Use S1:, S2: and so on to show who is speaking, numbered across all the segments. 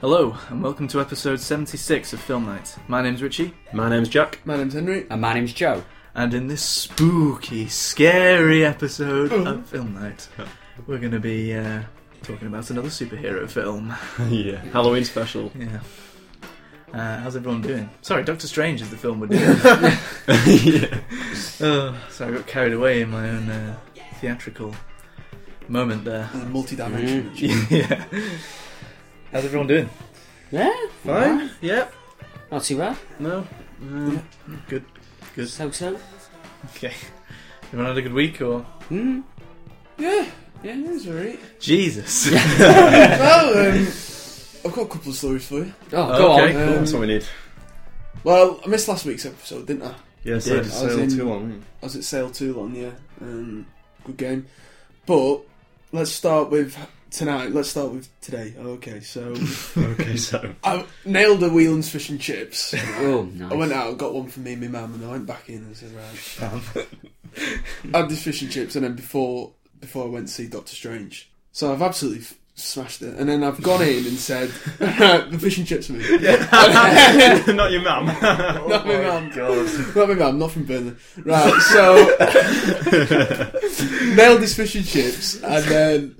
S1: Hello, and welcome to episode 76 of Film Night. My name's Richie,
S2: My name's Jack.
S3: My name's Henry.
S4: And my name's Joe.
S1: and in this spooky, scary episode of Film Night, we're going to be uh, talking about another superhero film.
S2: yeah. Halloween special.
S1: Yeah. Uh, how's everyone doing? Sorry, Doctor Strange is the film we're doing.
S2: yeah.
S1: oh, sorry, I got carried away in my own uh, theatrical moment there.
S3: And multi-dimensional.
S1: yeah. How's everyone doing?
S4: Yeah,
S2: Fine. Yeah.
S4: not too bad.
S2: No. Um,
S1: Good. Good.
S4: So so.
S1: Okay. Everyone had a good week or?
S4: Hmm.
S3: Yeah, yeah, it was alright.
S1: Jesus.
S3: well, um, I've got a couple of stories for you.
S4: Oh, go
S1: Okay.
S4: on.
S2: cool.
S3: um,
S2: That's what we need.
S3: Well, I missed last week's episode, didn't I?
S2: Yeah,
S1: so
S2: so
S1: did
S3: I was in-
S2: too long.
S3: I was at Sale Toulon, yeah. Um, good game. But let's start with tonight. Let's start with today. Okay, so
S2: okay, so.
S3: I nailed the Whelan's fish and chips.
S4: Oh, nice.
S3: I went out, got one for me and my mum, and I went back in and said, right. I had these fish and chips, and then before before I went to see Doctor Strange. So I've absolutely f- smashed it. And then I've gone in and said, right, the fish and chips for me.
S2: Not Oh your mum.
S3: not my mum. Not my mum, not from Burnley. Right, so. nailed his fish and chips, and then.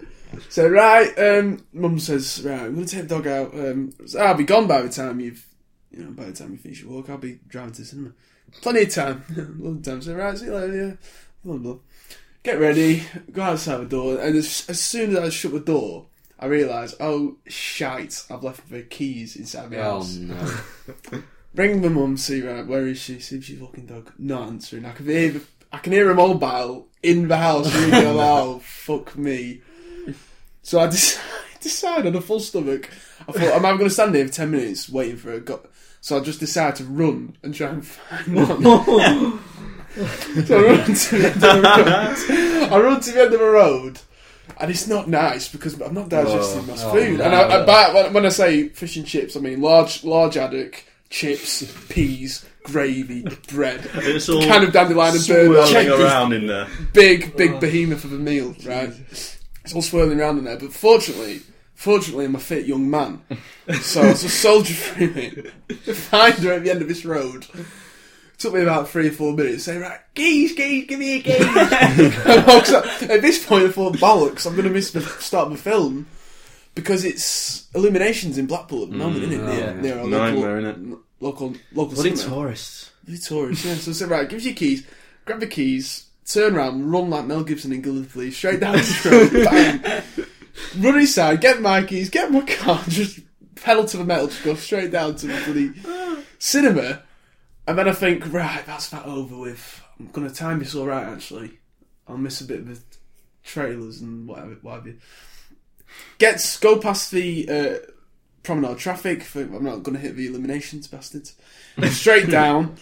S3: So, right, um, mum says, right, I'm going to take the dog out. Um, so I'll be gone by the time you've. You know, by the time you finish your walk, I'll be driving to the cinema. Plenty of time. Loads of time. So, right, see you later. yeah. Blah, blah. Get ready, go outside the door, and as, as soon as I shut the door, I realise, oh, shite, I've left the keys inside my
S4: Oh
S3: house.
S4: no.
S3: Ring my mum, see right, where is she? See if she's walking dog. Not answering. I can hear the, I can hear a mobile in the house ringing alarm. Fuck me. So I dec- decide on a full stomach. I thought I'm going to stand here for ten minutes waiting for a go- So I just decide to run and try and find one. so I run to the end of the road. I run to the end of the road. And it's not nice because I'm not digesting my
S4: Oh,
S3: food.
S4: no.
S3: And I, I buy, when, when I say fish and chips, I mean large, large haddock, chips, peas, gravy, bread,
S2: It's all
S3: kind of dandelion and bird,
S2: swirling
S3: checkers,
S2: around in there.
S3: big, big behemoth of a meal, right? It's all swirling around in there, but fortunately, fortunately, I'm a fit young man, so I was a soldier through it to find her at the end of this road. Took me about three or four minutes. Say, right, geese, geese, give me a geese. And I was like, at this point, I thought, bollocks, I'm going to miss the start of the film because it's illuminations in Blackpool at the moment, isn't it?
S4: oh,
S3: Near,
S4: yeah.
S3: near our
S2: Nightmare,
S3: local,
S2: innit?
S3: local, local
S2: Bloody
S3: cinema.
S2: tourists.
S3: The tourist, yeah. So I said, right, give us your keys, grab the keys, turn around, run like Mel Gibson in Gillespie, straight down the road, bang. Run inside, get my keys, get my car, just pedal to the metal, just go straight down to the bloody cinema. And then I think, right, that's that over with. I'm going to time this alright, actually. I'll miss a bit of the trailers and whatever, what have you. Gets, go past the uh, promenade traffic. think, I'm not going to hit the illuminations, bastards. Straight down.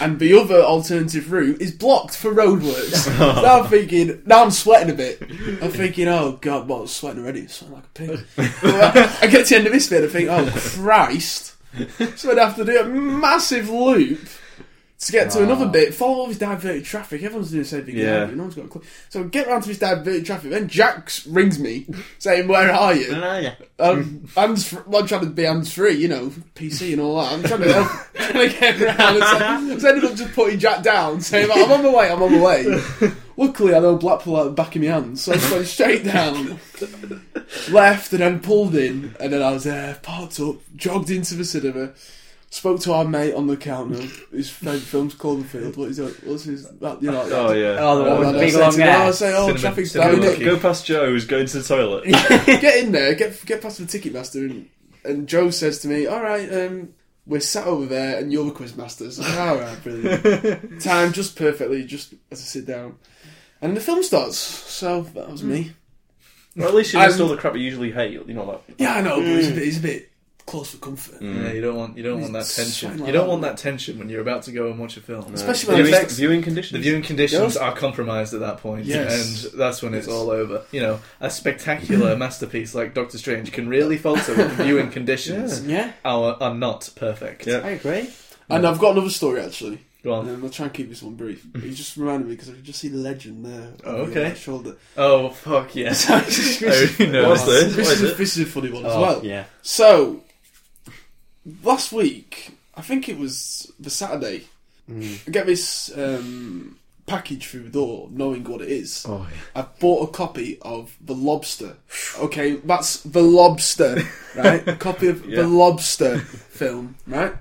S3: And the other alternative route is blocked for roadworks. so I'm thinking, now I'm sweating a bit. I'm thinking, oh god, well, I was sweating already, I'm sweating like a pig. I get to the end of this bit, I think, oh Christ. So I'd have to do a massive loop to get to another bit, follow all this diverted traffic. Everyone's doing the same thing,
S2: Yeah.
S3: yeah. no one's got a clue. So I get round to this diverted traffic, then Jax rings me saying, Where are you? Um, hands fr- well, I'm trying to be hands free, you know, PC and all that. I'm trying to, help, trying to get around. It's like, so I ended up just putting Jack down, saying, like, I'm on my way, I'm on my way. Luckily, I know Blackpool out the back of my hand, so I just went straight down, left, and then pulled in. And then I was there, parked up, jogged into the cinema. Spoke to our mate on the counter. His favourite film's Cloverfield. What is it? What's his? That, you know,
S2: Oh, yeah.
S4: Oh, the
S3: And
S4: one with
S3: I
S4: the big
S3: said
S4: long
S3: to him, I
S4: hair.
S3: say, oh,
S1: Cinema-
S3: traffic's
S1: cinema
S3: down.
S1: monkey.
S3: innit?
S2: Go past Joe's, going to the toilet.
S3: get in there, get get past the Ticketmaster, and, and Joe says to me, "All right, um, we're sat over there, and you're the quizmasters." I'm like, All right, brilliant. Time just perfectly, just as I sit down, and the film starts. So that was
S1: Mm.
S3: me.
S2: well, at least you
S3: I'm-
S2: missed all the crap you usually hate. You know, like.
S3: Yeah, I know, but it's a
S1: Mm.
S3: bit, it's a bit close for comfort,
S5: Mm.
S1: Yeah, you don't want you don't want that
S3: It's
S1: tension.
S3: so
S1: You don't
S3: loud.
S1: want that tension when you're about to go and watch a film.
S3: especially when
S2: Viewing,
S3: it affects.
S2: viewing
S1: The
S2: conditions.
S1: viewing conditions are compromised at that point,
S3: Yes.
S1: and that's when it's
S3: Yes.
S1: all over. You know, a spectacular masterpiece like Doctor Strange can really falter when the viewing conditions
S4: Yeah,
S1: are, are not perfect.
S2: Yeah.
S4: I agree.
S3: And I've got another story actually.
S1: Go on.
S3: Um, I'll try and keep this one brief. But you just reminded me because I could just see the legend there.
S1: Oh,
S3: over
S1: okay.
S3: My shoulder.
S1: Oh fuck yes!
S3: this,
S1: I already know
S2: What's
S1: Oh, this.
S2: this? What
S3: is
S2: is
S3: a,
S2: it?
S3: this is a funny one as well.
S4: Yeah.
S3: So last week, I think it was the Saturday, I get this um, package through the door, knowing what it is.
S5: Oh,
S3: I bought a copy of The Lobster. Okay, that's The Lobster, right? A copy of
S1: Yeah.
S3: The Lobster film, right?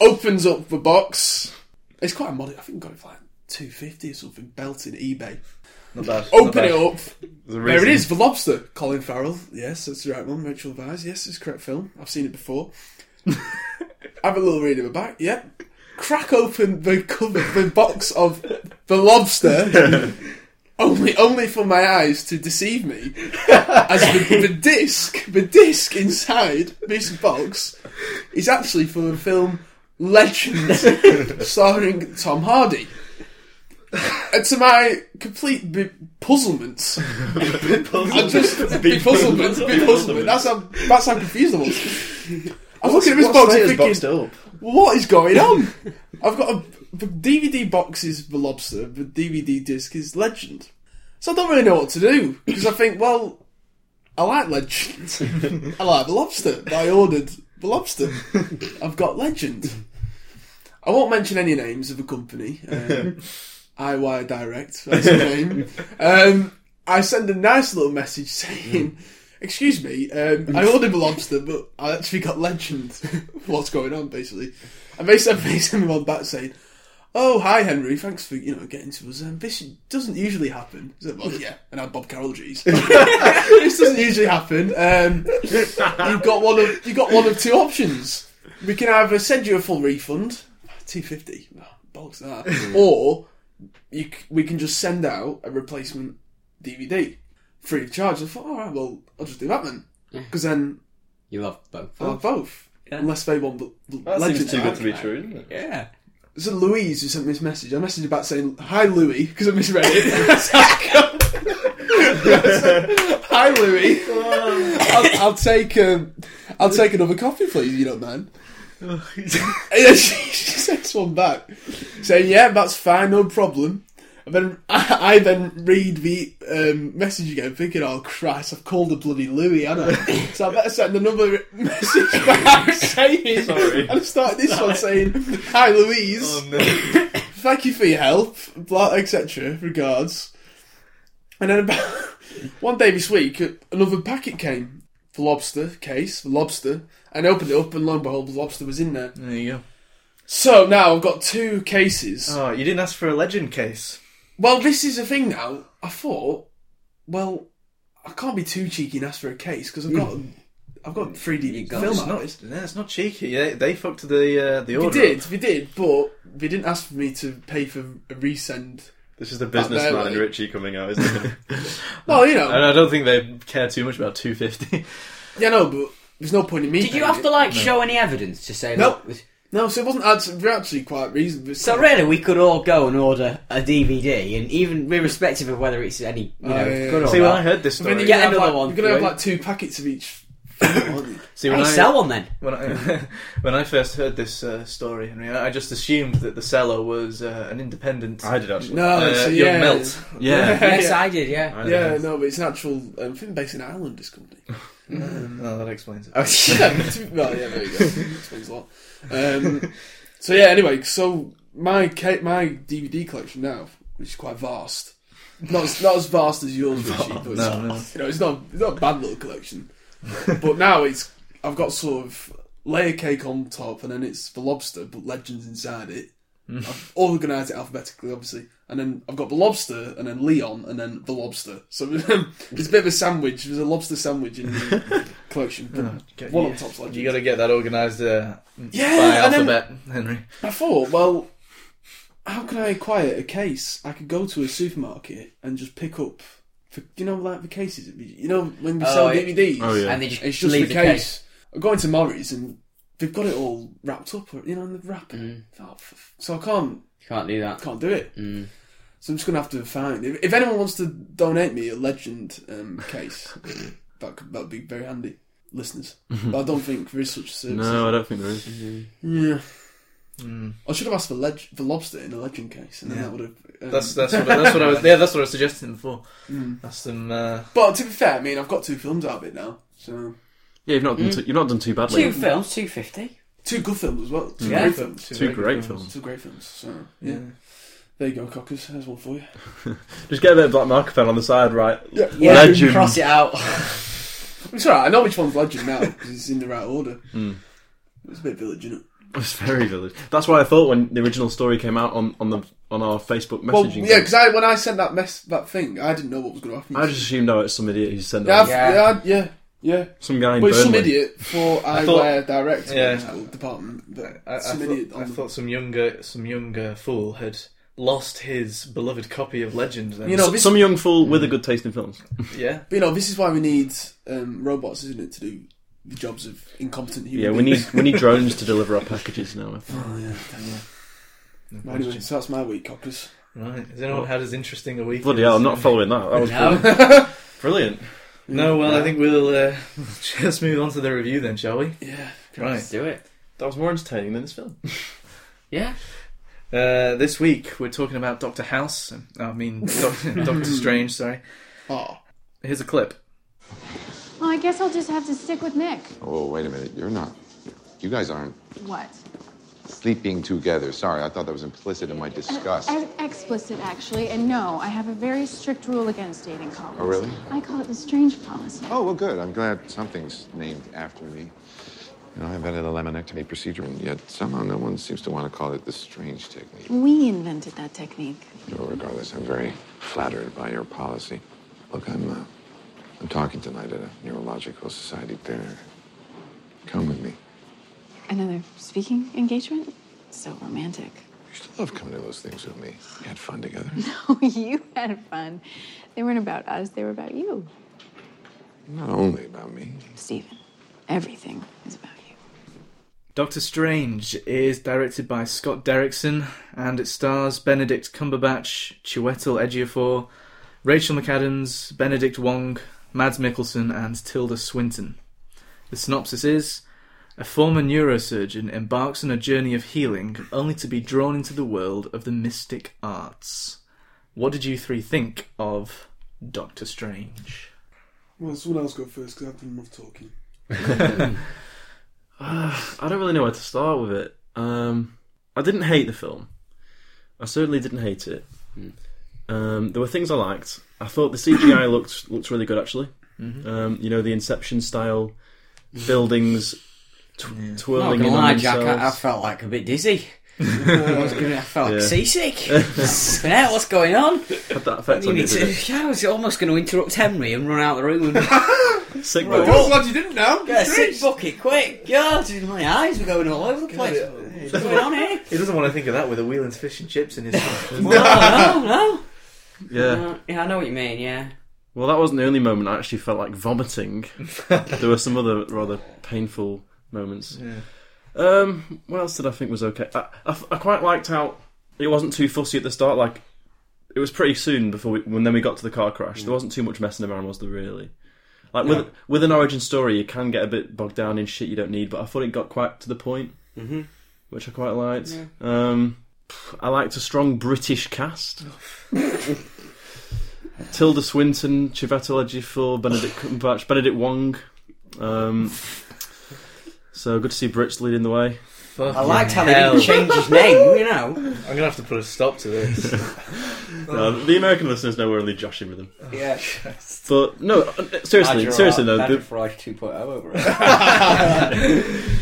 S3: Opens up the box. It's quite a modest. I think we got it for like two fifty or something. Belted eBay.
S1: Not bad. not
S3: Open
S1: bad.
S3: it up.
S1: There's a
S3: There it
S1: reason.
S3: is. The Lobster. Colin Farrell. Yes, that's the right one. Rachel Vise. Yes, it's the correct film. I've seen it before. Have a little read of the back. Yep. Crack open the cover, the box of the Lobster. Only, only for my eyes to deceive me, as the, the disc, the disc inside this box, is actually for the film Legend, starring Tom Hardy. And to my complete be- puzzlement, I just befuzzlement, befuzzlement. That's how that's how confused I was. I'm looking at this box and
S1: boxed
S3: thinking,
S1: up.
S3: what is going on? I've got a the DVD box is The Lobster, the DVD disc is Legend. So I don't really know what to do because I think, well, I like Legend. I like The Lobster. I ordered The Lobster. I've got Legend. I won't mention any names of a company. Um, IY Direct, that's the name. Um, I send a nice little message saying, Excuse me, um, I ordered a lobster, but I actually got legend. What's going on, basically? And they sent me sent me one back saying, Oh, hi, Henry, thanks for, you know, getting to us. Um, this doesn't usually happen. I said, well, yeah, and I'm Bob Carroll, geez. this doesn't usually happen. Um, you've got one of you got one of two options. We can either send you a full refund, two fifty, bollocks that, or you, c- we can just send out a replacement DVD free of charge. I thought, all right, well, I'll just do that then, because then
S4: You love both.
S3: I'll have both,
S4: Yeah.
S3: unless they want the, the
S1: That
S3: legend.
S1: seems too good
S3: back.
S1: to be true, isn't it?
S4: Yeah.
S3: So Louise who sent me this message. I messaged her back saying, "Hi Louie," because I misread it. So I said, Hi Louie. I'll, I'll take um, I'll take another coffee, please. if You don't mind. And then she, she sends one back saying, "Yeah, that's fine, no problem." And then I, I then read the um, message again, thinking, "Oh Christ, I've called a bloody Louis, haven't I?" so I better send another message back saying,
S1: Sorry. Oh,
S3: "I've started this one saying, hi Louise."
S5: Oh,
S3: thank you for your help, blah, etc. Regards. And then about one day this week, another packet came for lobster case, for lobster, and I opened it up, and lo and behold, the lobster was in there.
S5: there you go.
S3: So now I've got two cases.
S1: Oh, you didn't ask for a legend case.
S3: Well, this is the thing now. I thought, well, I can't be too cheeky and ask for a case because I've got, I've got three D
S4: Mm. You got-
S3: film
S5: It's not,
S3: artists.
S5: it's, yeah, it's not cheeky. They, they fucked the uh, the
S3: We
S5: order.
S3: did, we did, but they didn't ask for me to pay for a resend.
S1: This is the
S3: there,
S1: businessman
S3: right?
S1: in Richie coming out, isn't it?
S4: Oh.
S3: Well, you
S5: And
S3: know,
S5: I don't think they care too much about 250.
S3: yeah, no, but there's no point in me.
S4: Did you
S3: paying
S4: have
S3: it.
S4: to like show any evidence to say
S3: Nope.
S4: that?
S3: No, so it wasn't actually, actually quite reasonable.
S4: So really, we could all go and order a DVD, and even irrespective of whether it's any, you know,
S3: Oh, yeah,
S4: good
S3: yeah.
S4: or
S5: See, when I
S4: not.
S5: heard this
S3: But then
S5: story,
S3: you're
S4: Get
S3: gonna have,
S4: another
S3: like,
S4: one
S3: You're gonna have
S4: through.
S3: like two packets of each. aren't you?
S5: see,
S4: Hey,
S5: when I,
S4: sell one then.
S5: when I when I first heard this uh, story, Henry, I I just assumed that the seller was uh, an independent.
S1: I did actually.
S3: no,
S5: uh,
S3: so,
S5: young
S3: yeah,
S5: melt. Yeah.
S4: yes,
S3: yeah.
S4: I did. Yeah.
S1: I did.
S3: Yeah, no, but it's an actual um, thing based in Ireland. This company.
S5: Um, no, that explains it.
S3: Oh, yeah, to be- well, yeah, there you go. Explains a lot. Um, so yeah, anyway, so my ca- my DVD collection now, which is quite vast, not as, not as vast as yours, Richie, but it's,
S5: Oh, No, no.
S3: you know, it's not it's not a bad little collection. but now it's I've got sort of layer cake on top, and then it's the lobster, but legends inside it.
S5: Mm.
S3: I've organised it alphabetically, obviously, and then I've got the lobster, and then Leon, and then the lobster. So it's a bit of a sandwich. There's a lobster sandwich in the collection. But
S5: Okay,
S3: one
S5: you,
S3: on top's legend.
S5: You got to get that organised uh,
S3: Yeah,
S5: by
S3: and then-
S5: alphabet, Henry.
S3: I thought, well, how can I acquire a case? I could go to a supermarket and just pick up, for, you know, like the cases. that we- You know, when we
S4: Oh,
S3: sell
S4: yeah.
S3: DVDs,
S1: Oh, yeah.
S4: And they just,
S3: it's just
S4: leave
S3: the case. I'm going to Murray's and they've got it all wrapped up, you know, in the wrapper. Oh, f- f- so I can't,
S4: Mm-hmm. Can't do that.
S3: can't do it.
S4: Mm.
S3: So I'm just gonna have to find. If, if anyone wants to donate me a legend um, case, that could, that'd be very handy, listeners. but I don't think there is such a service.
S1: No, I don't think there is.
S4: Mm-hmm.
S3: Yeah.
S5: Mm.
S3: I should have asked for, leg- for lobster in a legend case, and then
S5: Yeah.
S3: that would have. Um,
S5: That's that's what, that's what I was. Yeah, that's what I was suggesting before.
S3: Mm.
S5: That's some. Uh,
S3: But to be fair, I mean, I've got two films out of it now, so
S2: Yeah, you've not done
S4: Mm.
S2: too, you've not done too badly.
S4: Two films, two fifty.
S3: Two good films as well. Two
S4: Yeah.
S3: great films.
S5: Two
S2: Two great films.
S3: Two great films. So yeah.
S5: Yeah.
S3: There you go, Cockers. There's one for you.
S2: Just get a bit of black marker pen on the side, right?
S3: Yeah.
S4: Yeah,
S2: Legend.
S4: cross it out.
S3: It's alright, I know which one's legend now, because it's in the right order.
S2: Mm.
S3: It's a bit village, isn't it?
S2: It's very village. That's why I thought when the original story came out on, on the on our Facebook messaging.
S3: Well, yeah,
S2: group,
S3: because I, when I sent that mess, that thing, I didn't know what was going to happen.
S2: I just assumed no, it's some idiot who sent it.
S3: yeah,
S2: on.
S3: I've-
S4: Yeah.
S3: yeah, I'd- yeah, yeah.
S2: Some guy in
S3: But it's some
S2: Burnley.
S3: idiot for
S1: I thought-
S3: eyewear director
S1: Yeah.
S3: in the department. But
S1: I, I,
S3: some
S1: thought,
S3: idiot.
S1: I
S3: on the-
S1: thought some younger, some younger fool had lost his beloved copy of Legend. Then
S3: You know,
S2: S-
S3: this-
S2: some young fool with a good taste in films.
S1: yeah,
S3: But you know, this is why we need um, robots, isn't it, to do the jobs of incompetent humans.
S2: Yeah, we need we need drones to deliver our packages now. I think.
S3: Oh yeah.
S1: No
S3: Well, anyway,
S1: question.
S3: so that's my week, Cockers.
S1: right. Has anyone had as interesting a week?
S2: Bloody
S1: as,
S2: hell, I'm not
S1: uh,
S2: following that. That was
S4: No.
S2: brilliant.
S1: No, well, I think we'll uh, just move on to the review then, shall we?
S3: Yeah.
S1: Right.
S4: Let's do it.
S2: That was more entertaining than this film.
S4: Yeah.
S1: Uh, this week we're talking about Doctor House. I mean, Doc- Doctor Strange. Sorry.
S3: Oh.
S1: Ah. Here's a clip.
S6: Well, I guess I'll just have to stick with Nick.
S7: Oh, wait a minute. You're not. You guys aren't
S6: What?
S7: sleeping together. Sorry, I thought that was implicit in my disgust.
S6: E- explicit, actually. And no, I have a very strict rule against dating couples.
S7: Oh, really?
S6: I call it the strange policy.
S7: Oh, well, good. I'm glad something's named after me. You know, I've had a laminectomy procedure, and yet somehow no one seems to want to call it the strange technique.
S6: We invented that technique.
S7: Well, regardless, I'm very flattered by your policy. Look, I'm, uh, I'm talking tonight at a neurological society dinner. Come with me.
S6: Another speaking engagement? So romantic.
S7: You used to love coming to those things with me. We had fun together.
S6: Oh, you had fun. They weren't about us, they were about you,
S7: Not only about me.
S6: Stephen. Everything is about you.
S1: Doctor Strange is directed by Scott Derrickson and it stars Benedict Cumberbatch, Chiwetel Ejiofor, Rachel McAdams, Benedict Wong, Mads Mikkelsen, and Tilda Swinton. The synopsis is A former neurosurgeon embarks on a journey of healing only to be drawn into the world of the mystic arts. What did you three think of Doctor Strange?
S3: Well, someone else go first because I've done enough talking.
S2: I don't really know where to start with it. Um, I didn't hate the film. I certainly didn't hate it.
S4: Hmm.
S2: Um, there were things I liked. I thought the CGI looked looked really good actually.
S4: Mm-hmm.
S2: Um, you know the Inception style buildings tw-
S1: Yeah.
S4: Not
S2: twirling
S4: gonna
S2: in on
S4: lie, Jack. I, I
S2: themselves.
S4: felt like a bit dizzy. I was gonna. I felt
S2: Yeah.
S4: seasick. yeah, what's going on?
S2: Had that effect
S4: You
S2: on you,
S4: need
S2: did
S4: to,
S2: it?
S4: yeah, I was almost going to interrupt Henry and run out of the room and
S2: Sick
S3: Well,
S2: note.
S1: Oh,
S3: I'm glad you didn't now.
S4: get a
S3: Great.
S4: sick bucket quick. God, my eyes were going all over the place. What's going on here?
S1: He doesn't want to think of that with a wheel and fish and chips in his.
S4: Well, no, no.
S2: Yeah.
S4: No, yeah, I know what you mean. Yeah,
S2: Well, that wasn't the only moment I actually felt like vomiting. there were some other rather painful moments.
S1: Yeah.
S2: Um, what else did I think was okay? I, I, I quite liked how it wasn't too fussy at the start. Like it was pretty soon before we, when then we got to the car crash. There wasn't too much messing around, was there? Really? Like with with an origin story, you can get a bit bogged down in shit you don't need. But I thought it got quite to the point,
S4: Mhm.
S2: which I quite liked. Um, I liked a strong British cast. Tilda Swinton, Chiwetel Ejiofor, Benedict Cumberbatch, Benedict Wong. Um, so good to see Brits leading the way.
S4: I liked how they didn't change his name. You know.
S1: I'm gonna have to put a stop to this.
S2: No, the American listeners know we're only joshing with them.
S4: Yeah.
S2: But no, uh, seriously, seriously though, the-
S4: Frosh 2.0 over it.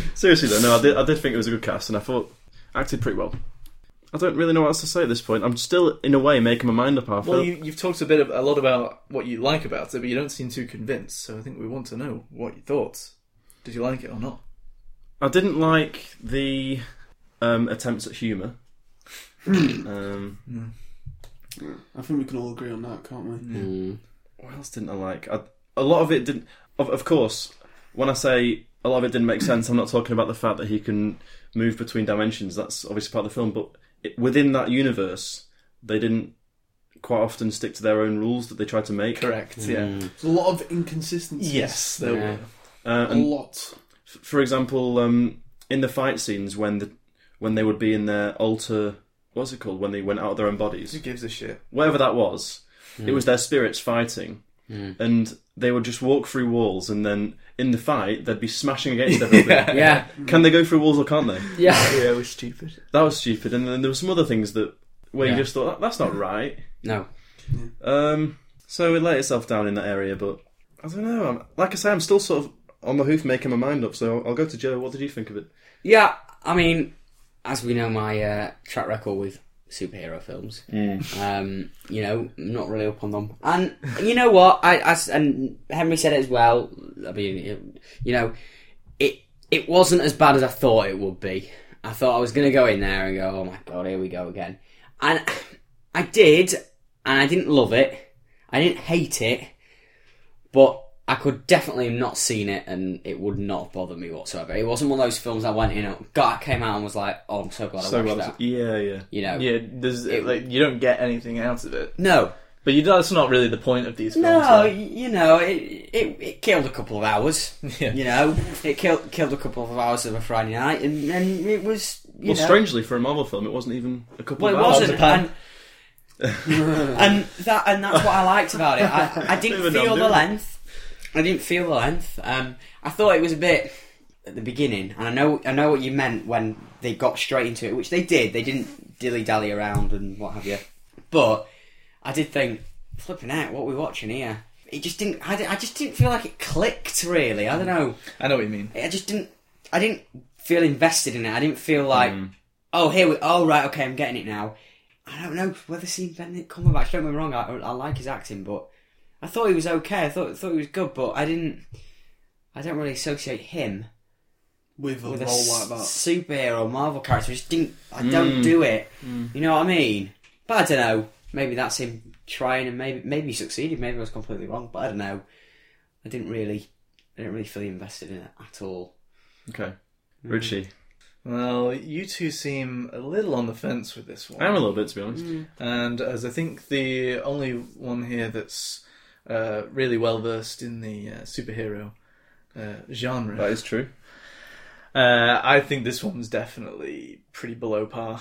S2: seriously though, no, I did, I did think it was a good cast, and I thought acted pretty well. I don't really know what else to say at this point. I'm still, in a way, making my mind up. Half.
S1: Well, you, you've talked a bit of, a lot about what you like about it, but you don't seem too convinced. So I think we want to know what you thought. Did you like it or not?
S2: I didn't like the um, attempts at humour.
S1: Hmm.
S2: um,
S5: Mm.
S3: I think we can all agree on that, can't
S1: Mm.
S3: we?
S5: Mm.
S2: what else didn't I like? I, a lot of it didn't. Of, of course, when I say a lot of it didn't make sense, I'm not talking about the fact that he can move between dimensions. That's obviously part of the film, but it, within that universe, they didn't quite often stick to their own rules that they tried to make.
S1: Correct.
S5: Mm.
S1: Yeah.
S3: There's a lot of inconsistencies.
S1: Yes, there
S4: Yeah.
S1: were.
S2: Uh,
S3: A
S2: and
S3: lot.
S2: f- for example, um, in the fight scenes when the when they would be in their alter, what's it called? When they went out of their own bodies.
S1: Who gives a shit?
S4: Hmm.
S2: whatever that was, it was their spirits fighting. and they would just walk through walls, and then in the fight they'd be smashing against everything.
S4: Yeah.
S2: Can they go through walls or can't they?
S4: Yeah.
S5: Yeah, we're stupid.
S2: That was stupid. And then there were some other things that where
S4: Yeah.
S2: you just thought "That- that's not right.
S4: No.
S2: Um, so it let itself down in that area, but I don't know. I'm, like I say, I'm still sort of on the hoof making my mind up. So I'll, I'll go to Joe. What did you think of it?
S4: Yeah, I mean, as we know, my uh, track record with superhero films, um, you know, I'm not really up on them. And you know what? I, I s- and Henry said it as well. I mean, it- you know, it it wasn't as bad as I thought it would be. I thought I was going to go in there and go, oh my god, here we go again. And I did, and I didn't love it. I didn't hate it, but I could definitely have not seen it, and it would not have bothered me whatsoever. It wasn't one of those films I went in, and God, I came out and was like, oh, I'm so glad I
S2: So
S4: watched
S2: glad I
S4: that.
S2: was- yeah, yeah.
S4: You know,
S1: Yeah, there's like you don't get anything out of it.
S4: no,
S1: But you, that's not really the point of these films.
S4: no,
S1: though.
S4: y- you know, it, it it killed a couple of hours.
S1: Yeah.
S4: You know, it killed killed a couple of hours of a Friday night, and, and it was you
S2: Well,
S4: know,
S2: strangely for a Marvel film, it wasn't even a couple.
S4: Well,
S2: of
S4: it
S2: hours.
S4: wasn't, and, and that and that's what I liked about it. I, I
S2: Bit
S4: didn't
S2: of a
S4: feel the
S2: number.
S4: length. I didn't feel the length. Um, I thought it was a bit at the beginning, and I know I know what you meant when they got straight into it, which they did. They didn't dilly dally around and what have you. But I did think, flipping out, what are we watching here? It just didn't. I, di- I just didn't feel like it clicked. Really, I don't know.
S1: I know what you mean.
S4: I just didn't. I didn't feel invested in it. I didn't feel like, oh, here we. Oh, right, okay, I'm getting it now. I don't know whether seeing Benedict Cumberbatch. Don't get me wrong. I, I like his acting, but I thought he was okay. I thought thought he was good, but I didn't. I don't really associate him
S3: with a
S4: with a
S3: role like
S4: s-
S3: that.
S4: superhero Marvel character. I just didn't. I don't do it. You know what I mean? But I don't know. Maybe that's him trying, and maybe maybe he succeeded. Maybe I was completely wrong. But I don't know. I didn't really. I didn't really feel invested in it at all.
S2: Okay, Richie,
S1: Well, you two seem a little on the fence with this one.
S2: I am a little bit to be honest.
S1: And as I think the only one here that's uh, really well versed in the uh, superhero uh, genre,
S2: That is true.
S1: uh, I think this one's definitely pretty below par.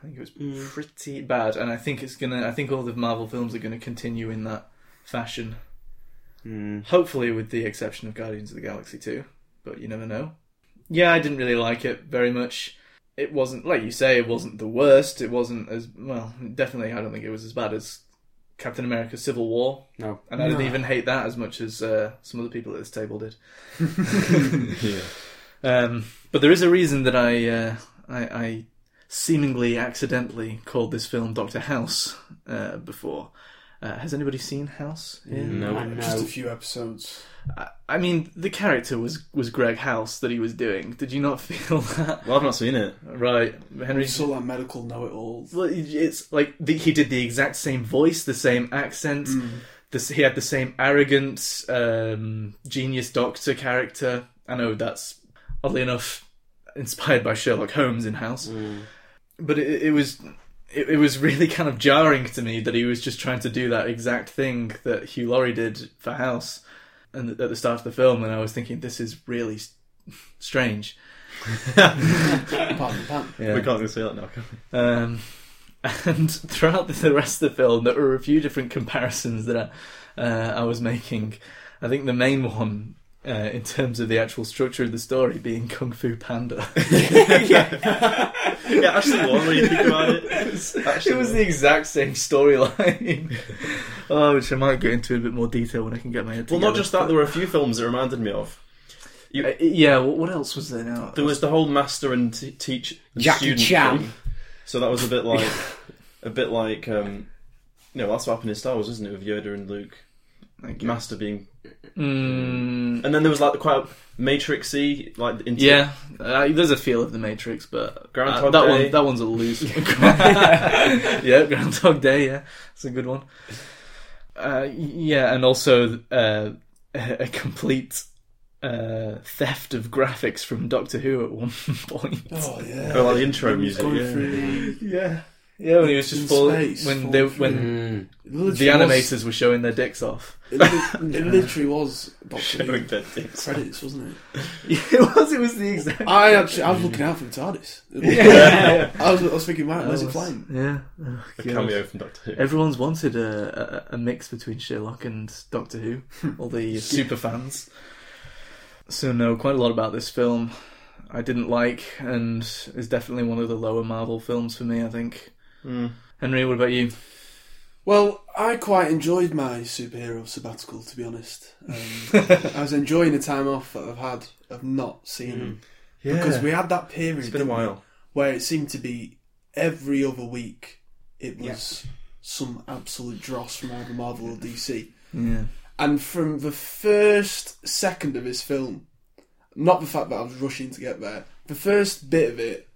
S1: I think it was pretty bad, and I think it's gonna. I think all the Marvel films are gonna continue in that fashion. Hopefully, with the exception of Guardians of the Galaxy 2, but you never know. Yeah, I didn't really like it very much. It wasn't, like you say, it wasn't the worst. It wasn't as, well, definitely, I don't think it was as bad as Captain America Civil War.
S4: No.
S1: And I didn't even hate that as much as uh, some of the people at this table did.
S2: Yeah.
S1: Um, but there is a reason that I, uh, I, I seemingly accidentally called this film Doctor House uh, before. Uh, has anybody seen House? Yeah.
S4: I
S2: No.
S4: know.
S3: Just a few episodes.
S1: I, I mean, the character was was Greg House that he was doing. Did you not feel that?
S2: Well, I've not seen it.
S1: Right, Henry.
S3: It's all that medical know-it-all.
S1: Well, it's like the, he did the exact same voice, the same accent. The, he had the same arrogant um, genius doctor character. I know that's oddly enough inspired by Sherlock Holmes in House, but it, it was it, it was really kind of jarring to me that he was just trying to do that exact thing that Hugh Laurie did for House, and at the start of the film, and I was thinking this is really s- strange.
S3: Pam, pam.
S2: We can't say that now. Can we?
S1: Um, and throughout the rest of the film, there were a few different comparisons that I, uh, I was making. I think the main one, uh, in terms of the actual structure of the story, being Kung Fu Panda.
S2: Yeah, actually, one when you think about it.
S1: it was the exact same storyline. oh, which I might get into in a bit more detail when I can get my head
S2: Well, not
S1: together,
S2: just that.
S1: but-
S2: There were a few films that reminded me of.
S1: Uh, yeah, what, what else was there now?
S2: There was the whole master and t- teach and
S4: Jackie
S2: student
S4: Chan.
S2: thing. So that was a bit like, a bit like, um, you know, that's what happened in Star Wars, isn't it, with Yoda and Luke,
S1: Thank you.
S2: master being,
S1: Mm,
S2: and then there was like the quite matrixy, like into
S1: yeah, uh, there's a feel of the Matrix, but
S2: Groundhog
S1: uh, that
S2: Day.
S1: one that one's a loose. yeah, Groundhog Day. Yeah, it's a good one. Uh, yeah, and also uh, a complete uh, theft of graphics from Doctor Who at one point.
S3: Oh yeah.
S2: oh, like the intro music.
S3: Going
S2: Yeah.
S3: through the
S1: Yeah, Yeah, when he was just
S3: In
S1: fall,
S3: space,
S1: when
S3: fall
S1: they
S3: through.
S1: when
S4: Mm.
S1: the animators were showing their dicks off.
S3: It, li- it literally was Doctor Who
S2: Showing their dicks.
S3: credits, wasn't it?
S1: it was. It was the exact.
S3: I actually, I was looking out for the TARDIS.
S1: Yeah.
S3: I was, I was thinking, man, where's it
S1: was-
S3: flying?
S1: Yeah. Oh,
S2: A
S1: God.
S2: cameo from Doctor Who.
S1: Everyone's wanted a, a, a mix between Sherlock and Doctor Who, all the super fans. So no, quite a lot about this film I didn't like, and is definitely one of the lower Marvel films for me. I think.
S2: Mm.
S1: Henry, what about you?
S3: Well, I quite enjoyed my superhero sabbatical, to be honest. Um, I was enjoying the time off that I've had of not seeing them
S2: Mm. Yeah,
S3: because we had that period.
S2: it's been a
S3: didn't we,
S2: while.
S3: where it seemed to be every other week. It was some absolute dross from either Marvel or DC.
S1: Yeah.
S3: And from the first second of his film, not the fact that I was rushing to get there, the first bit of it,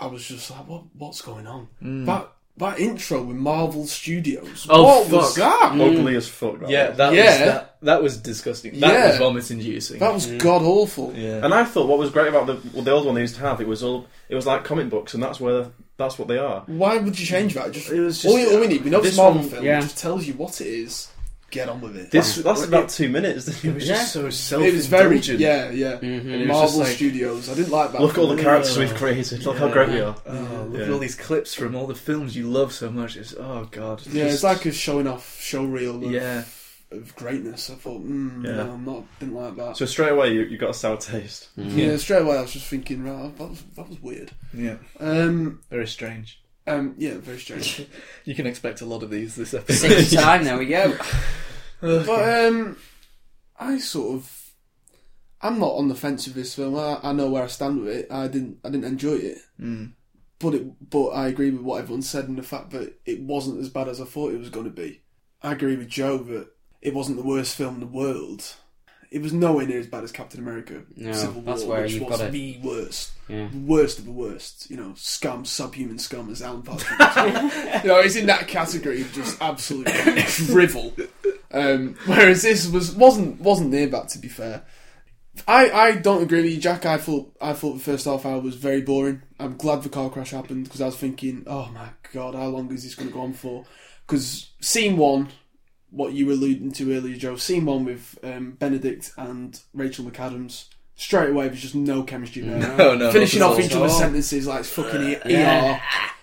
S3: I was just like, "What? What's going on?" That that intro with Marvel Studios.
S1: Oh,
S3: what was
S1: fuck.
S3: that?
S2: Ugly as fuck. Mm. That
S1: Yeah,
S2: was.
S1: that was
S3: Yeah.
S1: that, that was disgusting. That
S3: Yeah.
S1: was vomit inducing.
S3: That was god awful.
S1: yeah.
S2: And I thought what was great about the well, the old one they used to have it was all it was like comic books, and that's where that's what they are.
S3: Why would you change that? Just,
S1: It was
S3: all,
S1: just-
S3: you- all we need. We know it's
S2: this
S3: a Marvel
S2: one-
S3: film.
S4: yeah.
S3: It just tells you what it is. Get on with it.
S2: This that's
S1: it-
S2: about two minutes. It was
S1: just so self
S3: it was very yeah yeah.
S4: Mm-hmm.
S1: it was
S3: Marvel
S1: just like-
S3: Studios. I didn't like that.
S2: Look at all the
S3: film.
S2: characters we've created. Look how great we are.
S1: Oh, look
S2: Yeah.
S1: at all these clips from all the films you love so much. It's oh god.
S3: Yeah,
S1: Just-
S3: it's like a showing off showreel of,
S1: yeah.
S3: of greatness. I thought, mm,
S2: Yeah.
S3: no, I'm not. Didn't like that.
S2: So straight away you you got a sour taste.
S3: yeah. straight away I was just thinking, right, that was that was weird.
S1: Yeah.
S3: Um,
S1: Very strange.
S3: um, yeah, very strange.
S1: You can expect a lot of these this episode.
S4: Sixth time, there we go.
S3: but um, I sort of, I'm not on the fence with this film. I, I know where I stand with it. I didn't, I didn't enjoy it.
S1: Mm.
S3: But it, but I agree with what everyone said and the fact that it wasn't as bad as I thought it was going to be. I agree with Joe that it wasn't the worst film in the world. It was nowhere near as bad as Captain America:
S4: No,
S3: Civil
S4: that's
S3: War,
S4: where
S3: which
S4: you've
S3: was
S4: got it.
S3: the worst,
S4: Yeah.
S3: worst of the worst. You know, scum, subhuman scum, as Alan Partridge. you know, it's in that category of just absolute drivel. Um, whereas this was wasn't wasn't near that. To be fair, I, I don't agree with you, Jack. I thought I thought the first half hour was very boring. I'm glad the car crash happened because I was thinking, oh my god, how long is this going to go on for? Because scene one, what you were alluding to earlier, Joe, scene one with um, Benedict and Rachel McAdams, straight away there's just no chemistry there.
S1: No, no.
S3: Finishing off each
S4: all.
S3: other's sentences like it's fucking E-
S4: Yeah.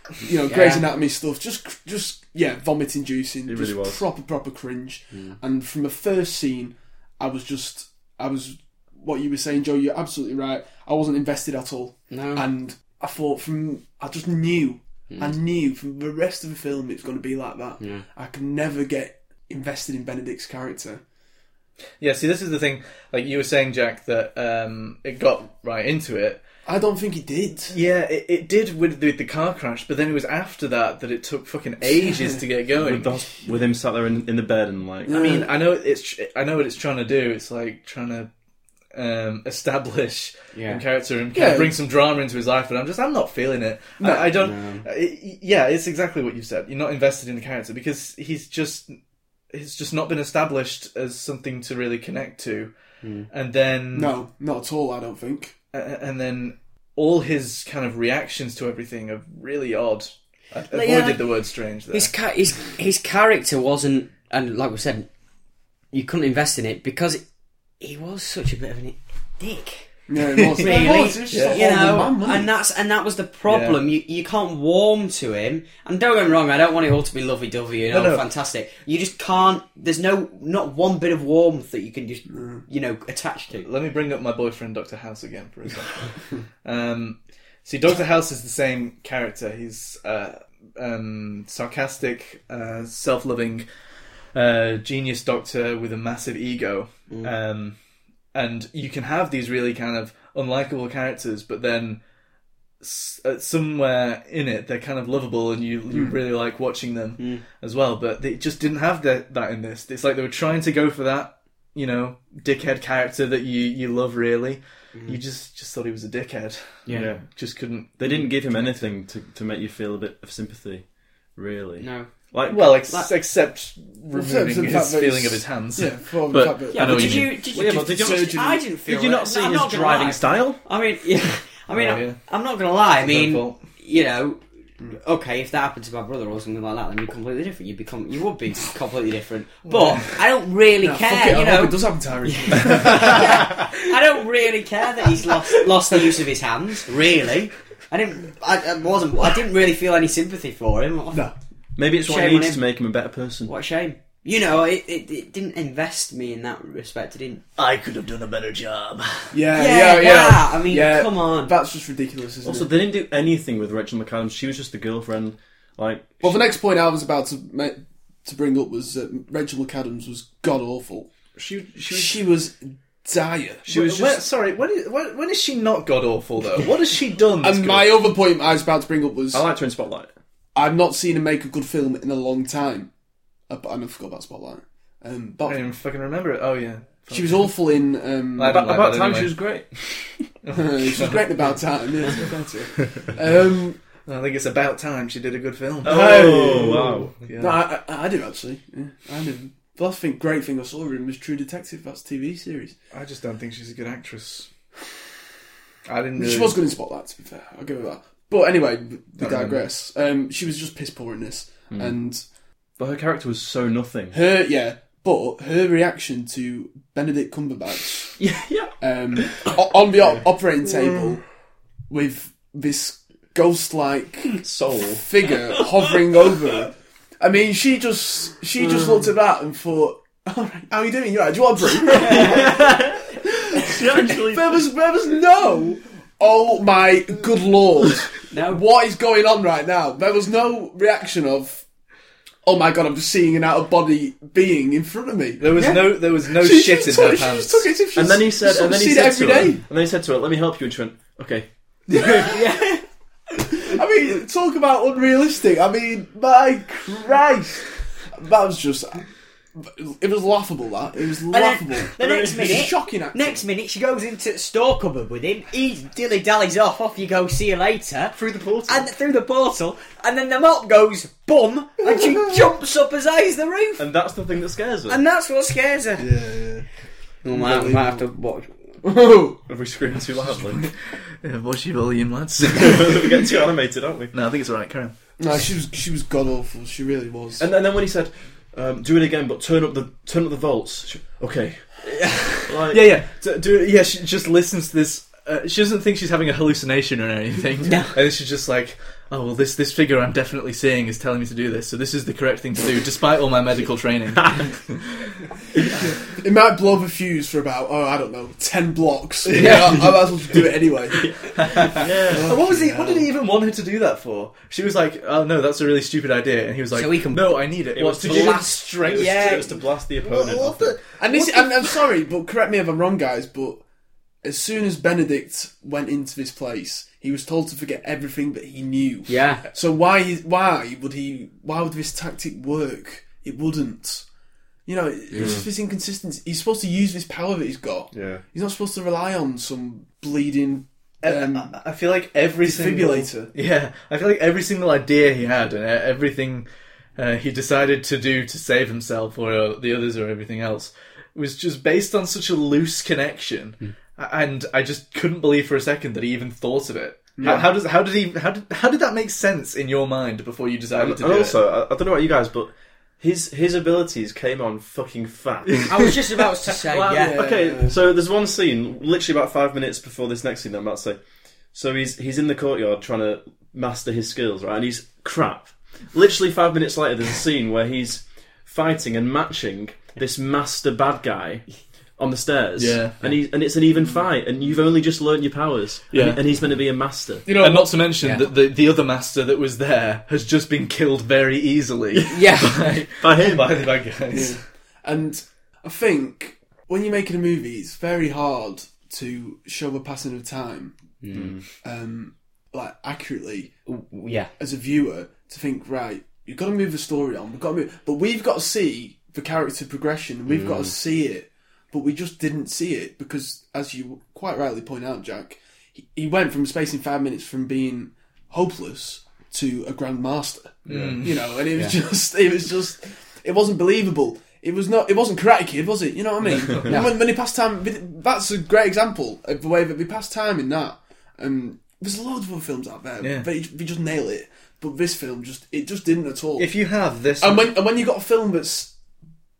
S3: ER, you know, Grey's Anatomy stuff. Just, just yeah, vomit inducing.
S2: It
S3: just
S2: really was.
S3: proper, proper cringe. And from the first scene, I was just, I was what you were saying, Joe. You're absolutely right. I wasn't invested at all,
S4: No.
S3: and I thought from I just knew, I knew from the rest of the film it's going to be like that. I could never get invested in Benedict's character.
S1: Yeah, see, this is the thing. Like you were saying, Jack, that um, it got right into it.
S3: I don't think he did.
S1: Yeah, it, it did with the, the car crash, but then it was after that that it took fucking ages to get going.
S2: With, those, with him sat there in, in the bed and like
S1: I mean, I know it's tr- I know what it's trying to do. It's like trying to um, establish
S4: Yeah.
S1: a character and
S3: Yeah.
S1: of bring some drama into his life, but I'm just I'm not feeling it. I, I don't. I- yeah, it's exactly what you said. You're not invested in the character because he's just he's just not been established as something to really connect to, and then
S3: No, not at all. I don't think.
S1: a- and then all his kind of reactions to everything are really odd. I avoided
S4: yeah, like-
S1: the word strange there.
S4: His, ca- his his character wasn't, and like we said, you couldn't invest in it because he was such a bit of a dick.
S3: Yeah, it was.
S4: Really?
S3: It was, it was just a
S4: you
S3: horrible
S4: know,
S3: man, wasn't
S4: and
S3: it?
S4: that's and that was the problem. You you can't warm to him. And don't get me wrong, I don't want it all to be lovey dovey and all
S1: no.
S4: fantastic. You just can't. There's no not one bit of warmth that you can just
S3: Mm.
S4: you know attach to.
S1: Let me bring up my boyfriend, Doctor House, again for a second. um, see, Doctor House is the same character. He's uh, um, sarcastic, uh, self-loving, uh, genius doctor with a massive ego,
S4: Mm.
S1: um, and you can have these really kind of unlikable characters, but then. s- uh, Somewhere in it, they're kind of lovable, and you, you really like watching them as well. But they just didn't have that, that in this. It's like they were trying to go for that you know, dickhead character that you you love really. You just just thought he was a dickhead.
S2: yeah.
S1: Just couldn't.
S2: They didn't give him anything to, to make you feel a bit of sympathy, really.
S4: No.
S2: Like
S1: Well, ex-
S4: Like-
S1: except
S3: Except for
S1: removing
S3: the fact
S1: his
S3: that
S1: feeling
S3: it's-
S1: of his hands.
S3: Yeah, for
S2: But-
S3: the fact that
S1: I know
S4: but
S1: what
S4: did
S1: you
S4: you, did you,
S2: Yeah, but did you-
S4: did you- I didn't feel.
S2: did you
S4: it.
S2: not
S4: No,
S2: see
S4: I'm
S2: his
S4: not gonna
S2: driving
S4: lie.
S2: style?
S4: I mean, yeah, I mean,
S1: Oh,
S4: I'm,
S1: yeah.
S4: I'm not gonna lie.
S1: It's
S4: I
S1: her
S4: mean,
S1: fault.
S4: you know, Okay, if that happened to my brother or something like that, then you'd be completely different. You'd become, you would be completely different. But I don't really
S3: Nah, fuck
S4: care,
S3: it,
S4: you
S3: I hope
S4: know.
S3: it does happen to Harry.
S4: I don't really care that he's lost lost the use of his hands. Really, I didn't. I, I wasn't. I didn't really feel any sympathy for him. What,
S3: no.
S2: Maybe it's what
S4: Shame
S2: he
S4: on
S2: needs
S4: him.
S2: to make him a better person.
S4: what a shame. You know, it, it, it didn't invest me in that respect. It didn't.
S5: I could have done a better job.
S3: Yeah,
S4: Yeah,
S3: yeah, yeah.
S4: yeah, I mean,
S3: Yeah,
S4: come on.
S3: That's just ridiculous, isn't
S2: Also,
S3: it?
S2: they didn't do anything with Rachel McAdams. She was just the girlfriend. Like,
S3: Well, the next point I was about to ma- to bring up was that Rachel McAdams was god awful.
S1: She, she, was-
S3: She was dire.
S2: she was
S1: Where-
S2: just.
S1: sorry, when is, when, when is she not god awful though? What has she done? that's
S3: And
S1: good?
S3: my other point I was about to bring up was
S2: I liked her in Spotlight.
S3: I've not seen her make a good film in a long time. Uh, but I never forgot about Spotlight.
S1: I
S3: Um,
S1: don't
S3: but
S1: even fucking remember it. Oh yeah,
S3: she was awful in. Um,
S1: I don't
S2: About,
S1: like
S2: about
S1: that
S2: time,
S1: anyway.
S2: she was great.
S3: she was great in about time. Yeah, it's about it. um,
S1: I think it's about time she did a good film.
S2: Oh, wow.
S1: Yeah.
S3: no, I, I, I do actually. Yeah, I do. The last thing, great thing I saw her in was True Detective. That's a TV series.
S1: I just don't think she's a good actress. I didn't.
S3: She
S1: really-
S3: was good in Spotlight, to be fair. I'll give her that. But anyway, we
S1: remember.
S3: digress. Um, she was just piss poor in this,
S2: Hmm.
S3: and
S2: But her character was so nothing.
S3: her yeah. But her reaction to Benedict Cumberbatch
S2: yeah, yeah.
S3: um, o- on the o- operating table with this ghost-like
S2: Soul.
S3: figure hovering over. her. I mean, she just she just
S2: Hmm.
S3: looked at that and thought, "All right, how are you doing? You all right? Do you want a drink?"
S2: She actually.
S3: there was there was no. Oh my good lord!
S4: No.
S3: what is going on right now? There was no reaction of, oh my god, I'm just seeing an out of body being in front of me.
S1: There was no. There was no
S3: She- she
S1: shit in
S3: just
S1: her
S3: took- she
S1: pants.
S3: just took it as if she's-
S2: And then he said,
S3: she's
S2: and then he
S3: seen
S2: said
S3: it every
S2: to her,
S3: day.
S2: and then he said to her, "Let me help you." And she went, "Okay."
S3: I mean, talk about unrealistic. I mean, my Christ, that was just. It was laughable. That it was
S4: And
S3: laughable.
S4: then, the next
S3: It was
S4: minute,
S3: shocking. Acting.
S4: Next minute, she goes into the store cupboard with him. He dilly dallies off. Off you go. See you later.
S2: Through the portal.
S4: And through the portal, and then the mop goes bum, and she jumps up as high as the roof.
S2: And that's the thing that scares her.
S4: And that's what scares her. Yeah, We might, we might have to watch.
S2: Have we screamed too loudly?
S5: Yeah, What's your volume, lads?
S2: we get too animated, aren't we?
S5: no, I think it's alright, Karen.
S3: no, she was she was god awful. She really was.
S2: And, and then when he said, um, "Do it again, but turn up the turn up the volts," she, okay. Like,
S1: Yeah, yeah. Do, do- yeah, she just listens to this. Uh, she doesn't think she's having a hallucination or anything.
S4: No.
S1: And she's just like, oh, well, this, this figure I'm definitely seeing is telling me to do this, so this is the correct thing to do, despite all my medical training.
S3: It might blow the fuse for about oh I don't know ten blocks. Yeah, I, I might as well just do it anyway.
S1: And what was he? What did he even want her to do that for? She was like, "Oh no, that's a really stupid idea," and he was like,
S4: So we can-
S1: "No, I need it."
S2: It
S1: What,
S2: was
S1: to
S2: to
S1: give him
S4: blast-
S2: It
S1: strength.
S2: was,
S4: Yeah.
S2: to, it was to blast the opponent. I
S3: What
S2: think.
S3: the- And this, I'm, I'm sorry, but correct me if I'm wrong, guys. But as soon as Benedict went into this place, he was told to forget everything that he knew.
S4: Yeah.
S3: So why is- why would he? Why would this tactic work? It wouldn't. You know, it's just this inconsistency. He's supposed to use this power that he's got.
S2: Yeah.
S3: He's not supposed to rely on some bleeding. Um,
S1: I- I feel like every single
S3: Defibrillator.
S1: yeah, I feel like every single idea he had and uh, everything uh, he decided to do to save himself or uh, the others or everything else was just based on such a loose connection,
S2: Hmm.
S1: A- and I just couldn't believe for a second that he even thought of it. How, how does how did he how did how did that make sense in your mind before you decided
S2: And,
S1: to
S2: and
S1: do it?
S2: also, I, I don't know about you guys, but his his abilities came on fucking fast.
S4: I was just about to say, yeah.
S2: Okay, so there's one scene, literally about five minutes before this next scene that I'm about to say. So he's he's in the courtyard trying to master his skills, right? And he's crap. Literally five minutes later, there's a scene where he's fighting and matching this master bad guy on the stairs.
S1: Yeah.
S2: and he and it's an even fight, and you've only just learnt your powers.
S1: Yeah.
S2: and, and he's meant to be a master.
S3: you know,
S1: and not to mention
S4: Yeah.
S1: that the, the other master that was there has just been killed very easily.
S4: Yeah.
S2: By him,
S1: by the bad guys.
S3: And I think when you're making a movie, it's very hard to show the passing of time, um, like accurately
S4: yeah.
S3: as a viewer to think right. You've got to move the story on. We've got to move, but we've got to see the character progression. and We've got to see it, but we just didn't see it because, as you quite rightly point out, Jack, he, he went from spacing five minutes from being hopeless to a grandmaster. You know, and it was just, it was just, it wasn't believable. It was not. It wasn't Karate Kid, was it? You know what I mean? And when, when he passed time, that's a great example of the way that we passed time in that. Um, there's loads of other films out there,
S1: Yeah.
S3: but they just nail it. But this film just it just didn't at all.
S1: If you have this,
S3: and when and when you got a film that's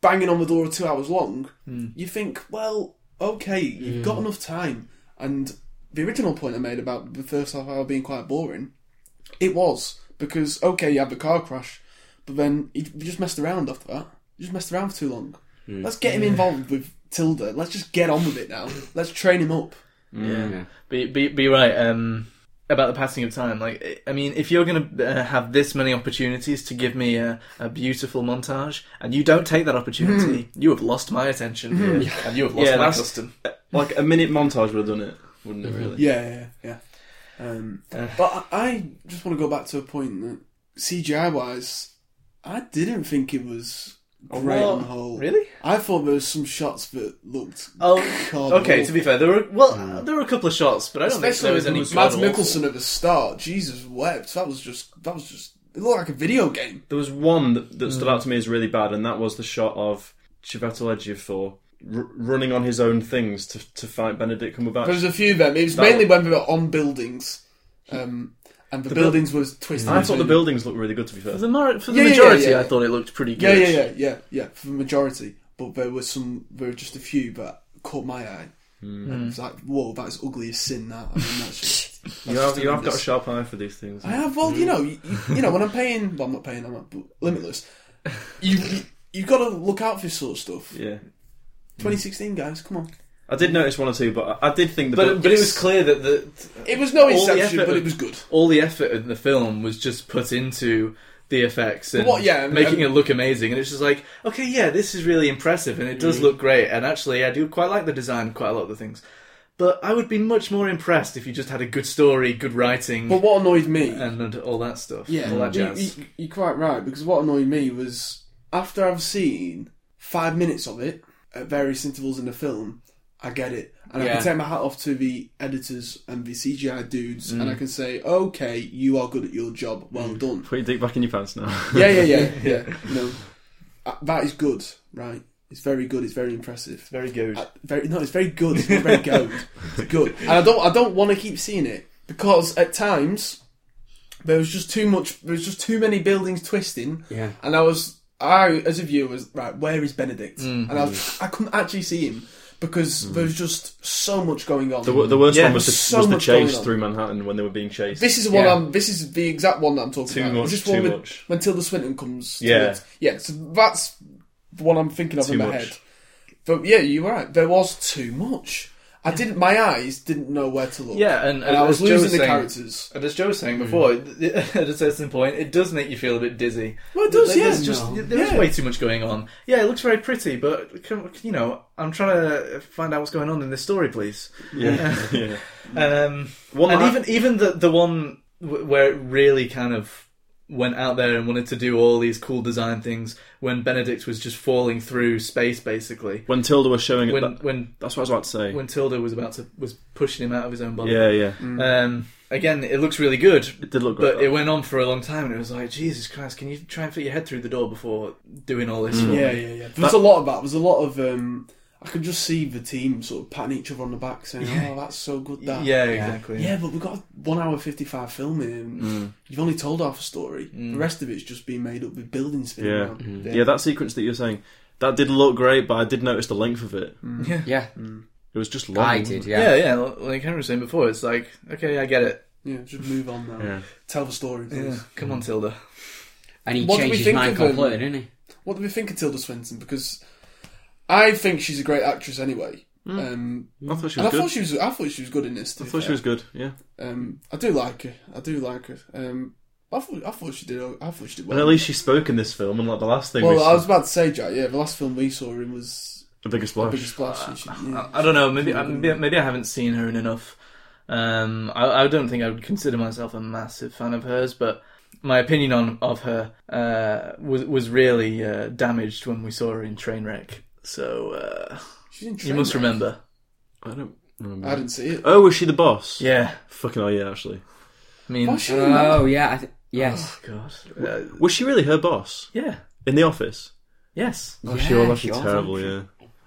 S3: banging on the door of two hours long,
S1: Hmm.
S3: you think, well, okay, you've got enough time. And the original point I made about the first half hour being quite boring, it was because okay, you had the car crash, but then he we just messed around after that. You just messed around for too long.
S1: Hmm.
S3: Let's get him involved with Tilda. Let's just get on with it now. Let's train him up.
S1: yeah. Be, be, be right um, about the passing of time. Like, I I mean, if you're going to uh, have this many opportunities to give me a, a beautiful montage, and you don't take that opportunity,
S3: Hmm.
S1: you have lost my attention here, and you have lost
S2: Yeah,
S1: my
S2: that's-
S1: custom.
S2: Like a minute montage would have done it, wouldn't it? Really?
S3: Yeah, yeah, yeah. Um, but I, I just want to go back to a point that CGI wise, I didn't think it was great on the whole.
S1: Really?
S3: I thought there was some shots that looked.
S1: Oh,
S3: God,
S1: okay.
S3: awful.
S1: To be fair, there were well, there were a couple of shots, but I don't think
S3: Especially
S1: there was
S3: with
S1: any.
S3: Mads
S1: god awful.
S3: Mikkelsen at the start. Jesus wept. That was just. That was just. It looked like a video game.
S2: There was one that, that
S1: Mm.
S2: stood out to me as really bad, and that was the shot of Chivetel Ejiofor r- running on his own things to, to fight Benedict Cumberbatch.
S3: There was a few of them. It was
S2: That-
S3: mainly when we were on buildings, um, and the,
S2: The buil-
S3: buildings was twisted.
S2: I thought the
S3: into-
S2: buildings looked really good. To be fair,
S1: For the, mar- for the
S3: Yeah, yeah, yeah,
S1: majority,
S3: yeah.
S1: I thought it looked pretty
S3: Yeah,
S1: good.
S3: yeah, yeah, yeah, yeah. For the majority, but there were some. There were just a few that caught my eye.
S1: Hmm.
S3: And it was like, whoa, that is ugly as sin. That I mean, that's just, that's
S2: you
S3: just
S2: have you have got a
S3: horrendous.
S2: sharp eye for these things.
S3: I have. Well, you know,
S1: Hmm.
S3: you, you know, when I'm paying, well, I'm not paying. I'm not, but limitless. You, you you've got to look out for this sort of stuff.
S2: Yeah,
S3: 2016, guys, come on.
S2: I did notice one or two, but I I did think the
S1: But,
S2: buil-
S1: but it was clear that the,
S3: It was no
S1: Uh, All the
S3: inception,
S1: effort
S3: but it
S1: of-
S3: was good.
S1: all the effort in the film was just put into the effects and
S3: Well, yeah, and-
S1: making
S3: and-
S1: it look amazing. And it's just like, okay, yeah, this is really impressive, and it does
S3: Mm.
S1: look great. And actually, I do quite like the design, quite a lot of the things. But I would be much more impressed if you just had a good story, good writing,
S3: But what annoyed me,
S1: and, and all that stuff.
S3: yeah,
S1: all that
S3: you,
S1: jazz.
S3: you- you're quite right because what annoyed me was after I've seen five minutes of it at various intervals in the film, I get it, and I
S4: Yeah.
S3: can take my hat off to the editors and the CGI dudes, and
S1: Mm.
S3: I can say, okay, you are good at your job, well done.
S2: Put your dick back in your pants now.
S3: yeah, yeah, yeah, yeah. No, Uh, that is good, right? It's very good. It's very impressive.
S1: Very good.
S3: Uh, very no, it's very good. It's not very good. It's good, and I don't I don't want to keep seeing it because at times there was just too much. There was just too many buildings twisting,
S4: Yeah.
S3: and I was I as a viewer was right. Where is Benedict? And I was, I couldn't actually see him because there was just so much going on.
S2: The, wo- the worst
S1: Yeah,
S2: one was the,
S3: so
S2: was the
S3: much going
S2: chase
S3: on.
S2: through Manhattan when they were being chased.
S3: This is the one.
S1: Yeah.
S3: I'm, this is the exact one that I'm talking
S2: Too
S3: about.
S2: much,
S3: Is this one
S2: too
S3: with,
S2: much.
S3: When Tilda Swinton comes.
S2: Yeah.
S3: towards- yeah. So that's the one I'm thinking of
S2: Too
S3: in my
S2: much.
S3: head. But yeah, you're right. There was too much. I didn't. My eyes didn't know where to look.
S1: Yeah, and-
S3: I
S1: and
S3: was
S1: as Joe
S3: losing
S1: was
S3: the
S1: saying-
S3: characters.
S1: And as Joe was
S2: Hmm.
S1: saying before, at a certain point, it does make you feel a bit dizzy.
S3: Well, it does,
S1: There- There's
S3: yeah.
S1: just
S3: No.
S1: there's
S3: Yeah.
S1: way too much going on. Yeah, it looks very pretty, but can, you know, I'm trying to find out what's going on in this story, please.
S2: yeah, yeah.
S1: And, um,
S2: One
S1: and
S2: that I-
S1: even even the the one w- where it really kind of went out there and wanted to do all these cool design things when Benedict was just falling through space, basically.
S2: When Tilda was showing it,
S1: When
S2: that-
S1: when
S2: that's what I was about to say.
S1: when Tilda was about to was pushing him out of his own body.
S2: yeah, yeah.
S3: Mm.
S1: Um, again, it looks really good,
S2: It did look great.
S1: but it went on for a long time, and it was like, Jesus Christ, can you try and fit your head through the door before doing all this? for me?
S3: Yeah, yeah, yeah. There was a lot of that. There was a lot of. Um, I could just see the team sort of patting each other on the back, saying, "Oh, that's so good." That.
S1: yeah, exactly.
S3: Yeah, but we've got a one hour fifty five film here. and
S2: Mm.
S3: You've only told half a story. The rest of it's just being made up with buildings. spinning
S2: yeah. Mm.
S3: around.
S2: yeah, That sequence that you're saying, that did look great, but I did notice the length of it.
S3: Mm.
S4: Yeah.
S2: It was just long.
S4: I
S2: wasn't
S4: did,
S2: it?
S4: yeah.
S1: yeah, yeah. Like Henry was saying before, it's like, okay, I get it.
S3: Yeah, just move on now.
S2: Yeah.
S3: Tell the story, please.
S1: Come on, Tilda.
S4: And he
S3: What do we
S4: changed his
S3: think
S4: mind
S3: of him?
S4: completely, didn't he?
S3: What do we think of Tilda Swinton? Because I think she's a great actress anyway.
S1: Hmm.
S3: Um,
S2: I thought she
S3: and I
S2: was
S3: thought
S2: good.
S3: she was. I thought she was good in this. to
S2: I
S3: be
S2: thought she
S3: fair.
S2: was good. Yeah,
S3: Um, I do like her. I do like her. Um, I thought. I thought she did. I thought she did well.
S2: and at least she spoke in this film, unlike the last thing. we
S3: well, I
S2: saw.
S3: was about to say, Jack. Yeah, the last film we saw her in was
S2: the biggest
S3: The
S2: splash.
S3: Biggest Splash. and she- yeah.
S1: Oh, I, I don't know. Maybe, I, maybe, maybe I haven't seen her in enough. Um, I, I don't think I would consider myself a massive fan of hers, but my opinion on of her uh, was was really uh, damaged when we saw her in Trainwreck. So uh,
S3: She's in
S1: you must
S3: Trainwreck.
S1: remember.
S2: I don't remember.
S3: I didn't see it.
S2: Oh, was she the boss?
S1: Yeah,
S2: Fucking oh yeah, actually.
S1: I mean,
S3: Was she?
S1: uh,
S4: Oh, yeah. I th- yes.
S1: God, uh,
S2: Was she really her boss
S1: yeah,
S2: in the office?
S1: yes.
S2: Oh, she was actually terrible. Yeah,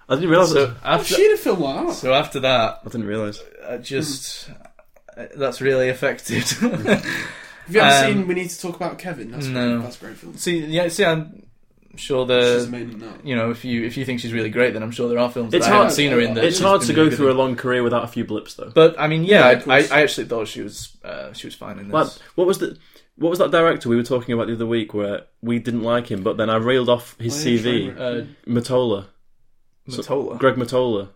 S2: I didn't realize.
S1: So
S3: Was
S1: after,
S3: she in a film like that?
S1: so after that,
S2: I didn't realize.
S1: I just uh, that's really affected.
S3: Have you ever
S1: Um,
S3: seen We Need to Talk About Kevin? That's
S1: no. Uh,
S3: great. That's a great film.
S1: See, yeah, see, I'm sure
S3: She's
S1: the
S3: amazing in that.
S1: you know if you if you think she's really great, then I'm sure there are films that
S2: It's
S1: I
S2: hard-
S1: haven't seen her in. That
S2: It's
S1: she's
S2: hard
S1: been
S2: to
S1: really
S2: go
S1: good
S2: through a
S1: in.
S2: long career without a few blips, though.
S1: But I mean, yeah,
S3: Yeah, of
S1: I, I,
S3: course.
S1: I actually thought she was uh, she was fine in this.
S2: Like, what was the what was that director we were talking about the other week where we didn't like him, but then I reeled off his
S3: Oh, yeah,
S2: CV.
S3: Trevor.
S1: uh,
S2: Matola,
S1: Matola.
S2: Greg Matola.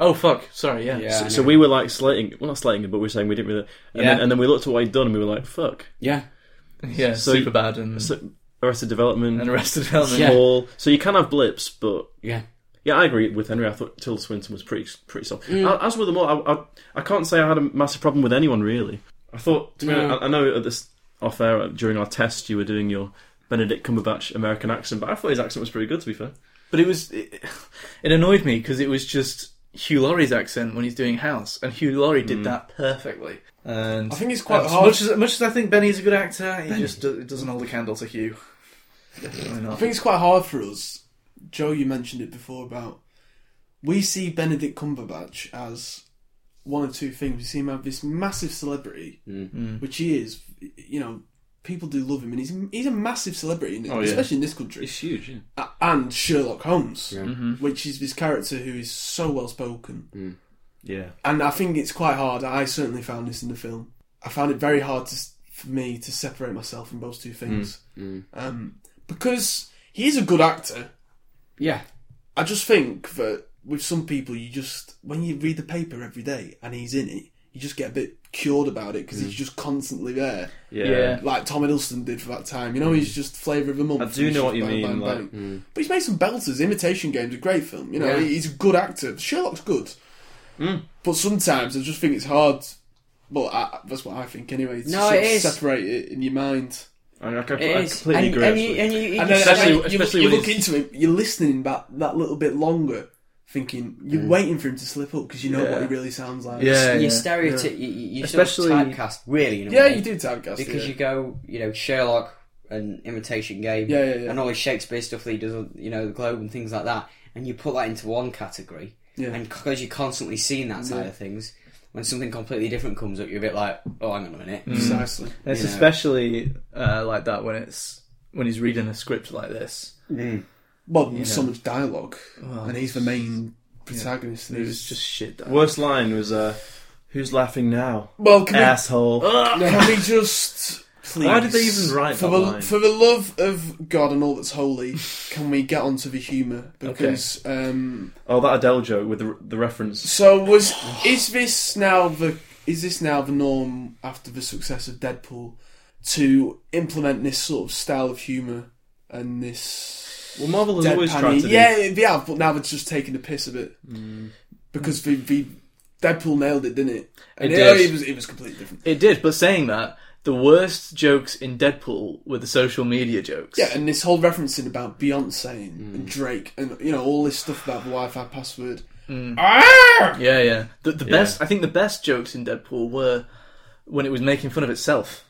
S1: oh fuck, sorry, yeah.
S4: Yeah. I
S2: So
S4: know.
S2: we were like slating, well not slating him, but we were saying we didn't really. And,
S1: Yeah.
S2: then, and then we looked at what he'd done and we were like, fuck.
S4: yeah.
S1: Yeah,
S2: So-
S1: super bad and
S2: So, Arrested Development,
S1: and Arrested Development.
S4: Yeah.
S2: Fall. So you can have blips, but
S4: Yeah.
S2: yeah, I agree with Henry. I thought Tilda Swinton was pretty pretty soft.
S4: Mm.
S2: A- As with them all, I, I I can't say I had a massive problem with anyone really. I thought to be
S4: No.
S2: honest, I, I know at this off air uh, during our test you were doing your Benedict Cumberbatch American accent, but I thought his accent was pretty good. To be fair,
S1: But it was it, it annoyed me because it was just Hugh Laurie's accent when he's doing House, and Hugh Laurie did that perfectly. And
S3: Hmm. I think it's quite
S1: as
S3: hard.
S1: Much as, much as I think Benny's a good actor, he just do, doesn't hold a candle to Hugh. Definitely
S3: I
S1: not.
S3: think it's quite hard for us. Joe, you mentioned it before about we see Benedict Cumberbatch as one of two things. We see him have this massive celebrity, which he is. You know, people do love him, and he's he's a massive celebrity, in,
S2: Oh, yeah.
S3: especially in this country.
S2: huge. Mm-hmm.
S3: A- And Sherlock Holmes,
S4: Yeah.
S3: which is this character who is so well spoken,
S2: Mm. Yeah,
S3: and I think it's quite hard. I certainly found this in the film. I found it very hard to, for me to separate myself from those two
S2: Mm.
S3: things, Um, because he is a good actor.
S4: Yeah.
S3: I just think that with some people, you just when you read the paper every day and he's in it, you just get a bit cured about it because he's just constantly there,
S2: Mm. yeah.
S1: Yeah.
S3: like Tom Hiddleston did for that time. You know, he's just flavour of the month.
S2: I do
S3: and he's
S2: know
S3: just
S2: what you mean, like, mm.
S3: But he's made some belters. Imitation Game's a great film. You know,
S4: Yeah.
S3: he's a good actor. Sherlock's good,
S2: Mm.
S3: but sometimes I just think it's hard. Well, I, that's what I think anyway. To
S4: No,
S3: sort
S4: it
S3: of
S4: is.
S3: separate it in your mind.
S2: I, I, com-
S4: It
S2: I
S4: is.
S2: completely
S4: and,
S2: agree.
S4: and
S2: actually.
S4: you, and you, you
S3: And then
S4: just-
S2: Especially-
S3: especially, you,
S2: especially
S3: look, you
S2: when
S3: look
S2: he's-
S3: into him, you're listening back that little bit longer, thinking you're
S2: Mm.
S3: waiting for him to slip up because you know what he really sounds like.
S1: Yeah,
S4: you
S1: yeah.
S4: stereotype, you, you, you
S1: Especially-
S4: sort of typecast really. In a
S3: yeah,
S4: way,
S3: you do typecast
S4: because
S3: yeah.
S4: you go, you know, Sherlock and Imitation Game,
S3: Yeah, yeah, yeah.
S4: and all his Shakespeare stuff that he does, you know, the Globe and things like that, and you put that into one category,
S3: Yeah.
S4: and because you're constantly seeing that side of things, when something completely different comes up, you're a bit like, oh, hang on a minute,
S3: Mm. precisely.
S1: It's
S4: Yeah.
S1: especially uh, like that when it's when he's reading a script like this.
S3: Well, there's so much dialogue,
S2: Oh,
S3: and he's the main protagonist.
S1: It was just shit. That
S2: Worst line was, uh, "Who's laughing now,
S3: well, can,
S2: asshole?"
S3: we, can we just please?
S2: Why did they even write
S3: for
S2: that
S3: the
S2: line?
S3: for the love of God and all that's holy? Can we get onto the humour because um,
S2: Oh, that Adele joke with the, the reference.
S3: So was is this now the is this now the norm after the success of Deadpool to implement this sort of style of humour and this
S2: Well, Marvel has always
S3: deadpan-y-
S4: E.
S2: tried to. do- Mm.
S3: yeah yeah but now they're just taking the piss of it because the, the Deadpool nailed it didn't it and
S1: It did.
S3: it was it was completely different
S1: it did, but saying that, the worst jokes in Deadpool were the social media jokes.
S3: yeah and this whole referencing about Beyonce and,
S2: Mm.
S3: and Drake and you know all this stuff about the Wi-Fi password Ah!
S1: Yeah, yeah. The, the best, I think, the best jokes in Deadpool were when it was making fun of itself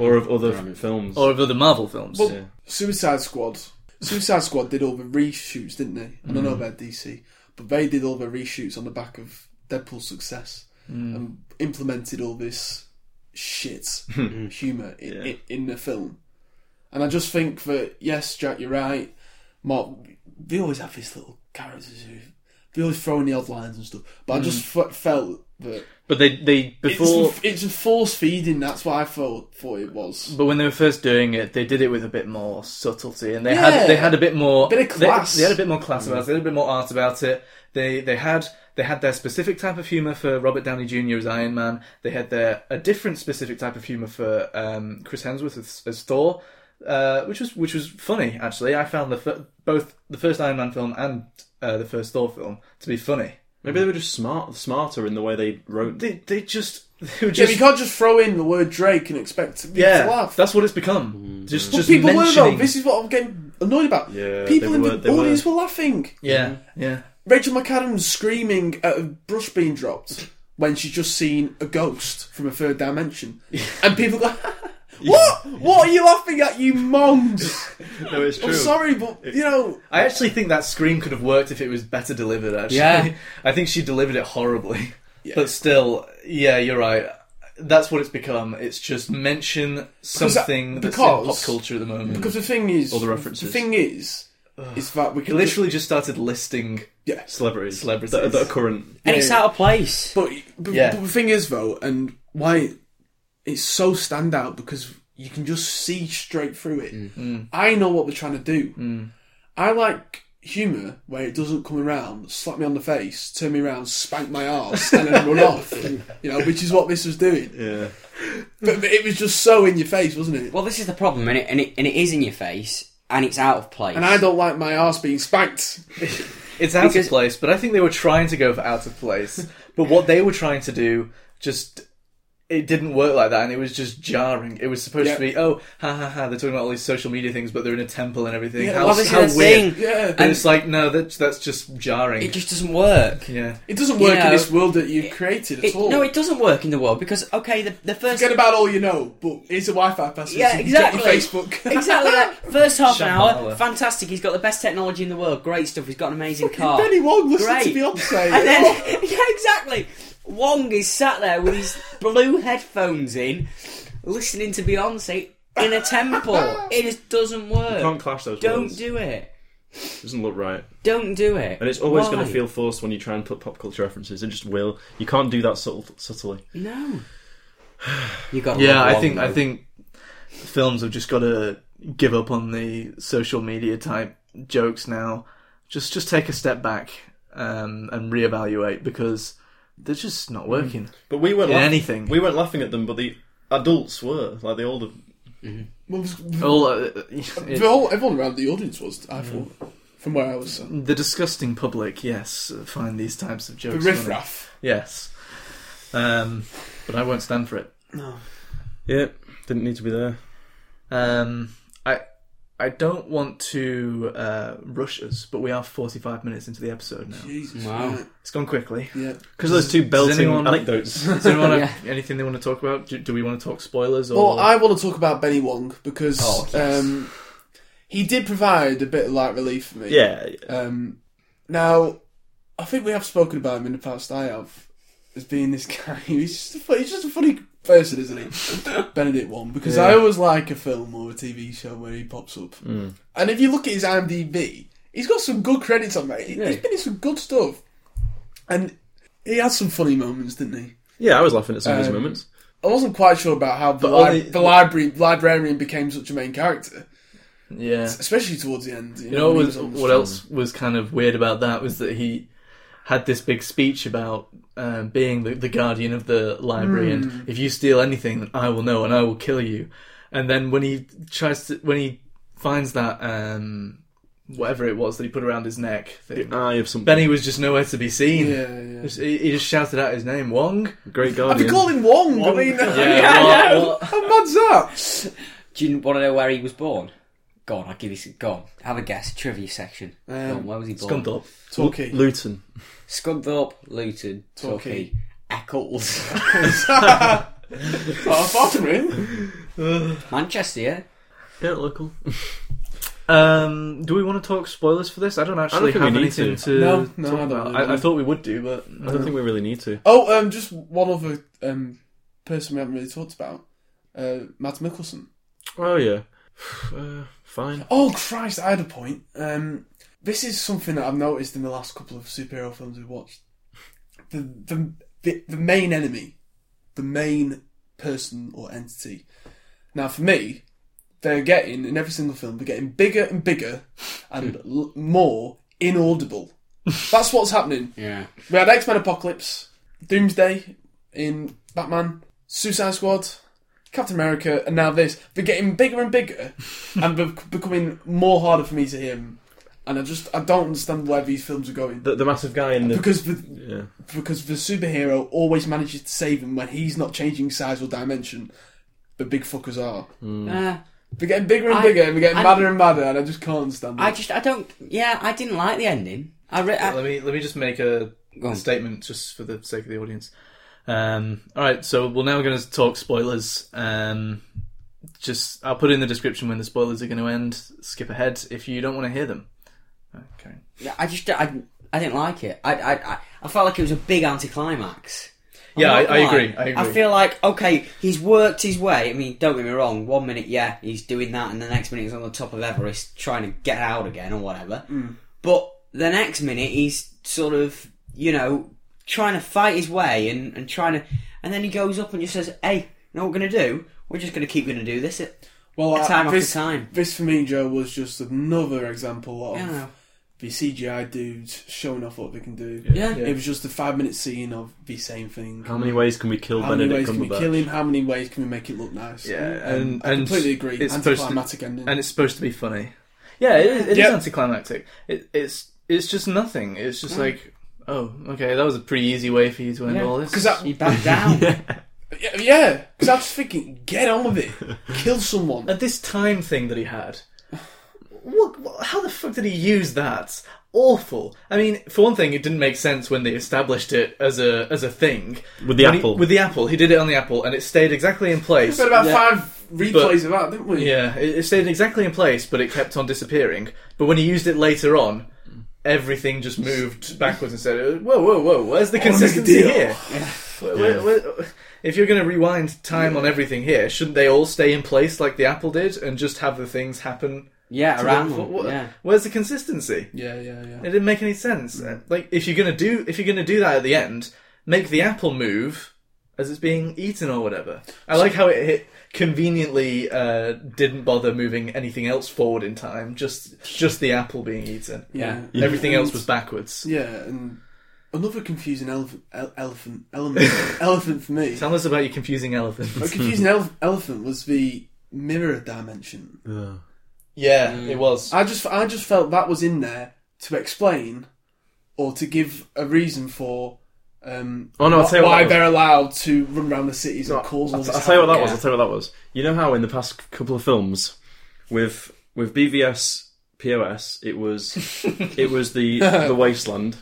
S2: or of other films.
S1: or of other Marvel films.
S3: Well, Suicide Squad. Suicide Squad did all the reshoots, didn't they? I don't know about DC, but they did all the reshoots on the back of Deadpool's success and implemented all this shit humor in, in, in the film. And I just think that yes, Jack, you're right. Mark, they always have these little characters who they always throw in the odd lines and stuff. But I just f- felt that
S1: but they they before,
S3: it's, it's a force feeding. That's what I thought. Thought it was.
S1: but when they were first doing it, they did it with a bit more subtlety, and they
S3: Yeah.
S1: had they had a bit more
S3: Bit of
S1: they-
S3: class.
S1: They, had a bit more class
S2: Mm.
S1: about it. They had a bit more art about it. They they had they had their specific type of humor for Robert Downey Jr. as Iron Man. They had their a different specific type of humor for um, Chris Hemsworth as, as Thor. Uh, which was which was funny actually. I found the fir- both the first Iron Man film and uh, the first Thor film to be funny.
S2: Maybe they were just smart, smarter in the way they wrote.
S1: They they just they were
S3: Yeah,
S1: just
S3: but you can't just throw in the word Drake and expect to be
S1: Yeah,
S3: to laugh.
S1: that's what it's
S2: Mm.
S1: become. Just,
S3: But
S1: just
S3: people were
S1: mentioning.
S3: though. This is what I'm getting annoyed about.
S2: Yeah,
S3: people
S2: they
S3: in
S2: were- they
S3: the audience were. laughing.
S1: Yeah, yeah.
S3: Rachel McAdams screaming at a brush being dropped when she's just seen a ghost from a third dimension, and people go, "What? What are you laughing at, you mongs?"
S2: no, it's
S3: I'm sorry, but you know,
S1: I actually think that scream could have worked if it was better delivered. Actually,
S4: Yeah.
S1: I think she delivered it horribly, but still, yeah, you're right. that's what it's become. It's just mention something that's in
S3: uh, because-
S1: pop culture at the moment.
S3: Because the thing is,
S2: All the references.
S3: The thing is, is that we
S1: we
S3: can
S1: literally just started listing.
S3: yeah.
S2: Celebrities.
S1: Celebrities.
S2: That, that are current.
S4: and it's out of place.
S3: But, but,
S1: Yeah.
S3: but the thing is though, and why it's so standout because you can just see straight through it.
S4: Mm.
S3: I know what they're trying to do. I like humour where it doesn't come around, slap me on the face, turn me around, spank my arse, and then run off. You know, which is what this was doing.
S2: Yeah.
S3: But, but it was just so in your face, wasn't it?
S4: Well, this is the problem, and it, and it and it is in your face, and it's out of place.
S3: And I don't like my arse being spanked.
S1: It's out
S4: Because-
S1: of place, but I think they were trying to go for out of place. but what they were trying to do just it didn't work like that, and it was just jarring. It was supposed
S3: Yeah.
S1: to be oh ha ha ha. They're talking about all these social media things, but they're in a temple and everything.
S3: Yeah,
S1: how
S4: Well, this
S1: how
S4: is the
S1: weird.
S4: thing.
S3: Yeah.
S1: And it's like no, that's that's just jarring.
S4: It just doesn't work.
S1: yeah,
S3: It doesn't work
S4: know,
S3: in this world that you've created at
S4: It-
S3: all.
S4: no, it doesn't work in the world because okay, the, the first
S3: Forget about all you know, but here's a Wi-Fi password.
S4: Yeah,
S3: so you can
S4: exactly.
S3: Get your Facebook.
S4: exactly that first half an hour,
S1: Shambhala.
S4: fantastic. He's got the best technology in the world. Great stuff. He's got an amazing car.
S3: Benny Wong listened to
S4: Great.
S3: Beyonce.
S4: And then, yeah, exactly. Wong is sat there with his blue headphones in, listening to Beyonce in a temple. It just doesn't work.
S2: Can't clash those
S4: Don't
S2: worlds.
S4: do it.
S2: Doesn't look right.
S4: Don't do it.
S2: And it's always
S4: Why?
S2: going to feel forced when you try and put pop culture references. It just will. You can't do that subtle, subtly.
S4: no. You got.
S1: yeah. I think I think films have just got to give up on the social media type jokes now. Just just take a step back um, and reevaluate because they're just not working.
S2: But we weren't
S1: In
S2: laugh-
S1: anything.
S2: We weren't laughing at them, but the adults were like the older.
S4: Mm-hmm.
S3: Well, the-
S1: All uh,
S3: the whole, everyone around the audience was, I thought, from where I was. uh,
S1: The disgusting public, yes, find these types of
S3: The
S1: jokes. funny.
S3: riffraff.
S1: Yes. Um, but I won't stand for it.
S2: Yeah, didn't need to be there.
S1: Um, I I don't want to uh, rush us, but we are 45 minutes into the episode now.
S3: Jesus.
S4: Wow.
S3: right,
S1: It's gone quickly.
S3: Yeah.
S2: Because those two belting
S1: anyone-
S2: anecdotes.
S1: Does anyone have
S4: Yeah.
S1: anything they want to talk about? Do, do we want to talk spoilers? Or
S3: Well, I want to talk about Benny Wong because
S1: Oh, yes.
S3: um, he did provide a bit of light relief for me.
S2: yeah,
S3: Um, now, I think we have spoken about him in the past. I have as being this guy. He's just a funny, he's just a funny person, isn't he? Benedict one because I always like a film or a TV show where he pops up.
S1: Mm.
S3: And if you look at his IMDb, he's got some good credits on there. He- He's been in some good stuff, and he had some funny moments, didn't he?
S2: yeah. I was laughing at some of those
S3: Um,
S2: moments.
S3: I wasn't quite sure about how the,
S1: But all
S3: li-
S1: the-
S3: the library librarian became such a main character,
S1: yeah.
S3: especially towards the end. You,
S1: You know
S3: when
S1: what,
S3: he
S1: was,
S3: on the
S1: what
S3: street.
S1: else was kind of weird about that was that he had this big speech about uh, being the, the guardian of the library
S2: Hmm.
S1: and if you steal anything, I will know and I will kill you. And then when he tries to, when he finds that um, whatever it was that he put around his neck, thing,
S2: Eye of something.
S1: Benny was just nowhere to be seen.
S3: Yeah, yeah.
S1: Just- he, he just shouted out his name, Wong.
S2: Great
S3: I'd be
S2: Guardian.
S3: calling Wong. I mean,
S1: Yeah, Wong-
S3: how mad's that?
S4: Do you want to know where he was born? Go on, I'll give you. Some, go on, have a guess. Trivia section. go on, where was he born?
S1: Scunthorpe.
S3: Talkie.
S2: Luton.
S4: Scunthorpe, Luton, Torquay,
S3: Torquay.
S4: Eccles,
S3: oh, far from him.
S4: Manchester. Yeah?
S2: Yeah, local.
S1: Um, do we want to talk spoilers for this? I don't actually
S2: think we
S1: have
S2: need
S1: anything
S2: to.
S1: to,
S3: No, no,
S1: talk
S3: I don't
S1: about. Mm.
S3: really
S1: I, I
S3: want.
S1: thought we would do, but
S2: I don't think we really need to.
S3: Oh, um, just one other um, person we haven't really talked about. Uh, Matt Mickelson.
S2: Oh yeah. Uh, fine.
S3: Oh Christ, I had a point. Um, this is something that I've noticed in the last couple of superhero films we've watched. The the the, the main enemy, the main person or entity. Now, for me, they're getting in every single film. They're getting bigger and bigger, and l- more inaudible. That's what's happening.
S4: Yeah.
S3: We had X Men Apocalypse, Doomsday in Batman, Suicide Squad, Captain America, and now this. They're getting bigger and bigger, and be- becoming more harder for me to hear. 'em. And I just I don't understand where these films are going
S2: The, the massive guy in the.
S3: because the
S2: yeah.
S3: because the superhero always manages to save him when he's not changing size or dimension. But big fuckers are.
S4: Uh,
S3: They're getting bigger and
S4: I-
S3: bigger, and they're getting
S4: I-
S3: madder and madder, and I just can't understand.
S4: I
S3: it.
S4: just, I don't. Yeah, I didn't like the ending. I, re- I
S1: Uh, let me let me just make a
S4: Go on.
S1: statement just for the sake of the audience. Um, all right, so we're now going to talk spoilers. Um, just I'll put in the description when the spoilers are going to end. Skip ahead if you don't want to hear them. Okay.
S4: I just, I, I didn't like it. I, I, I- I felt like it was a big anticlimax.
S1: Yeah,
S4: I'm
S1: I,
S4: not
S1: I
S4: gonna
S1: agree.
S4: lie.
S1: I agree.
S4: feel like okay, he's worked his way. I mean, don't get me wrong. One minute, yeah, he's doing that, and the next minute he's on the top of Everest trying to get out again or whatever. But the next minute he's sort of you know trying to fight his way and and trying to, and then he goes up and just says, "Hey, you know what we're gonna do? We're just gonna keep gonna do this." It
S3: Well,
S4: Time after
S3: this,
S4: time.
S3: This for me, Joe, was just another
S1: Oh.
S3: example of
S4: Yeah.
S3: the CGI dudes showing off what they can do.
S4: yeah,
S3: It was just a five minute scene of the same thing.
S2: How many ways can we kill
S3: How many
S2: Benedict
S3: ways can we
S2: Cumberbatch?
S3: kill him? How many ways can we make it look nice?
S1: Yeah, and-
S3: I
S1: and
S3: completely agree.
S1: it's supposed to-
S3: Anticlimactic ending.
S1: and it's supposed to be funny. Yeah, it is, it is
S3: Yep.
S1: anticlimactic. It, it's it's just nothing. It's just like, oh, okay, that was a pretty easy way for you to end all this.
S3: because that
S4: he backed down.
S3: Yeah, yeah. 'Cause I was thinking, get on with it, kill someone.
S1: At this time thing that he had, what, what? How the fuck did he use that? Awful. I mean, for one thing, it didn't make sense when they established it as a as a thing.
S2: With the
S1: When he-
S2: apple.
S1: with the apple, he did it on the apple, and it stayed exactly in place.
S3: We had about
S1: Yeah.
S3: five replays of that, didn't we?
S1: Yeah, it, it stayed exactly in place, but it kept on disappearing. But when he used it later on, everything just moved backwards and said, "Whoa, whoa, whoa! Where's
S4: Oh,
S1: the
S3: wanna make a
S1: consistency
S3: deal."
S1: here? Where- where- where- if you're going to rewind time on everything here, shouldn't they all stay in place like the apple did, and just have the things happen
S4: yeah,
S1: to
S4: around.
S1: them?
S4: them,
S1: Wh- wh-
S4: yeah.
S1: Where's the consistency?
S3: yeah, yeah, yeah.
S1: It didn't make any sense. Uh, Like if you're gonna do if you're gonna do that at the end, make the apple move as it's being eaten or whatever. I like how it hit conveniently uh, didn't bother moving anything else forward in time. Just just the apple being eaten.
S4: Yeah.
S1: Everything
S3: And-
S1: else was backwards.
S3: Yeah, and another confusing elephant, ele- elephant, element, elephant for me.
S1: Tell us about your confusing elephant.
S3: A confusing ele- elephant was the mirror dimension.
S2: Yeah.
S1: yeah, it was.
S3: I just, I just felt that was in there to explain or to give a reason for. Um,
S2: Oh, no, I'll
S3: wh-
S2: tell you what
S3: why
S2: that was.
S3: they're allowed to run around the cities and cause all
S2: I'll,
S3: this.
S2: I'll tell you what that
S3: havoc.
S2: was. I'll tell you what that was. You know how in the past couple of films, with with BVS POS, it was it was the the wasteland.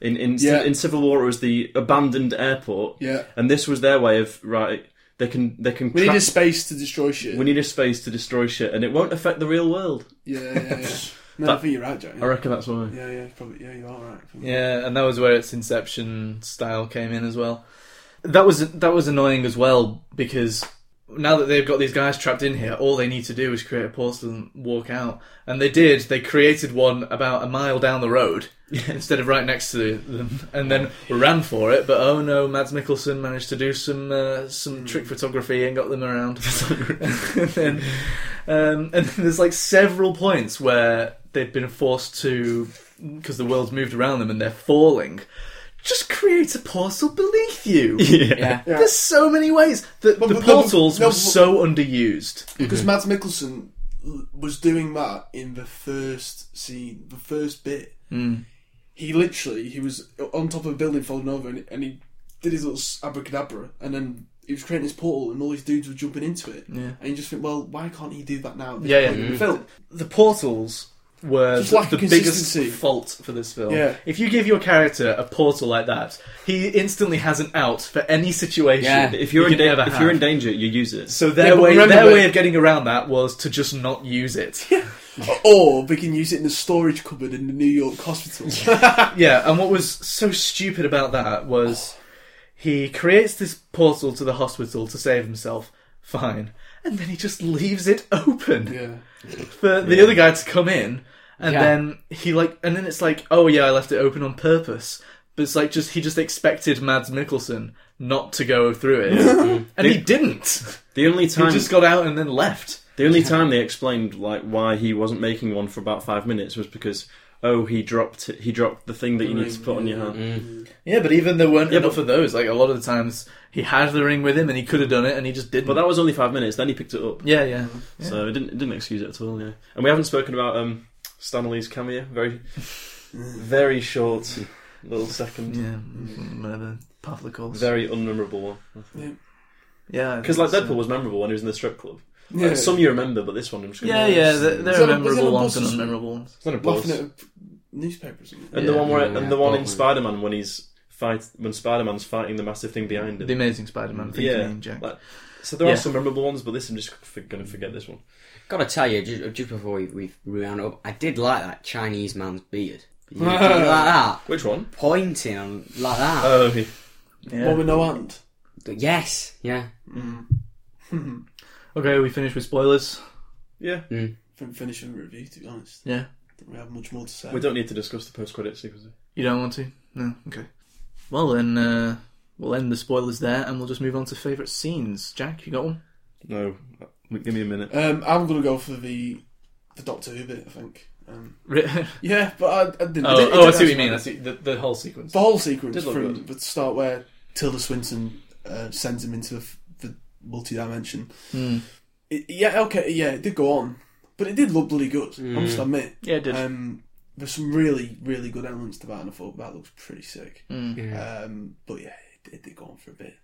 S2: In in,
S3: Yeah.
S2: in Civil War, it was the abandoned airport.
S3: Yeah.
S2: and this was their way of right. They can they can.
S3: We
S2: trap-
S3: need a space to destroy shit.
S2: we need a space to destroy shit, and it won't affect the real world.
S3: Yeah, yeah, yeah. No, I
S2: That-
S3: think you're right, Jack.
S2: I reckon that's why.
S3: Yeah, yeah, probably. Yeah, you are right.
S1: Yeah, and that was where its Inception style came in as well. That was that was annoying as well because now that they've got these guys trapped in here, all they need to do is create a portal and walk out. And they did. They created one about a mile down the road instead of right next to them, and then ran for it. But oh no, Mads Mikkelsen managed to do some uh, some trick photography and got them around. and then, um, and then there's like several points where they've been forced to because the world's moved around them and they're falling. Just create a portal beneath you.
S4: yeah.
S1: There's so many ways. The,
S3: But-
S1: the
S3: but- no,
S1: portals
S3: no,
S1: were
S3: but-
S1: so underused.
S3: Because Mads Mikkelsen l- was doing that in the first scene, the first bit. He literally he was on top of a building falling over, and, and he did his little s- abracadabra, and then he was creating his portal, and all these dudes were jumping into it. Yeah. And you just think, well, why can't he do that now? at this
S1: Yeah, yeah.
S3: point in
S2: Mm.
S3: the film.
S1: The portals were
S3: Just lack
S1: the
S3: of
S1: biggest
S3: consistency.
S1: fault for this film.
S3: Yeah.
S1: If you give your character a portal like that, he instantly has an out for any situation.
S4: Yeah.
S2: If you're
S1: he
S2: in
S1: can
S2: da-
S1: ever
S2: if
S1: have.
S2: you're in danger, you use it.
S1: so their
S3: Yeah, but
S1: way
S3: remember
S1: their
S3: that-
S1: way of getting around that was to just not use it.
S3: Or they can use it in the storage cupboard in the New York hospital.
S1: yeah, and what was so stupid about that was he creates this portal to the hospital to save himself. Fine. And then he just leaves it open.
S3: yeah.
S1: for the other guy to come in, and
S4: Yeah.
S1: then he like, and then it's like, oh yeah, I left it open on purpose. But it's like just he just expected Mads Mikkelsen not to go through it, and he didn't.
S2: The only time
S1: He just got out and then left.
S2: The only time they explained like why he wasn't making one for about five minutes was because oh he dropped he dropped the thing that you need to put on your hand.
S1: Mm. Yeah, but even there weren't enough of those. Like a lot of the times, he had the ring with him, and he could have done it, and he just didn't.
S2: But that was only five minutes. Then he picked it up,
S1: yeah, yeah.
S2: so it didn't it didn't excuse it at all. Yeah, and we haven't spoken about um, Stanley's cameo. Very very short little second,
S1: Yeah, mm, whatever. Path of the course.
S2: very unmemorable one.
S1: yeah, I
S2: Because
S1: think
S2: like
S1: so.
S2: Deadpool was memorable when he was in the strip club.
S3: Yeah.
S2: Like, some you remember, but this one I'm just gonna
S1: Yeah, yeah, there, there
S3: that
S1: are
S3: a- was that
S1: memorable
S3: a
S1: ones and
S3: bus-
S1: unmemorable ones.
S2: It's not a boss.
S3: laughing at a p- newspaper or something.
S2: And the
S1: Yeah.
S2: one where
S4: Yeah,
S2: and the one in
S4: Baldwin.
S2: Spider Man when he's fight when Spider Man's fighting the massive thing behind him.
S1: The Amazing Spider-Man. I think you
S2: Yeah.
S1: mean, Jack.
S2: like- so there
S1: Yeah.
S2: are some memorable ones, but this I'm just going to forget this one.
S4: Gotta tell you, just, just before we, we round up, I did like that Chinese man's beard. You know, like that,
S2: Which one?
S1: Uh.
S4: pointing on like that.
S2: Oh, he-
S5: Yeah.
S3: Well, with no hand.
S4: But yes, yeah.
S1: Okay, we finished with spoilers.
S2: Yeah.
S4: Mm,
S3: From finishing the review, to be honest.
S1: Yeah.
S3: Don't really have much more to say.
S2: We don't need to discuss the post credit sequence.
S1: You don't want to? No. Okay. Well then, uh, we'll end the spoilers there, and we'll just move on to favourite scenes. Jack, you got one?
S2: No. Uh, Give me a minute.
S3: Um, I'm gonna go for the the Doctor Who bit. I think. Um,
S1: oh,
S3: yeah, but I, I didn't.
S1: oh, I see what you mean. I see the, the whole sequence.
S3: The whole sequence
S2: Did look
S3: from
S2: good.
S3: the start where Tilda Swinton uh, sends him into the, f- the multi-dimension.
S1: Hmm.
S3: It, yeah, okay, yeah, it did go on, but it did look bloody good. I
S4: Mm.
S3: must admit.
S1: Yeah, it did.
S3: Um, there's some really, really good elements to that, and I thought that looks pretty sick.
S4: Hmm.
S1: hmm.
S3: Um, but yeah, it, it did go on for a bit.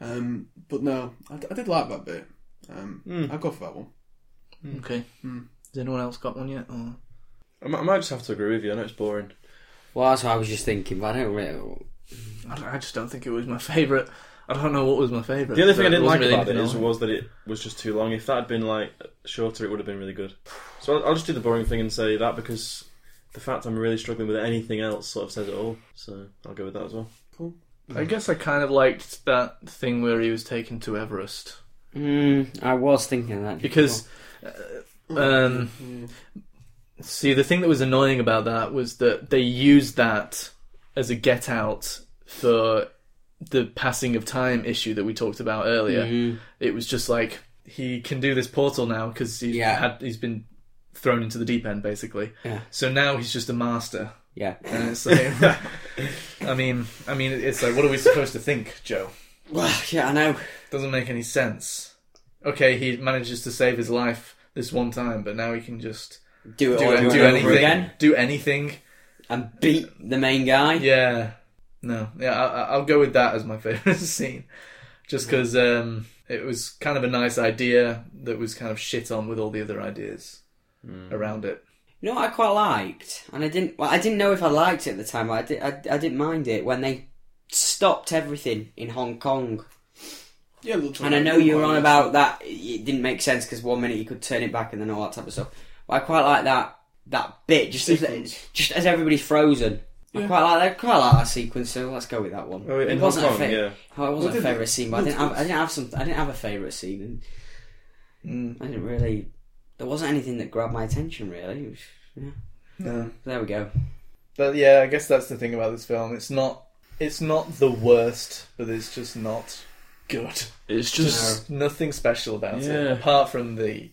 S3: Um, but no, I, d- I did like that bit. Um,
S4: Mm.
S3: I'll go for that one.
S1: Okay. Has anyone else got one yet? Or...
S2: I might, I might just have to agree with you. I know it's boring.
S4: Well, that's what I was just thinking, but I don't really.
S1: I, don't- I just don't think it was my favourite. I don't know what was my favourite.
S2: The only thing
S1: There
S2: I didn't
S1: wasn't
S2: like
S1: really
S2: about it
S1: anything
S2: is
S1: I
S2: was that it was just too long. If that had been like shorter, it would have been really good. So I'll, I'll just do the boring thing and say that because the fact I'm really struggling with anything else sort of says it all. So I'll go with that as well.
S1: liked. I guess I kind of liked that thing where he was taken to Everest.
S4: Mm, I was thinking of that
S1: because
S4: Oh.
S1: uh, um, see the thing that was annoying about that was that they used that as a get out for the passing of time issue that we talked about earlier
S4: Mm-hmm.
S1: it was just like he can do this portal now because he
S4: Yeah.
S1: had he's been thrown into the deep end basically
S4: Yeah.
S1: so now he's just a master
S4: yeah.
S1: and it's like, i mean i mean it's like what are we supposed to think joe
S4: Well, yeah, I know.
S1: doesn't make any sense. Okay, he manages to save his life this one time, but now he can just
S4: Oh, Do it
S1: do,
S4: all
S1: do,
S4: over
S1: anything.
S4: again
S1: Do anything.
S4: and beat the main guy.
S1: Yeah. No. Yeah, I, I- I'll go with that as my favorite scene, just because um, it was kind of a nice idea that was kind of shit on with all the other ideas
S4: Hmm.
S1: around it.
S4: You know what I quite liked, and I didn't. Well, I didn't know if I liked it at the time. But I, did, I I didn't mind it when they stopped everything in Hong Kong.
S3: Yeah, it looked
S4: And I
S3: alright.
S4: know you were
S3: Quite
S4: on
S3: nice.
S4: about that. It didn't make sense because one minute you could turn it back and then all that type of stuff. But I quite like that that bit just as,
S3: Sequence.
S4: just as everybody's frozen. I quite like that. Quite like that sequence. So let's go with that one.
S2: Oh, in
S4: it
S2: Hong
S4: wasn't
S2: Kong,
S4: a fa-
S2: yeah.
S4: oh, it wasn't
S3: Well,
S4: a
S3: didn't
S4: favorite scene, but I didn't have I didn't have some I didn't have a favorite scene. And I didn't really. There wasn't anything that grabbed my attention really. It was- yeah.
S1: No.
S4: There we go.
S1: But yeah, I guess that's the thing about this film. It's not. It's not the worst, but it's just not good.
S2: It's
S1: just nothing special about it
S2: Yeah.
S1: apart from the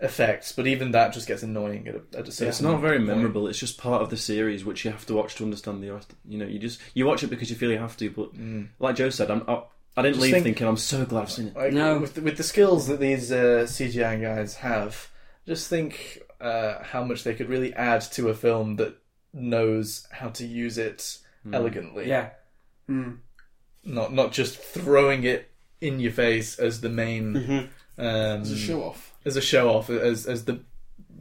S1: effects but even that just gets annoying at a, at a certain
S2: It's not very
S1: point.
S2: memorable. It's just part of the series, which you have to watch to understand the. rest- You know, you just you watch it because you feel you have to. But like Joe said, I'm, I, I didn't
S1: Just
S2: leave
S1: think-
S2: thinking I'm so glad I've seen it.
S1: Like,
S4: No.
S1: with, the, with the skills that these uh, cgi guys have just think uh, how much they could really add to a film that knows how to use it
S2: Hmm.
S1: elegantly not not just throwing it in your face as the main um,
S3: It's a show off.
S1: as a show off as, as the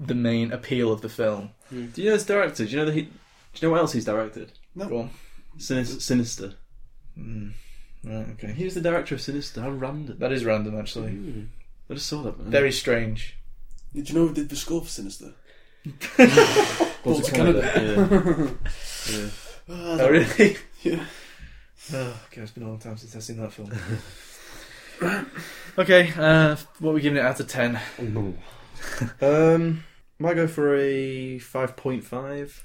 S1: the main appeal of the film
S2: Do you know his director? Do you know that he? Do you know what else he's directed?
S1: Go on.
S2: Sinis- Sinister.
S1: Hmm. Right, okay
S2: He was the director of Sinister. How random!
S1: that is random Mm. actually
S4: Hmm.
S2: I just saw that. Man.
S1: very strange
S3: Did you know who did the score for Sinister?
S2: Balls
S3: Balls
S2: of
S3: of Canada.
S2: Yeah. Yeah.
S3: Ah,
S1: Oh, really?
S3: Yeah.
S1: Oh, God, it's been a long time since I've seen that film. okay, uh, what are we giving it out of 10?
S2: Um, might go for a five point five.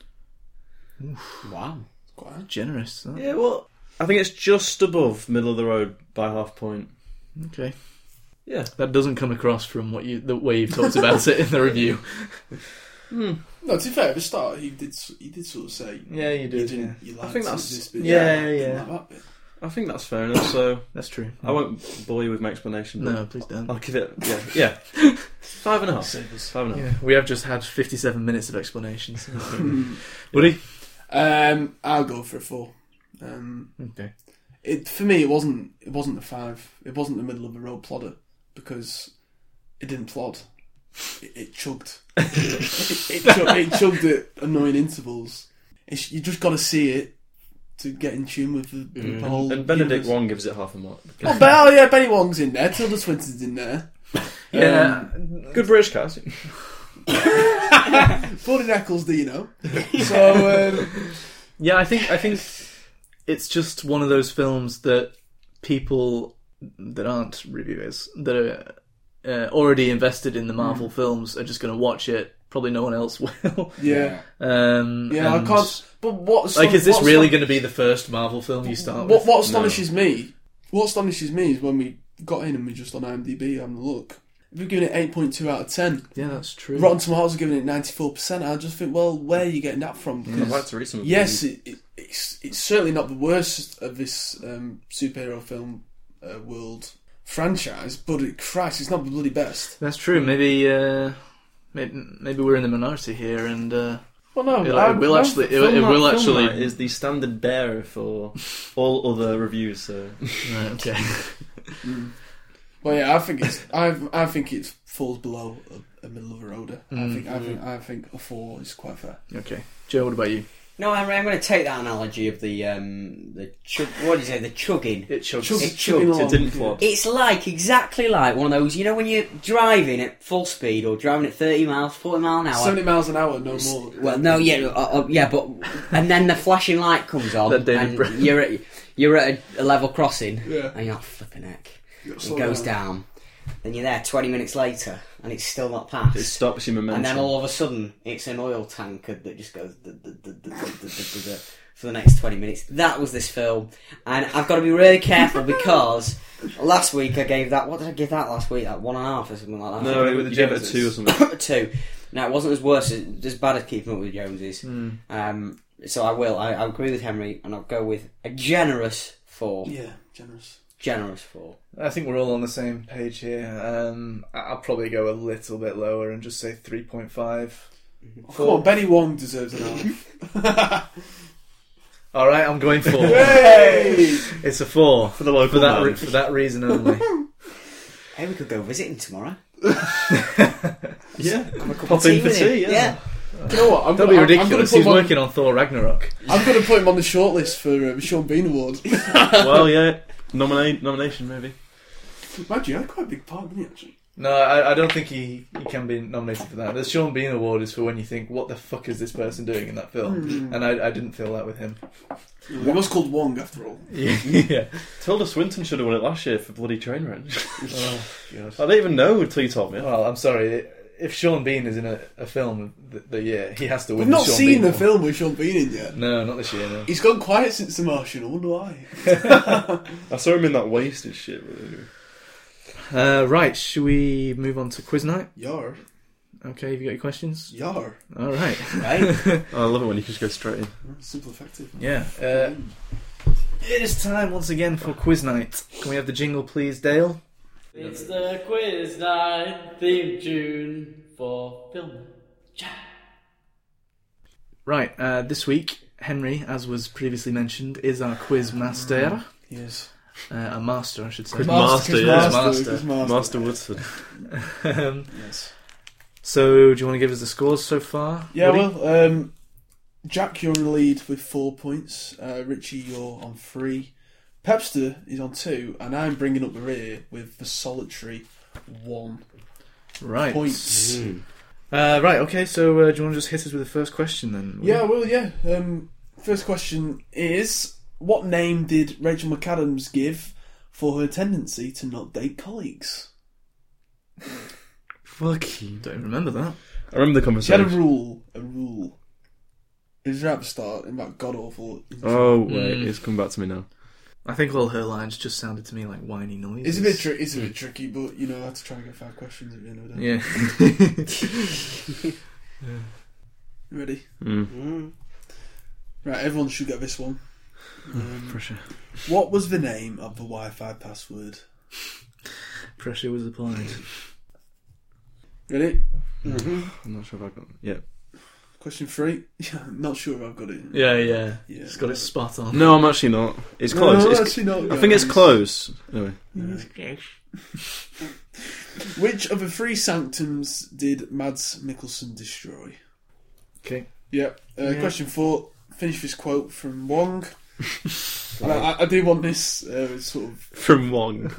S4: Wow.
S3: Quite.
S1: Generous. that.
S2: Yeah, well, I think it's just above middle of the road by half point.
S1: Okay.
S2: Yeah.
S1: That doesn't come across from what you the way you've talked about it in the review.
S3: No, to be fair, at the start he did s- he did sort of say
S1: Yeah, you
S3: you
S1: did. yeah.
S3: didn't you liked
S2: think that's-
S3: this bit,
S1: yeah,
S3: you didn't
S1: yeah.
S3: like that bit.
S2: I think that's fair enough. So
S1: That's true. Oh,
S2: I won't bore you with my explanation. But
S1: No, please don't.
S2: I'll give it. Yeah, yeah. Five and a half. Five and a half.
S1: Yeah, we have just had 57 minutes of explanations. Woody?
S3: Um, I'll go for a four. Um,
S1: Okay.
S3: it for me it wasn't it wasn't a five. It wasn't the middle of the road plodder because it didn't plod. It, it chugged. it, it, chug- it chugged at annoying intervals. It's, you just got to see it to get in tune with the,
S1: Mm.
S3: the whole.
S2: Mm. And Benedict
S3: universe.
S2: Wong gives it half a mark.
S3: Oh, Ben- oh, yeah, Benny Wong's in there. Tilda Swinton's in there. Um,
S1: Yeah.
S2: Good British cast.
S3: Gordon Eccles, do you know? So um,
S1: yeah, I think I think it's just one of those films that people that aren't reviewers that are uh, already invested in the Marvel films are just going to watch it. Probably no one else will.
S3: Yeah,
S1: Um,
S3: yeah. I
S1: and-
S3: can't. But what?
S1: Like, is this
S3: what
S1: really going to be the first Marvel film you start
S3: What,
S1: with?
S3: what astonishes me, what astonishes me is when we got in and we just on IMDb having a look. We're giving it eight point two out of ten.
S1: Yeah, that's true.
S3: Rotten Tomatoes are giving it ninety four percent. I just think, well, where are you getting that
S1: Mm.
S3: from?
S2: I'd
S3: 'Cause
S2: like to read some. of
S3: yes,
S2: these.
S3: it, it, it's it's certainly not the worst of this um, superhero film uh, world franchise, but it, Christ, it's not the bloody best.
S1: That's true. Maybe, uh, maybe maybe we're in the minority here, and uh,
S3: Well, no,
S1: it'll, it will actually it,
S2: Film
S1: it
S2: Night-
S1: will
S2: Film
S1: actually
S2: Night is the standard bearer for all other reviews. So
S1: Right, okay.
S3: Well, yeah, I think it's I I think it falls below a, a middle of the road. I
S4: Mm.
S3: think I think I think a four is quite fair.
S1: okay, Joe, what about you?
S4: No, I'm, I'm going to take that analogy of the um, the chug. What do you say? The chugging.
S1: It chugs.
S3: Chugs.
S4: It chugged.
S2: it didn't flop.
S4: It's like exactly like one of those. You know when you're driving at full speed or driving at 30 miles, 40 mile an hour.
S3: Seventy miles an hour, no more.
S4: uh, Well, no, yeah, uh, uh, yeah, but and then the flashing light comes on,
S1: That David
S4: and
S1: Brent.
S4: you're at you're at a, a level crossing,
S3: Yeah.
S4: and you're like, "Oh, flipping heck. It
S3: slow
S4: goes
S3: down.
S4: down, then you're there 20 minutes later, and it's still not passed.
S2: It stops your momentum.
S4: and then all of a sudden, it's an oil tanker that just goes duh, duh, duh, duh, duh, duh, duh, duh, duh, for the next 20 minutes. That was this film, and I've got to be really careful because last week I gave that. What did I give that last week? Like one and a half or something like that.
S2: no,
S4: I
S2: it,
S4: think
S2: you
S4: I
S2: gave it a
S4: Joneses.
S2: two or something.
S4: two. Now it wasn't as worse as, as bad as keeping up with the Joneses.
S2: Hmm.
S4: Um, so I will. I, I agree with Henry, and I'll go with a generous four.
S3: Yeah, generous.
S4: Generous four.
S1: I think we're all on the same page here. Um, I- I'll probably go a little bit lower and just say three point five.
S3: Oh, Come on, Benny Wong deserves an half.
S1: All right, I'm going four.
S3: hey,
S1: it's a four for
S2: the local
S1: that
S2: man.
S1: re- for that reason only.
S4: Hey, we could go visit him tomorrow.
S2: Yeah,
S4: Have a cup
S2: Pop
S4: of tea
S2: in for
S4: with him.
S2: tea, yeah.
S3: you know what? I'm
S1: That'd be
S3: I'm-
S1: ridiculous.
S3: I'm
S1: He's
S3: gonna put
S1: working
S3: him
S1: on Thor Ragnarok.
S3: on- I'm going to put him on the shortlist for um, Sean Bean Award.
S2: well, yeah, nominate nomination maybe.
S3: Mind you, I had quite a big part, didn't he? Actually,
S1: No, I, I don't think he, he can be nominated for that. The Sean Bean Award is for when you think, what the fuck is this person doing in that film?
S3: Hmm.
S1: And I, I didn't feel that with him.
S3: he was called Wong after all.
S1: yeah.
S2: Tilda Swinton should have won it last year for bloody train wrench.
S1: Oh, God.
S2: I didn't even know until you told me.
S1: Well, I'm sorry. If Sean Bean is in a, a film th- the year, he has to win.
S3: We've not
S1: the Sean
S3: seen
S1: Bean
S3: the
S1: one.
S3: film with Sean Bean in yet.
S1: No, not this year. No.
S3: He's gone quiet since The Martian. I wonder why.
S2: I saw him in that wasted shit. really.
S1: Uh, right, should we move on to quiz night?
S3: Yar,
S1: Okay, have you got your questions?
S3: yar,
S1: All right.
S4: Right?
S2: I love it when you can just go straight in.
S3: simple effective.
S1: Yeah. Uh, it is time once again for quiz night. Can we have the jingle, please, Dale?
S8: It's the quiz night theme tune for film.
S1: Right, uh, this week, Henry, as was previously mentioned, is our quiz master.
S3: Yes.
S1: Uh, a master, I should say.
S2: Master,
S3: Quiz
S2: yeah.
S1: Master.
S3: Quiz
S2: Master Woodson.
S1: um,
S3: Yes.
S1: so, do you want to give us the scores so far?
S3: Yeah,
S1: Woody?
S3: well, um, Jack, you're in the lead with four points. Uh, Richie, you're on three. Pepster is on two, and I'm bringing up the rear with the solitary one
S1: Right.
S3: points.
S1: Uh, right, okay, so uh, do you want to just hit us with the first question then? Woody?
S3: Yeah, well, yeah. Um, first question is: What name did Rachel McAdams give for her tendency to not date colleagues?
S1: Fuck you. Don't remember that.
S2: I remember the
S3: She had a
S2: conversation.
S3: rule. A rule. It was right at the start in that god awful.
S2: Oh wait,
S1: Mm.
S2: it's coming back to me now.
S1: I think all her lines just sounded to me like whiny noises.
S3: It's a bit tri- it's a bit tricky, but you know, I had to try and get five questions at the end of the day.
S1: Yeah.
S3: You ready?
S2: Mm.
S3: Right, everyone should get this one. Um,
S1: Pressure.
S3: What was the name of the Wi-Fi password?
S1: Pressure was applied.
S3: Ready?
S4: Mm-hmm.
S2: I'm not sure if I got. Yeah.
S3: Question three. Yeah, I'm not sure if I've got it.
S1: Yeah, yeah.
S3: Yeah.
S1: It's got it spot on.
S2: No, I'm actually not. It's
S3: No,
S2: close.
S3: no,
S2: it's,
S3: actually not,
S2: I think it's
S3: guys.
S2: close. Anyway,
S3: Which of the three sanctums did Mads Mikkelsen destroy?
S1: Okay.
S3: Yep. Uh, Question four. Finish this quote from Wong. and I, I do want this uh, sort of.
S2: from Wong.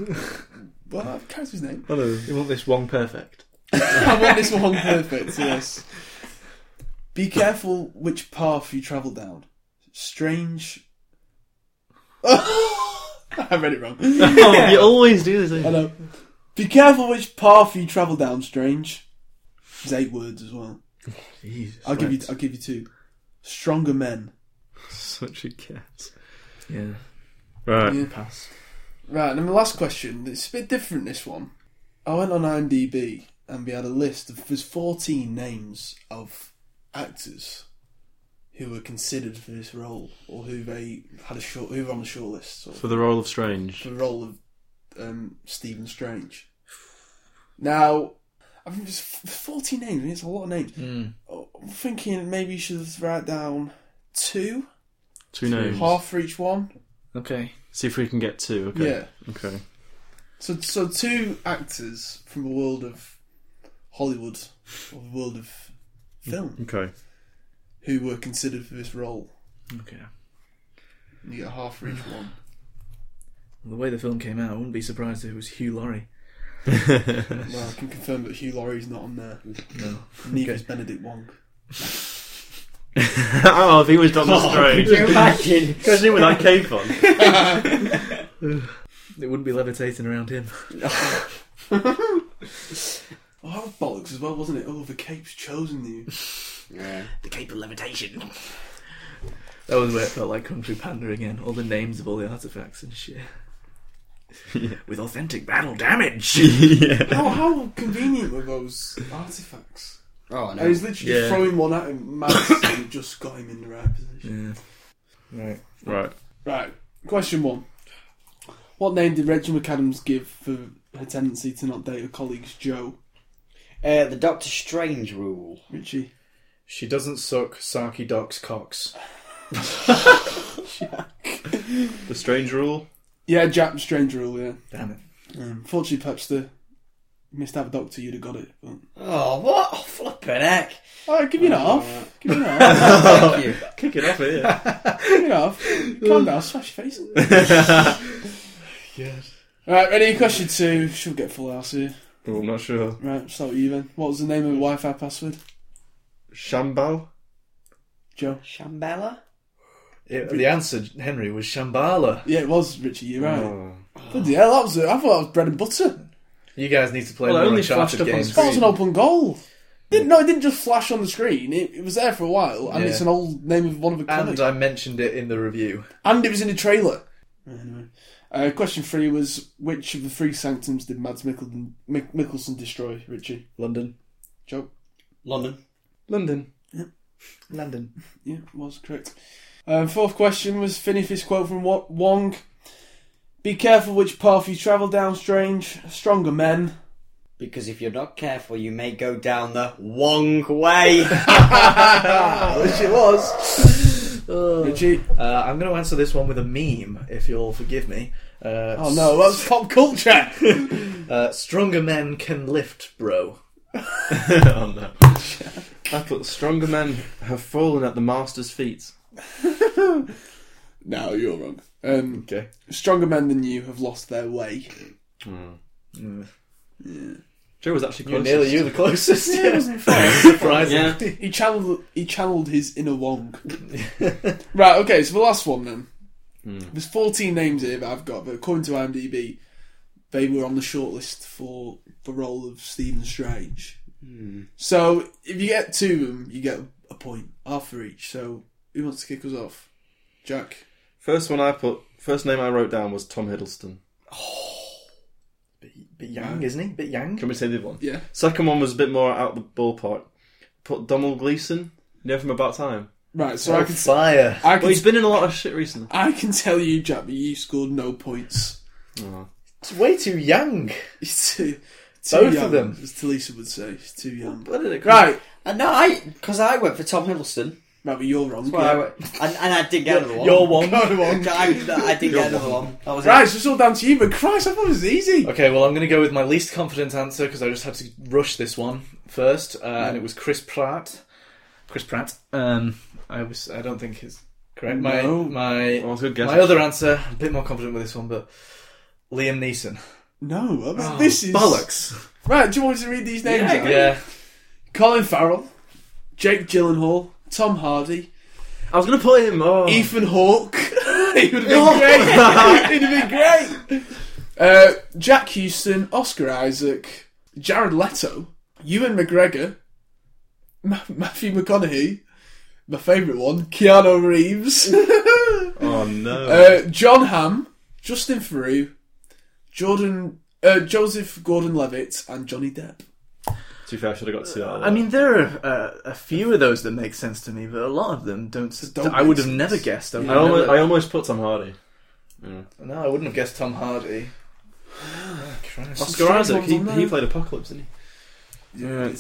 S3: Well, I can't his name.
S1: You want this one perfect?
S3: I want this one perfect, yes. Be careful which path you travel down. Strange I read it wrong.
S2: Oh, you always do this. don't you?
S3: Hello. Be careful which path you travel down, Strange. There's eight words as well.
S5: Jesus.
S3: I'll give you. I'll give you two. Stronger men.
S2: Such a cat.
S5: Yeah.
S2: Right.
S3: Yeah.
S5: Pass.
S3: Right, and then the last question. It's a bit different. This one. I went on IMDb and we had a list of there's 14 names of actors who were considered for this role or who they had a short who were on the short list. Sort of.
S2: For the role of Strange.
S3: the role of um, Stephen Strange. Now, I mean, there's f- 40 names, I mean, it's a lot of names. Oh, I'm thinking maybe you should write down two,
S2: Two names.
S3: half for each one.
S1: Okay.
S2: See if we can get two. Okay.
S3: Yeah.
S2: Okay.
S3: So, so two actors from the world of Hollywood, or the world of film,
S2: Okay.
S3: who were considered for this role.
S1: Okay.
S3: And You get half for each one.
S1: The way the film came out, I wouldn't be surprised if it was Hugh Laurie.
S3: Well, I can confirm that Hugh Laurie's not on there. No. Neither is Benedict Wong.
S2: oh, if he was Doctor Strange.
S4: you imagine?
S2: Because knew where that came from.
S1: It wouldn't be levitating around him.
S3: Oh, that was bollocks as well, wasn't it? Oh, the cape's chosen you.
S4: Yeah.
S5: The Cape of Levitation.
S1: That was where it felt like Kung Fu Panda again. All the names of all the artifacts and shit.
S5: With authentic battle damage.
S2: yeah.
S3: How, Oh, how convenient were those artifacts?
S4: Oh, I
S3: And
S4: know.
S3: he's literally
S5: Yeah.
S3: throwing one at him, Max, and just got him in the right position.
S1: Yeah.
S5: Right.
S2: Right.
S3: Right, question one. What name did Rachel McAdams give for her tendency to not date her colleagues, Joe?
S4: Uh, the Doctor Strange rule.
S3: Richie.
S1: She doesn't suck Saki Doc's cocks.
S2: The Strange rule.
S3: Yeah, Jap Stranger Rule, yeah. Um,
S1: Damn it.
S3: Unfortunately, Pepster, you missed out a doctor, you'd have got it. But...
S4: Oh, what? Oh, flippin' heck.
S3: Alright, give me an half. Give me an half.
S4: Thank you.
S2: Kick it off here.
S3: give me an half. Calm down, smash your face.
S5: Yes.
S3: Right, ready? Question two. Should get full house here.
S2: oh, I'm not sure.
S3: Right, start with you then. What was the name of the Wi Fi password?
S2: Shambal.
S3: Joe.
S4: Shambhala?
S1: It- the answer, Henry, was Shambhala.
S3: Yeah, it was Richie, you're right.
S2: Oh.
S3: Bloody hell, that was it. I thought that was bread and butter.
S1: You guys need to play
S2: Well, it
S1: more
S2: only
S1: Uncharted
S2: flashed up on
S1: games.
S3: That was an open goal. Didn't, no, it didn't just flash on the screen. It, it was there for a while, and
S1: Yeah.
S3: it's an old name of one of the comics.
S1: And uh,
S3: And,
S1: I mentioned it in the review.
S3: it was in the trailer. Anyway. Uh, question three was which of the three sanctums did Mads Mikkelsen, Mik- Mikkelsen destroy? Richie,
S1: London.
S3: Joe.
S4: London.
S1: London. London.
S3: Yeah, was correct. Um, fourth question was finish this quote from Wa- Wong. Be careful which path you travel down, strange. Stronger men.
S4: Because if you're not careful, you may go down the wrong way.
S1: Which Ah, it was.
S3: Richie.
S1: Uh, I'm going to answer this one with a meme, if you'll forgive me. Uh,
S3: Oh no, that was pop culture.
S1: Uh, stronger men can lift, bro.
S2: oh no. I thought stronger men have fallen at the master's feet.
S3: no, you're wrong. Um,
S2: Okay.
S3: stronger men than you have lost their way.
S2: Joe was actually
S1: Mm. You're
S2: closest.
S1: nearly you the closest.
S3: Yeah, it wasn't fair.
S1: Surprising.
S4: Yeah.
S3: He channeled he channeled his inner Wong. right, okay, so the last one then.
S2: Hmm.
S3: There's 14 names here that I've got, but according to IMDb, they were on the shortlist for the role of Stephen Strange.
S2: Hmm.
S3: So if you get two of them, you get a point, half for each. So who wants to kick us off? Jack.
S2: First one I put. First name I wrote down was Tom Hiddleston.
S1: Bit young, isn't he? Bit young.
S2: Can we say the other one?
S3: Yeah.
S2: Second one was a bit more out the ballpark. Put Donald Gleason. You know from About Time.
S3: Right, so I can s-
S1: Fire.
S3: I
S2: Well,
S3: can
S2: he's been in a lot of shit recently.
S3: I can tell you, Jack, that you scored no points.
S1: It's way too young.
S3: It's too, too
S1: Both of
S3: young,
S1: them.
S3: as Talisa would say. It's too young.
S2: Where did it come?
S3: Right,
S4: And no, I because I went for Tom Hiddleston.
S3: Right, but you're wrong.
S4: Well, I
S3: yeah.
S4: went, and, and I did get another one.
S1: You're one.
S4: No, I, no, I did get another one. That was
S3: Right, so it's all down to you, but Christ, I thought it was easy.
S1: Okay, well, I'm going to go with my least confident answer because I just had to rush this one first, uh, and it was Chris Pratt. Chris Pratt. Um, I was. I don't think it's correct. My
S3: No.
S1: my
S2: Well, that's a good guess.
S1: my other answer. A bit more confident with this one, but Liam Neeson.
S3: No, I mean, this is
S1: Oh, bollocks.
S3: Right, do you want me to read these names? out?
S1: Yeah.
S3: Colin Farrell, Jake Gyllenhaal, Tom Hardy,
S2: I was gonna put him. Oh,
S3: Ethan Hawke, he would have been
S1: Oh.
S3: great. He'd have been great. Uh, Jack Houston, Oscar Isaac, Jared Leto, Ewan McGregor, Ma- Matthew McConaughey, my favourite one, Keanu Reeves,
S2: Oh no.
S3: uh, John Hamm, Justin Theroux, Jordan, uh, Joseph Gordon-Levitt, and Johnny Depp.
S2: to be fair, I should have got to see that.
S1: I mean, there are uh, a few of those that make sense to me, but a lot of them don't.
S3: don't
S1: I would
S3: make
S1: have
S3: sense.
S1: never guessed. I, would
S2: I
S1: have
S2: almost,
S1: never-
S2: I almost put Tom Hardy.
S1: no, I wouldn't have guessed Tom Hardy. Oh, Christ.
S2: Oscar
S3: strange
S2: Isaac,
S3: ones
S2: he,
S3: on there.
S2: he played Apocalypse, didn't he? Yeah,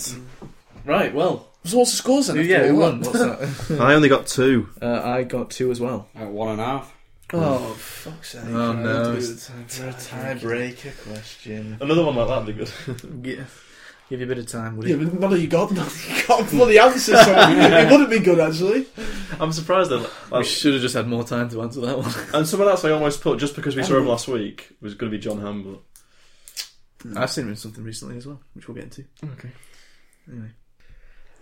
S1: Right, well,
S3: So what's the scores then?
S1: yeah,
S3: after
S1: who
S3: all
S1: won?
S3: that?
S1: What's that?
S2: I only got two.
S1: Uh, I got two as well.
S4: Uh, one and a half.
S3: Oh, fuck's sake.
S1: Oh,
S3: I
S1: no.
S3: had to do
S1: It's
S3: the time.
S1: For a tiebreaker question,
S2: Another one like that would be good.
S1: give you a bit of time, would
S3: Yeah,
S1: you?
S3: but none of you got, none of you got bloody answers. So it wouldn't be good, actually.
S2: I'm surprised that.
S1: We
S2: Like,
S1: should have just had more time to answer that one.
S2: and someone else I almost put just because we saw him last week was going to be John Hamblet.
S1: I've seen him in something recently as well, which we'll get into.
S2: Okay.
S1: Anyway.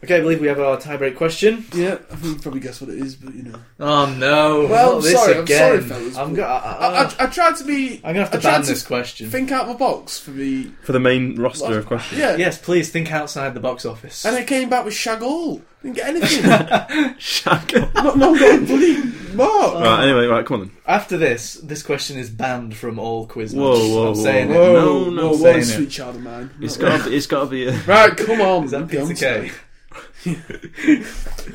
S1: Okay, I believe we have our tiebreak question.
S3: Yeah, I think you probably guess what it is, but you know.
S1: Oh no!
S3: Well,
S1: not
S3: I'm
S1: this
S3: sorry, I'm uh,
S1: again.
S3: sorry, fellas,
S1: I'm
S3: but-
S1: go-
S3: I,
S1: Uh,
S3: I, I tried to be.
S1: am gonna have to
S3: I tried
S1: ban
S3: to
S1: this question.
S3: Think out of the box for the.
S2: For the main roster of questions.
S3: Yeah.
S1: yes, please think outside the box office.
S3: And I came back with Shagall. Didn't get anything. Shagall. Not, not got a bloody mark.
S1: Uh,
S2: Right, anyway, right, come on then.
S1: After this, this question is banned from all quizzes.
S2: Whoa, whoa,
S1: I'm
S2: whoa,
S1: saying
S2: whoa.
S1: it.
S3: Whoa,
S2: no, no,
S3: whoa,
S2: I'm
S3: what a
S1: saying it.
S3: sweet child of mine.
S2: It's got to it's got to be uh, a
S3: Right, come on.
S1: Is that
S3: go
S1: pizza
S3: on, sorry.
S1: cake?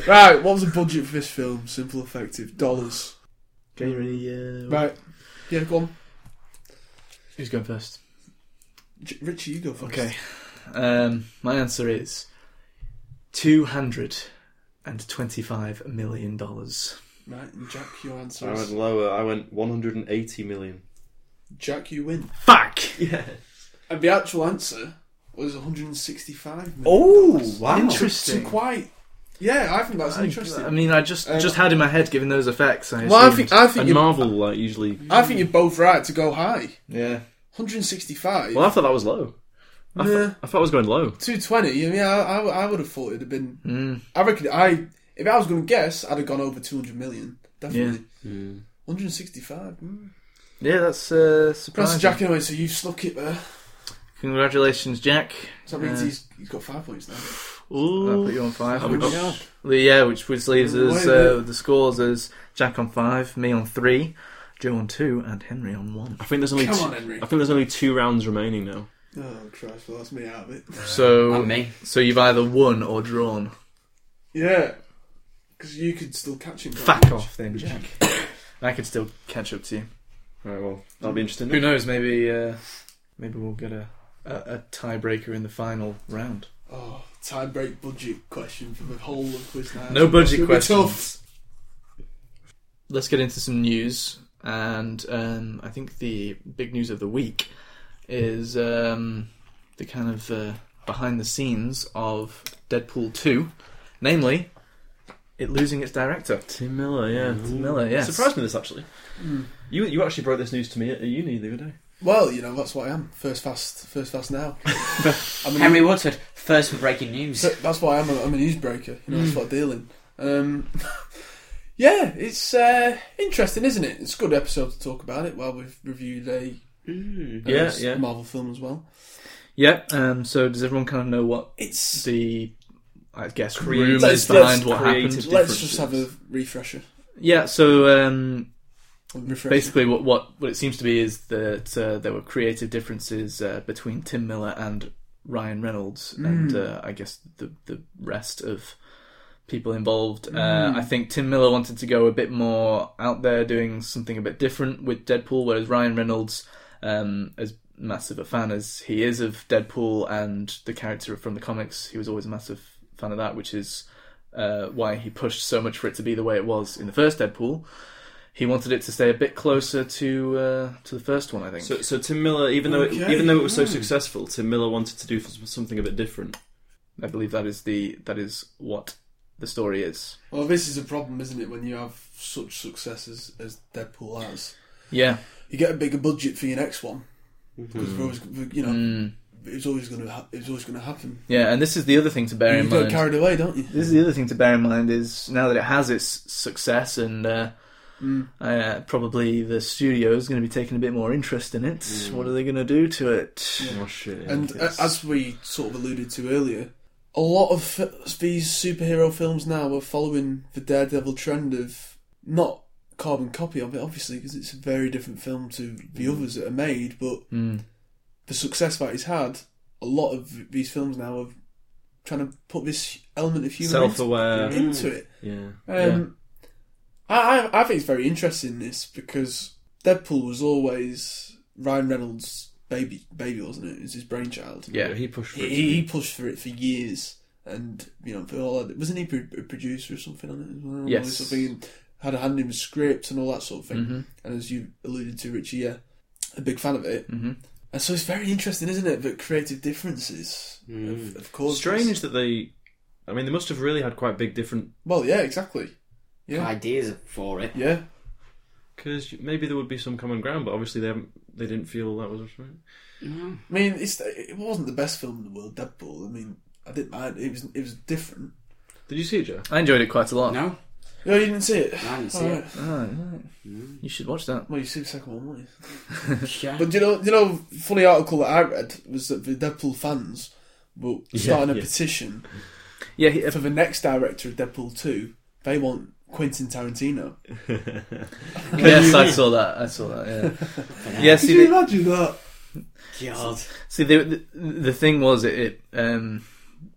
S3: Right, what was the budget for this film? Simple, effective. Dollars.
S1: Okay, you ready? Uh,
S3: Right. Yeah, go on.
S1: Who's going first?
S3: J- Richie, you go first.
S1: Okay. Um, my answer is two hundred and twenty-five million dollars.
S3: Right, and Jack, your answer
S2: I went
S3: is.
S2: lower. I went 180 million.
S3: Jack, you win.
S1: Fuck!
S2: Yeah.
S3: And the actual answer was 165 million.
S1: Oh, wow!
S3: So
S1: Interesting.
S3: quite. Yeah, I think that's
S1: I,
S3: interesting.
S1: I mean, I just
S3: Um,
S1: just had in my head, given those effects. I
S3: well, I
S1: assumed-
S3: think uh, I think
S2: And
S3: you
S2: Marvel like usually.
S3: I think you're both right to go high.
S1: yeah.
S3: 165.
S2: Well, I thought that was low. I, thought-
S3: Nah.
S2: I thought I was going low.
S3: 220. I mean, I, I, I would have thought it'd have been.
S1: Mm.
S3: I reckon I if I was going to guess, I'd have gone over 200 million. Definitely.
S4: Mm.
S3: 165. Mm.
S1: Yeah, that's uh,
S3: That's
S1: surprising.
S3: Jack anyway, so you've stuck it there.
S1: Congratulations, Jack.
S3: So that means
S1: Yeah.
S3: he's, he's got five points now.
S1: I put you on five.
S3: Oh,
S1: which-
S3: my God.
S1: yeah, which which leaves us
S3: Wait a minute.
S1: uh, the scores as Jack on five, me on three, Joe on two, and Henry on one.
S2: I think there's only
S3: Come
S2: two,
S3: on, Henry.
S2: I think there's only two rounds remaining now.
S3: Oh, Christ, well, that's me out of it.
S1: So
S4: And me.
S1: so you've either won or drawn.
S3: Yeah. Because you could still catch him. can't
S1: Fuck
S3: you?
S1: off then, Jack. I could still catch up to you.
S2: Right, well, that'll be interesting.
S1: Who knows? Maybe uh, maybe we'll get a, a a tiebreaker in the final round.
S3: Oh, time break budget question for the whole of quiz night.
S1: No budget
S3: It's gonna be
S1: questions. let's get into some news. And um, I think the big news of the week is um, the kind of uh, behind the scenes of Deadpool 2, namely it losing its director.
S2: Tim Miller, yeah.
S1: Tim Miller, yes.
S2: Surprised me this actually.
S3: Hmm.
S2: You you actually broke this news to me at uni the other day.
S3: tough. Well, you know that's what I am. First fast, first fast now. I'm a
S4: Henry Woodford, first for breaking news.
S3: So that's why I'm a, I'm a newsbreaker. You
S1: Hmm.
S3: know, that's what I deal in. Um, yeah, it's uh, interesting, isn't it? It's a good episode to talk about it while we've reviewed a
S4: Mm.
S3: a
S2: Yeah,
S3: s-
S2: yeah.
S3: Marvel film as well.
S1: Yeah, um, so does everyone kind of know what
S3: It's
S1: the, I guess,
S2: Creative-
S1: rumors
S3: Let's-
S1: behind
S3: let's
S1: what
S2: creative-
S1: happened?
S3: let's just have a refresher.
S1: Yeah, so um,
S3: Refresher.
S1: Basically, what, what what it seems to be is that uh, there were creative differences uh, between Tim Miller and Ryan Reynolds,
S3: Hmm.
S1: and uh, I guess the the rest of people involved. Uh,
S3: Hmm.
S1: I think Tim Miller wanted to go a bit more out there, doing something a bit different with Deadpool, whereas Ryan Reynolds, um, as massive a fan as he is of Deadpool and the character from the comics, he was always a massive fan of that, which is uh, why he pushed so much for it to be the way it was in the first Deadpool. He wanted it to stay a bit closer to uh, to the first one, I think.
S2: So, so Tim Miller, even though it,
S3: Okay.
S2: even though it was so successful, Tim Miller wanted to do f- something a bit different.
S1: I believe that is the that is what the story is.
S3: well, this is a problem, isn't it? When you have such success as, as Deadpool has,
S1: Yeah.
S3: you get a bigger budget for your next one because we're always, we- you know,
S1: Mm-hmm. Mm.
S3: it's always going to ha- it's always going to happen.
S1: Yeah, and this is the other thing to bear
S3: You
S1: in
S3: get
S1: mind.
S3: carried away, don't you?
S1: This is the other thing to bear in mind is now that it has its success and uh,
S3: Mm.
S1: Uh, probably the studio's going to be taking a bit more interest in it. What are they going to do to it?
S2: Oh shit! Mm. yeah.
S3: And uh, as we sort of alluded to earlier, a lot of f- these superhero films now are following the Daredevil trend of not carbon copy of it, obviously, because it's a very different film to the
S2: Mm.
S3: others that are made. But
S1: Mm.
S3: the success that he's had, a lot of these films now are trying to put this element of humor into,
S2: Self-aware.
S3: into it.
S2: Mm. yeah.
S3: Um, I, I I think it's very interesting this because Deadpool was always Ryan Reynolds' baby, baby wasn't it? It was his brainchild.
S2: yeah, yeah. He pushed for it.
S3: He, he pushed for it for years, and you know, for all that, wasn't he pro- a producer or something on it as well?
S1: Yes.
S3: something and had a hand in the script and all that sort of thing. And as you alluded to, Richie, yeah, a big fan of it. Mm-hmm. And so it's very interesting, isn't it? That creative differences,
S4: Mm.
S3: of, of course.
S2: Strange that they. I mean, they must have really had quite big different.
S3: Well, yeah, exactly. Yeah.
S4: Ideas for it.
S3: Yeah,
S2: Because maybe there would be some common ground, but obviously they haven't. They didn't feel that was right.
S3: I mean, it's it wasn't the best film in the world, Deadpool. I mean, I didn't mind. It was it was different.
S2: Did you see it, Joe?
S1: I enjoyed it quite a lot.
S4: No,
S3: No, you didn't see it.
S4: I didn't see Hmm.
S3: Alright.
S1: Oh, right. You should watch that.
S3: Well, you see the second one, won't you?
S4: it. Yeah.
S3: But do you know, do you know, funny article that I read was that the Deadpool fans were starting a
S2: yeah.
S3: petition
S1: Yeah, he, uh,
S3: for the next director of Deadpool two. They want Quentin Tarantino.
S1: yes, I saw that. I saw that. Yeah. yeah see, the,
S3: imagine that?
S4: God.
S1: see, the, the the thing was, it, it um,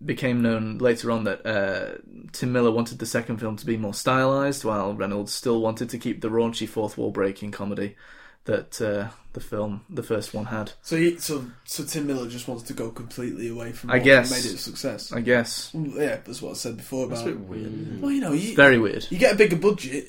S1: became known later on that uh, Tim Miller wanted the second film to be more stylized, while Reynolds still wanted to keep the raunchy fourth wall breaking comedy that uh, the film, the first one, had.
S3: So, he, so, so Tim Miller just wants to go completely away from.
S1: I
S3: what
S1: guess.
S3: made it a success.
S1: I guess
S3: Well, yeah, that's what I said before about.
S2: That's a bit weird.
S3: well, you know, you,
S1: very weird.
S3: you get a bigger budget.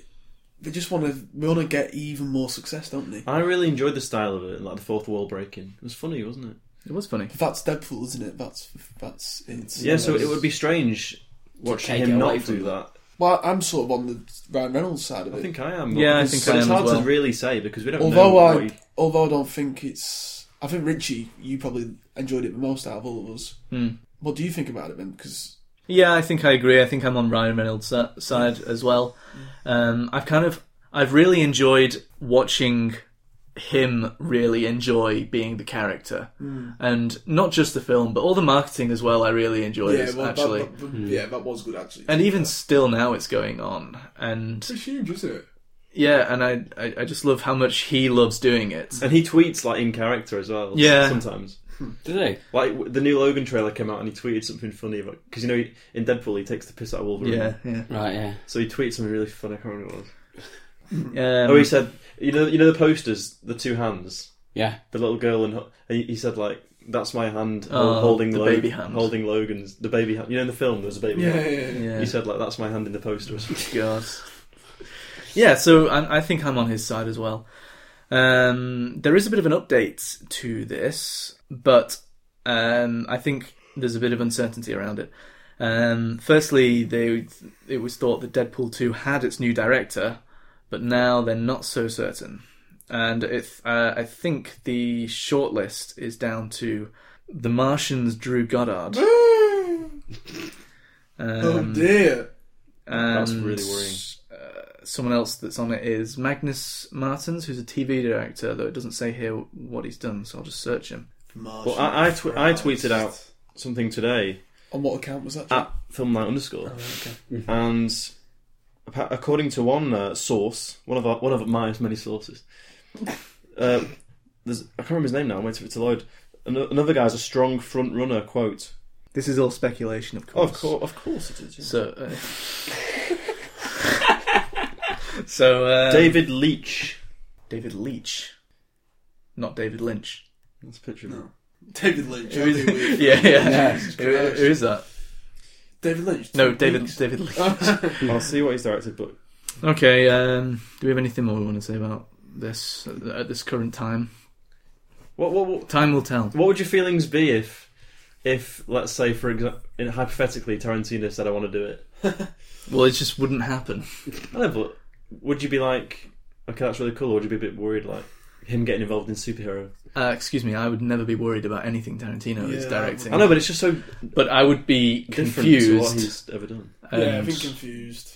S3: They just want to want to get even more success, don't they?
S2: I really enjoyed the style of it, like the fourth wall breaking. It was funny, wasn't it?
S1: It was funny.
S3: That's Deadpool, isn't it? That's that's it.
S2: Yeah. so it would be strange watching
S4: take it
S2: him
S4: away
S2: not
S4: from
S2: do that.
S3: Well, I'm sort of on the Ryan Reynolds side of it.
S2: I think I am.
S1: Yeah, I
S2: It's-
S1: think
S2: but
S1: I
S2: it's
S1: am
S2: hard
S1: as well.
S2: to really say because we don't know.
S3: although
S2: what
S3: I,
S2: he-
S3: although I don't think it's, I think Richie, you probably enjoyed it the most out of all of us.
S2: Hmm.
S3: What do you think about it, then? Because
S1: Yeah, I think I agree. I think I'm on Ryan Reynolds' si- side as well. Um, I've kind of, I've really enjoyed watching him really enjoy being the character,
S3: Hmm.
S1: and not just the film, but all the marketing as well. I really enjoyed
S3: yeah,
S1: it,
S3: well,
S1: actually,
S3: that, that- yeah, that was good actually.
S1: and even still now it's going on, and
S3: it's huge, isn't it?
S1: yeah, and I, I, I just love how much he loves doing it.
S2: and he tweets like in character as well.
S1: Yeah.
S2: sometimes.
S4: Do they?
S2: Like w- the new Logan trailer came out and he tweeted something funny about because you know he- in Deadpool he takes the piss out of
S3: Hmm.
S2: Wolverine.
S1: Yeah, yeah.
S4: Right, yeah.
S2: So he tweeted something really funny. I can't remember what it was.
S1: Um,
S2: Oh, he said, you know, you know the posters, the two hands,
S4: Yeah.
S2: the little girl and, ho- and he- he said like, that's my hand ho-
S1: Oh,
S2: holding
S1: the
S2: Lo-
S1: baby hand.
S2: holding Logan's the baby hand. You know in the film there's a baby.
S3: Yeah,
S2: hand.
S3: yeah, yeah.
S1: yeah.
S2: He said like, that's my hand in the poster. or something.
S1: God. Yeah, so I, I think I'm on his side as well. Um, there is a bit of an update to this, but um, I think there's a bit of uncertainty around it. Um, firstly, they it was thought that Deadpool 2 had its new director, but now they're not so certain. And if, uh, I think the shortlist is down to The Martian's Drew Goddard.
S3: oh
S2: Um,
S3: dear.
S1: And
S2: That's really worrying.
S1: Uh, someone else that's on it is Magnus Martins, who's a TV director, though it doesn't say here what he's done, so I'll just search him.
S2: Well, I I, tw- I tweeted out Ah. something today
S3: On what account was that? Jack?
S2: at filmlight underscore,
S1: Oh,
S2: and appa- according to one uh, source, one of our, one of my many sources, uh, there's I can't remember his name now. I'm waiting for it to load. An- Another guy's a strong front runner. Quote.
S1: This is all speculation, of
S2: Oh,
S1: course.
S2: of course, of course it is. yeah.
S1: So, uh, so uh,
S2: David Leach.
S1: David Leach, not David Lynch.
S2: That's a picture. of him.
S3: David Lynch. that'd be weird.
S1: Yeah, yeah. Who- who is that?
S3: David Lynch.
S1: No, David. David Leach.
S2: I'll see what he's directed, but
S1: Okay. Um, do we have anything more we want to say about this at at this current time?
S2: what what what,
S1: Time will tell.
S2: what would your feelings be if if let's say for example hypothetically Tarantino said I want to do it?
S1: Well, it just wouldn't happen.
S2: I know, but would you be like, okay, that's really cool, or would you be a bit worried, like him getting involved in superhero?
S1: Uh, excuse me, I would never be worried about anything Tarantino is
S3: Yeah,
S1: directing.
S2: I know, but it's just so
S1: but I would be
S2: different to what
S1: confused.
S2: he's ever done.
S3: Yeah, I've
S1: and-
S3: been confused.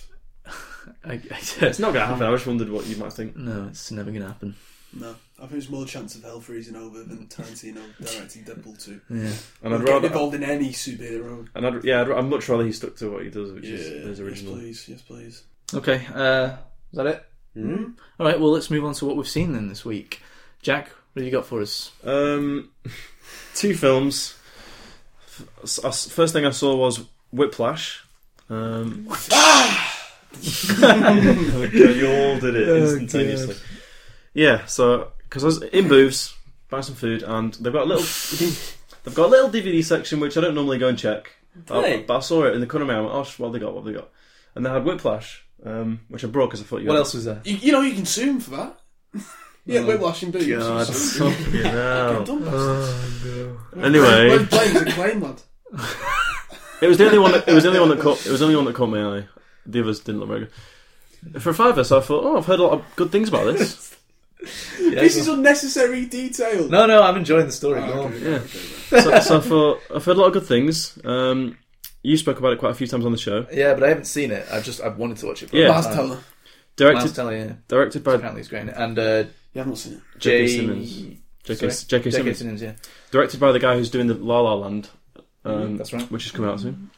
S1: I, I,
S2: It's not going to happen. I just wondered what you might think.
S1: no, it's never going to happen.
S3: No, I think there's more chance of hell freezing over than Tarantino directing Deadpool 2.
S1: Yeah.
S2: And I'd
S3: Getting
S2: rather.
S3: involved in any superhero.
S2: And I'd, yeah, I'd, I'd much rather he stuck to what he does, which
S3: Yeah,
S2: is his original.
S3: Yes, please. Yes, please.
S1: Okay. Uh, is that it?
S4: Mm.
S1: All right. Well, let's move on to what we've seen then this week. Jack, what have you got for us?
S2: Um, two films. F- s- First thing I saw was Whiplash. Um, Ah! you all did it instantaneously. Oh, yeah, so because I was in Booths buying some food, and they've got a little, they've got a little DVD section which I don't normally go and check.
S4: they?
S2: I, but I saw it in the corner of my eye. I went, oh, sh- what have they got? What have they got? And they had Whiplash, um, which I brought because I thought you.
S1: What
S2: had-
S1: else was there?
S3: You, you know, you can sue him for that. yeah,
S1: Oh,
S3: we're washing boots.
S2: God,
S3: Sue him.
S2: fucking
S3: Get
S2: hell.
S3: done, bastard.
S1: Oh.
S2: Anyway,
S3: We're playing as a claim, lad.
S2: It was the only one. That, it was the only one that caught. It was the only one that caught my eye. The others didn't look very good. For five so I thought, oh, I've heard a lot of good things about this.
S3: This is unnecessary detail.
S1: No, no, I'm enjoying the story.
S3: Oh,
S1: Go on.
S3: okay,
S2: Yeah.
S3: okay,
S2: So,
S3: right.
S2: so I thought I've heard a lot of good things. Um, you spoke about it quite a few times on the show.
S1: Yeah, but I haven't seen it. I've just I've wanted to watch it. For a
S2: Yeah.
S1: long
S3: Last
S1: time.
S3: teller.
S2: Directed,
S1: Miles Teller. Yeah.
S2: directed by
S1: Apparently, it's great. And uh,
S3: You haven't seen it.
S2: J.K.
S1: J.
S2: Simmons. J.K.
S1: sorry?
S2: S- J.K.
S1: J.K.
S2: Simmons.
S1: Simmons. Yeah.
S2: Directed by the guy who's doing the La La Land. Um,
S1: That's right.
S2: Which is coming out soon.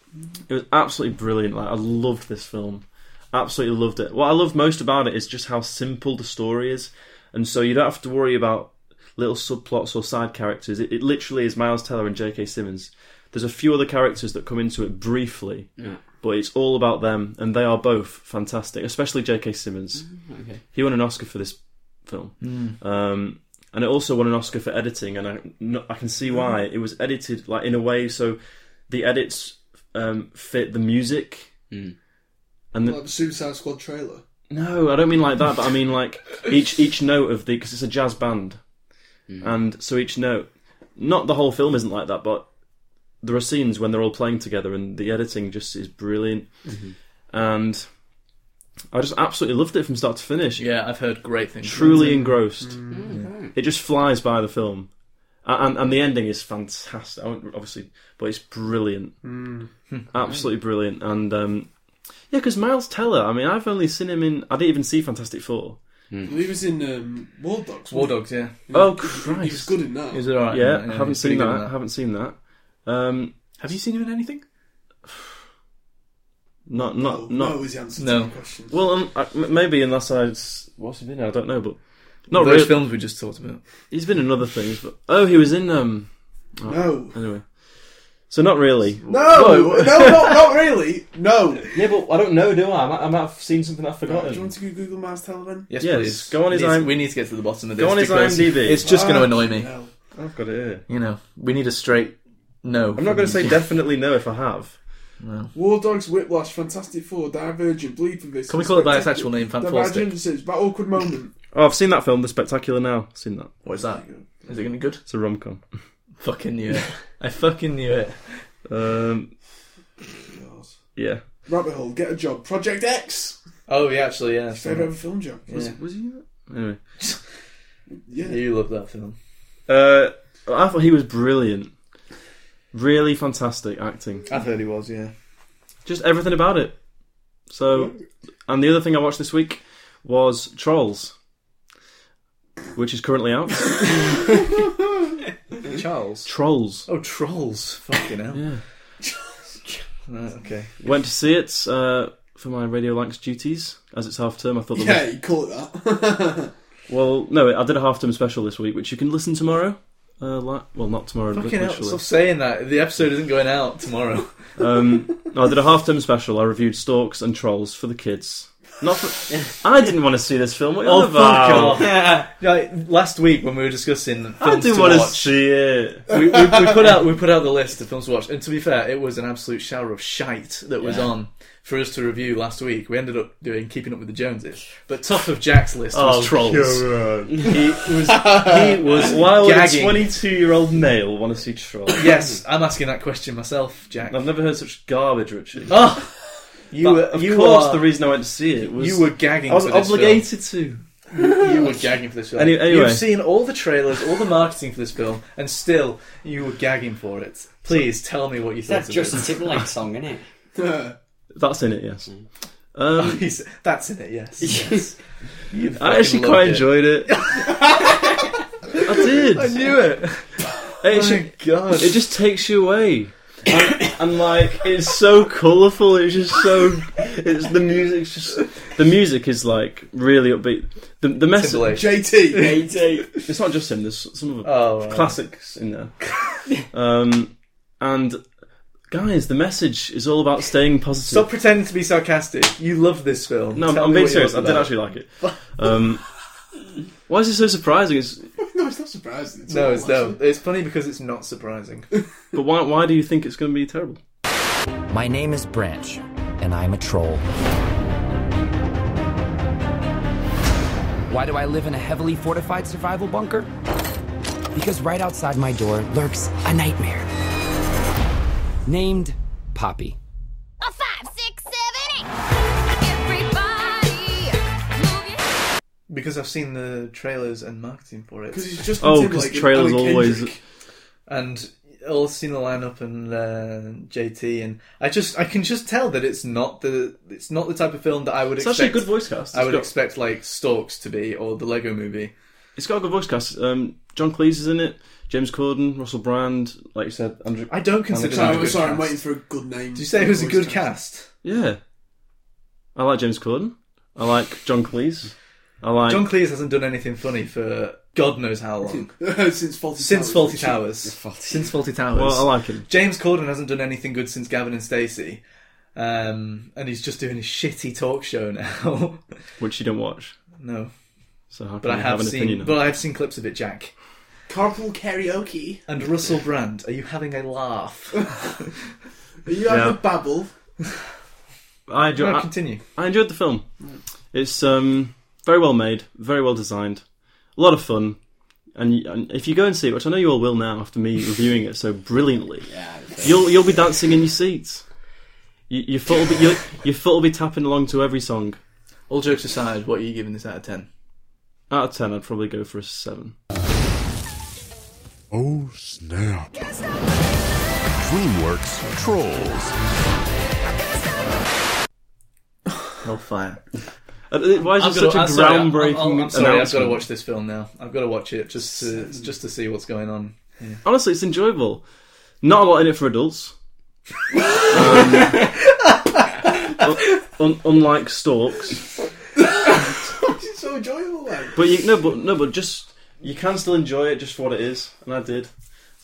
S2: It was absolutely brilliant. Like I loved this film. Absolutely loved it. What I love most about it is just how simple the story is, and so you don't have to worry about little subplots or side characters. It, it literally is Miles Teller and J.K. Simmons. There's a few other characters that come into it briefly,
S4: Yeah.
S2: but it's all about them, and they are both fantastic. Especially J.K. Simmons.
S4: Okay.
S2: He won an Oscar for this film. Um, and it also won an Oscar for editing, and I, no, I can see why it was edited like in a way so the edits um, fit the music.
S4: Mm.
S2: And the,
S3: Like the Suicide Squad trailer.
S2: no, I don't mean like that, but I mean like each each note of the because it's a jazz band, and so each note, not the whole film isn't like that, but there are scenes when they're all playing together, and the editing just is brilliant, and I just absolutely loved it from start to finish
S1: Yeah, I've heard great things.
S2: truly engrossed.
S3: Mm,
S1: Mm,
S4: Okay.
S2: It just flies by the film, A- and and the ending is fantastic. I won't, obviously, but it's brilliant,
S3: Mm.
S1: Hmm.
S2: absolutely brilliant. And um, yeah, because Miles Teller. I mean, I've only seen him in. I didn't even see Fantastic Four.
S3: He was in um, War Dogs.
S1: Hmm. War
S3: wasn't
S1: Dogs. Yeah.
S2: Oh
S3: He He was
S2: Christ!
S3: good in that.
S1: Is it alright?
S2: Yeah, I haven't
S1: he's
S2: seen
S1: pretty
S2: that.
S1: good in
S2: Haven't seen that. Um,
S1: Have you seen him in anything?
S2: not
S3: no,
S2: not
S3: no
S2: not.
S3: is the answer
S1: No.
S3: to the question.
S2: Well, um, I- m- maybe unless I what's he been in? I don't know, but not
S1: those
S2: really.
S1: films we just talked about.
S2: He's been in other things, but oh, he was in um.
S3: no.
S2: Anyway, so not really.
S3: No, no, not, not really. No. Do
S2: Yeah, but I don't know, do I? I might, I might have seen something I've forgotten.
S3: you want to go Google Mars Teller then?
S1: Yes,
S2: Yes,
S1: please.
S2: go on his
S1: we need,
S2: IM
S1: we need to get to the bottom of this.
S2: Go on his
S1: because
S2: IMDb.
S1: It's just
S3: Ah,
S1: going to annoy me.
S3: No.
S2: I've got it here.
S1: You know, we need a straight no.
S2: I'm not going to say definitely no if I have.
S3: War Dogs, Whiplash, Fantastic Four, Divergent, Bleed for this.
S1: Can we call it by its actual name, Fantastic?
S3: Divergent, that awkward moment.
S2: Oh, I've seen that film, The Spectacular. Now, I've seen that.
S1: What is that? Is it going to be good?
S2: It's a rom com.
S1: Fucking knew it. I fucking knew it.
S2: Um, yeah.
S3: Rabbit hole, get a job. Project X.
S1: Oh, yeah, actually, yeah.
S3: Favorite ever film job.
S1: Yeah.
S2: Was he? Anyway,
S3: Yeah.
S1: You love that film.
S2: uh, I thought he was brilliant. Really fantastic acting.
S1: I've heard he was, yeah.
S2: Just everything about it. So, and the other thing I watched this week was Trolls, which is currently out.
S1: Charles.
S2: Trolls.
S1: Oh, Trolls. Fucking hell.
S2: Yeah.
S1: Right, okay.
S2: Went to see it uh, for my Radio Lanx duties. As it's half term, I thought. there was-
S3: Yeah, you call it that.
S2: Well, no, I did a half term special this week, which you can listen tomorrow. Uh, li- well, not tomorrow.
S1: Fucking hell.
S2: literally.
S1: Stop saying that. The episode isn't going out tomorrow.
S2: Um, no, I did a half term special. I reviewed Storks and Trolls for the kids. Not for. I didn't want to see this film. What
S1: Oh,
S2: oh,
S1: fuck off. like, last week when we were discussing
S2: I
S1: films
S2: do
S1: to
S2: want to
S1: watch,
S2: see it.
S1: we, we, we put out we put out the list of films to watch, and to be fair, it was an absolute shower of shite that was
S4: Yeah.
S1: on for us to review last week. We ended up doing Keeping Up with the Joneses, but top of Jack's list was
S2: Oh,
S1: Trolls.
S2: He was. He was. Why would
S1: gagging.
S2: a twenty-two-year-old male want to see Trolls?
S1: Yes, I'm asking that question myself, Jack.
S2: I've never heard such garbage, Richie.
S1: Oh, you
S2: But
S1: were
S2: of
S1: you
S2: course,
S1: were
S2: the reason I went to see it was
S1: you were gagging.
S2: I was
S1: for this
S2: obligated to.
S1: Film. You were gagging for this film.
S2: Any- anyway.
S1: You've seen all the trailers, all the marketing for this film, and still you were gagging for it. Please tell me what you thought
S4: That's
S1: of
S4: Justin
S1: it.
S4: Timberlake song, isn't it?
S1: Mm.
S2: That's in it, yes. Um,
S1: He's- That's in it, yes. yes. You
S2: I actually
S1: fucking
S2: quite
S1: loved
S2: enjoyed it. I did.
S1: it. I knew it.
S2: It
S1: Oh
S2: ju-
S1: my god.
S2: it just takes you away. And, and, like it's so colourful, it's just so it's the music's just the music is like really upbeat. The the message
S1: Timberlake.
S3: JT.
S2: it's not just him, there's some of the
S1: Oh, right.
S2: classics in there. Um and guys, the message is all about staying positive.
S1: Stop pretending to be sarcastic. You love this film.
S2: No, I'm,
S1: Tell
S2: I'm
S1: me
S2: being
S1: what you
S2: serious. I
S1: love
S2: did
S1: about
S2: actually like it. Um, why is it so surprising? It's,
S3: no, it's not surprising.
S1: it. No,
S3: all
S1: it's no.
S3: actually.
S1: It's funny because it's not surprising.
S2: but why why do you think it's going to be terrible?
S9: My name is Branch, and I'm a troll. Why do I live in a heavily fortified survival bunker? Because right outside my door lurks a nightmare named Poppy.
S10: A five, six, seven, eight. Everybody, move your
S1: because I've seen the trailers and marketing for it,
S3: Because he's just
S2: Oh,
S3: Timberlake
S2: 'cause
S3: and
S2: trailers
S3: Alan
S2: always-
S3: Kendrick.
S1: and all seen the lineup and uh, JT, and I just I can just tell that it's not the it's not the type of film that I would
S2: It's
S1: expect.
S2: actually a good voice cast.
S1: I
S2: It's
S1: would
S2: got-
S1: expect like Storks to be or the Lego Movie.
S2: It's got a good voice cast. Um, John Cleese is in it. James Corden, Russell Brand, like you said, Andrew.
S1: I don't consider. that a
S3: Sorry,
S1: good
S3: sorry, I'm
S1: cast.
S3: waiting for a good name.
S1: Did you say it was a good cast?
S2: Yeah, I like James Corden. I like John Cleese. I like
S1: John Cleese hasn't done anything funny for God knows how long.
S3: since Faulty
S1: Since Faulty
S3: Towers.
S1: Towers. Since Faulty Towers.
S2: Well, I like him.
S1: James Corden hasn't done anything good since Gavin and Stacey. Um, and he's just doing a shitty talk show now.
S2: which you don't watch.
S1: no,
S2: So how can
S1: but I
S2: you
S1: have
S2: an
S1: seen,
S2: opinion?
S1: but
S2: But
S1: I have seen clips of it, Jack.
S3: Carpool karaoke.
S1: And Russell Brand, are you having a laugh?
S3: Are you having
S2: Yeah.
S3: a babble?
S2: I, enjoy-
S1: no,
S2: I,
S1: continue.
S2: I enjoyed the film. It's um, very well made, very well designed, a lot of fun. And, and if you go and see it, which I know you all will now after me reviewing it so brilliantly, you'll you'll be dancing in your seats. You, your foot will be your, your foot will be tapping along to every song.
S1: All jokes aside, what are you giving this out of ten?
S2: Out of ten, I'd probably go for a seven.
S11: Oh snap. DreamWorks Trolls.
S1: Hellfire.
S2: Uh, Why is it such a groundbreaking
S1: I'm, sorry, I've got to
S2: announcement?
S1: watch this film now. I've got to watch it just to just to see what's going on.
S2: Honestly, it's enjoyable. Not a lot in it for adults. um, un- unlike Storks,
S3: It's so enjoyable, like.
S2: but you, no, but no, but just you can still enjoy it just for what it is, and I did.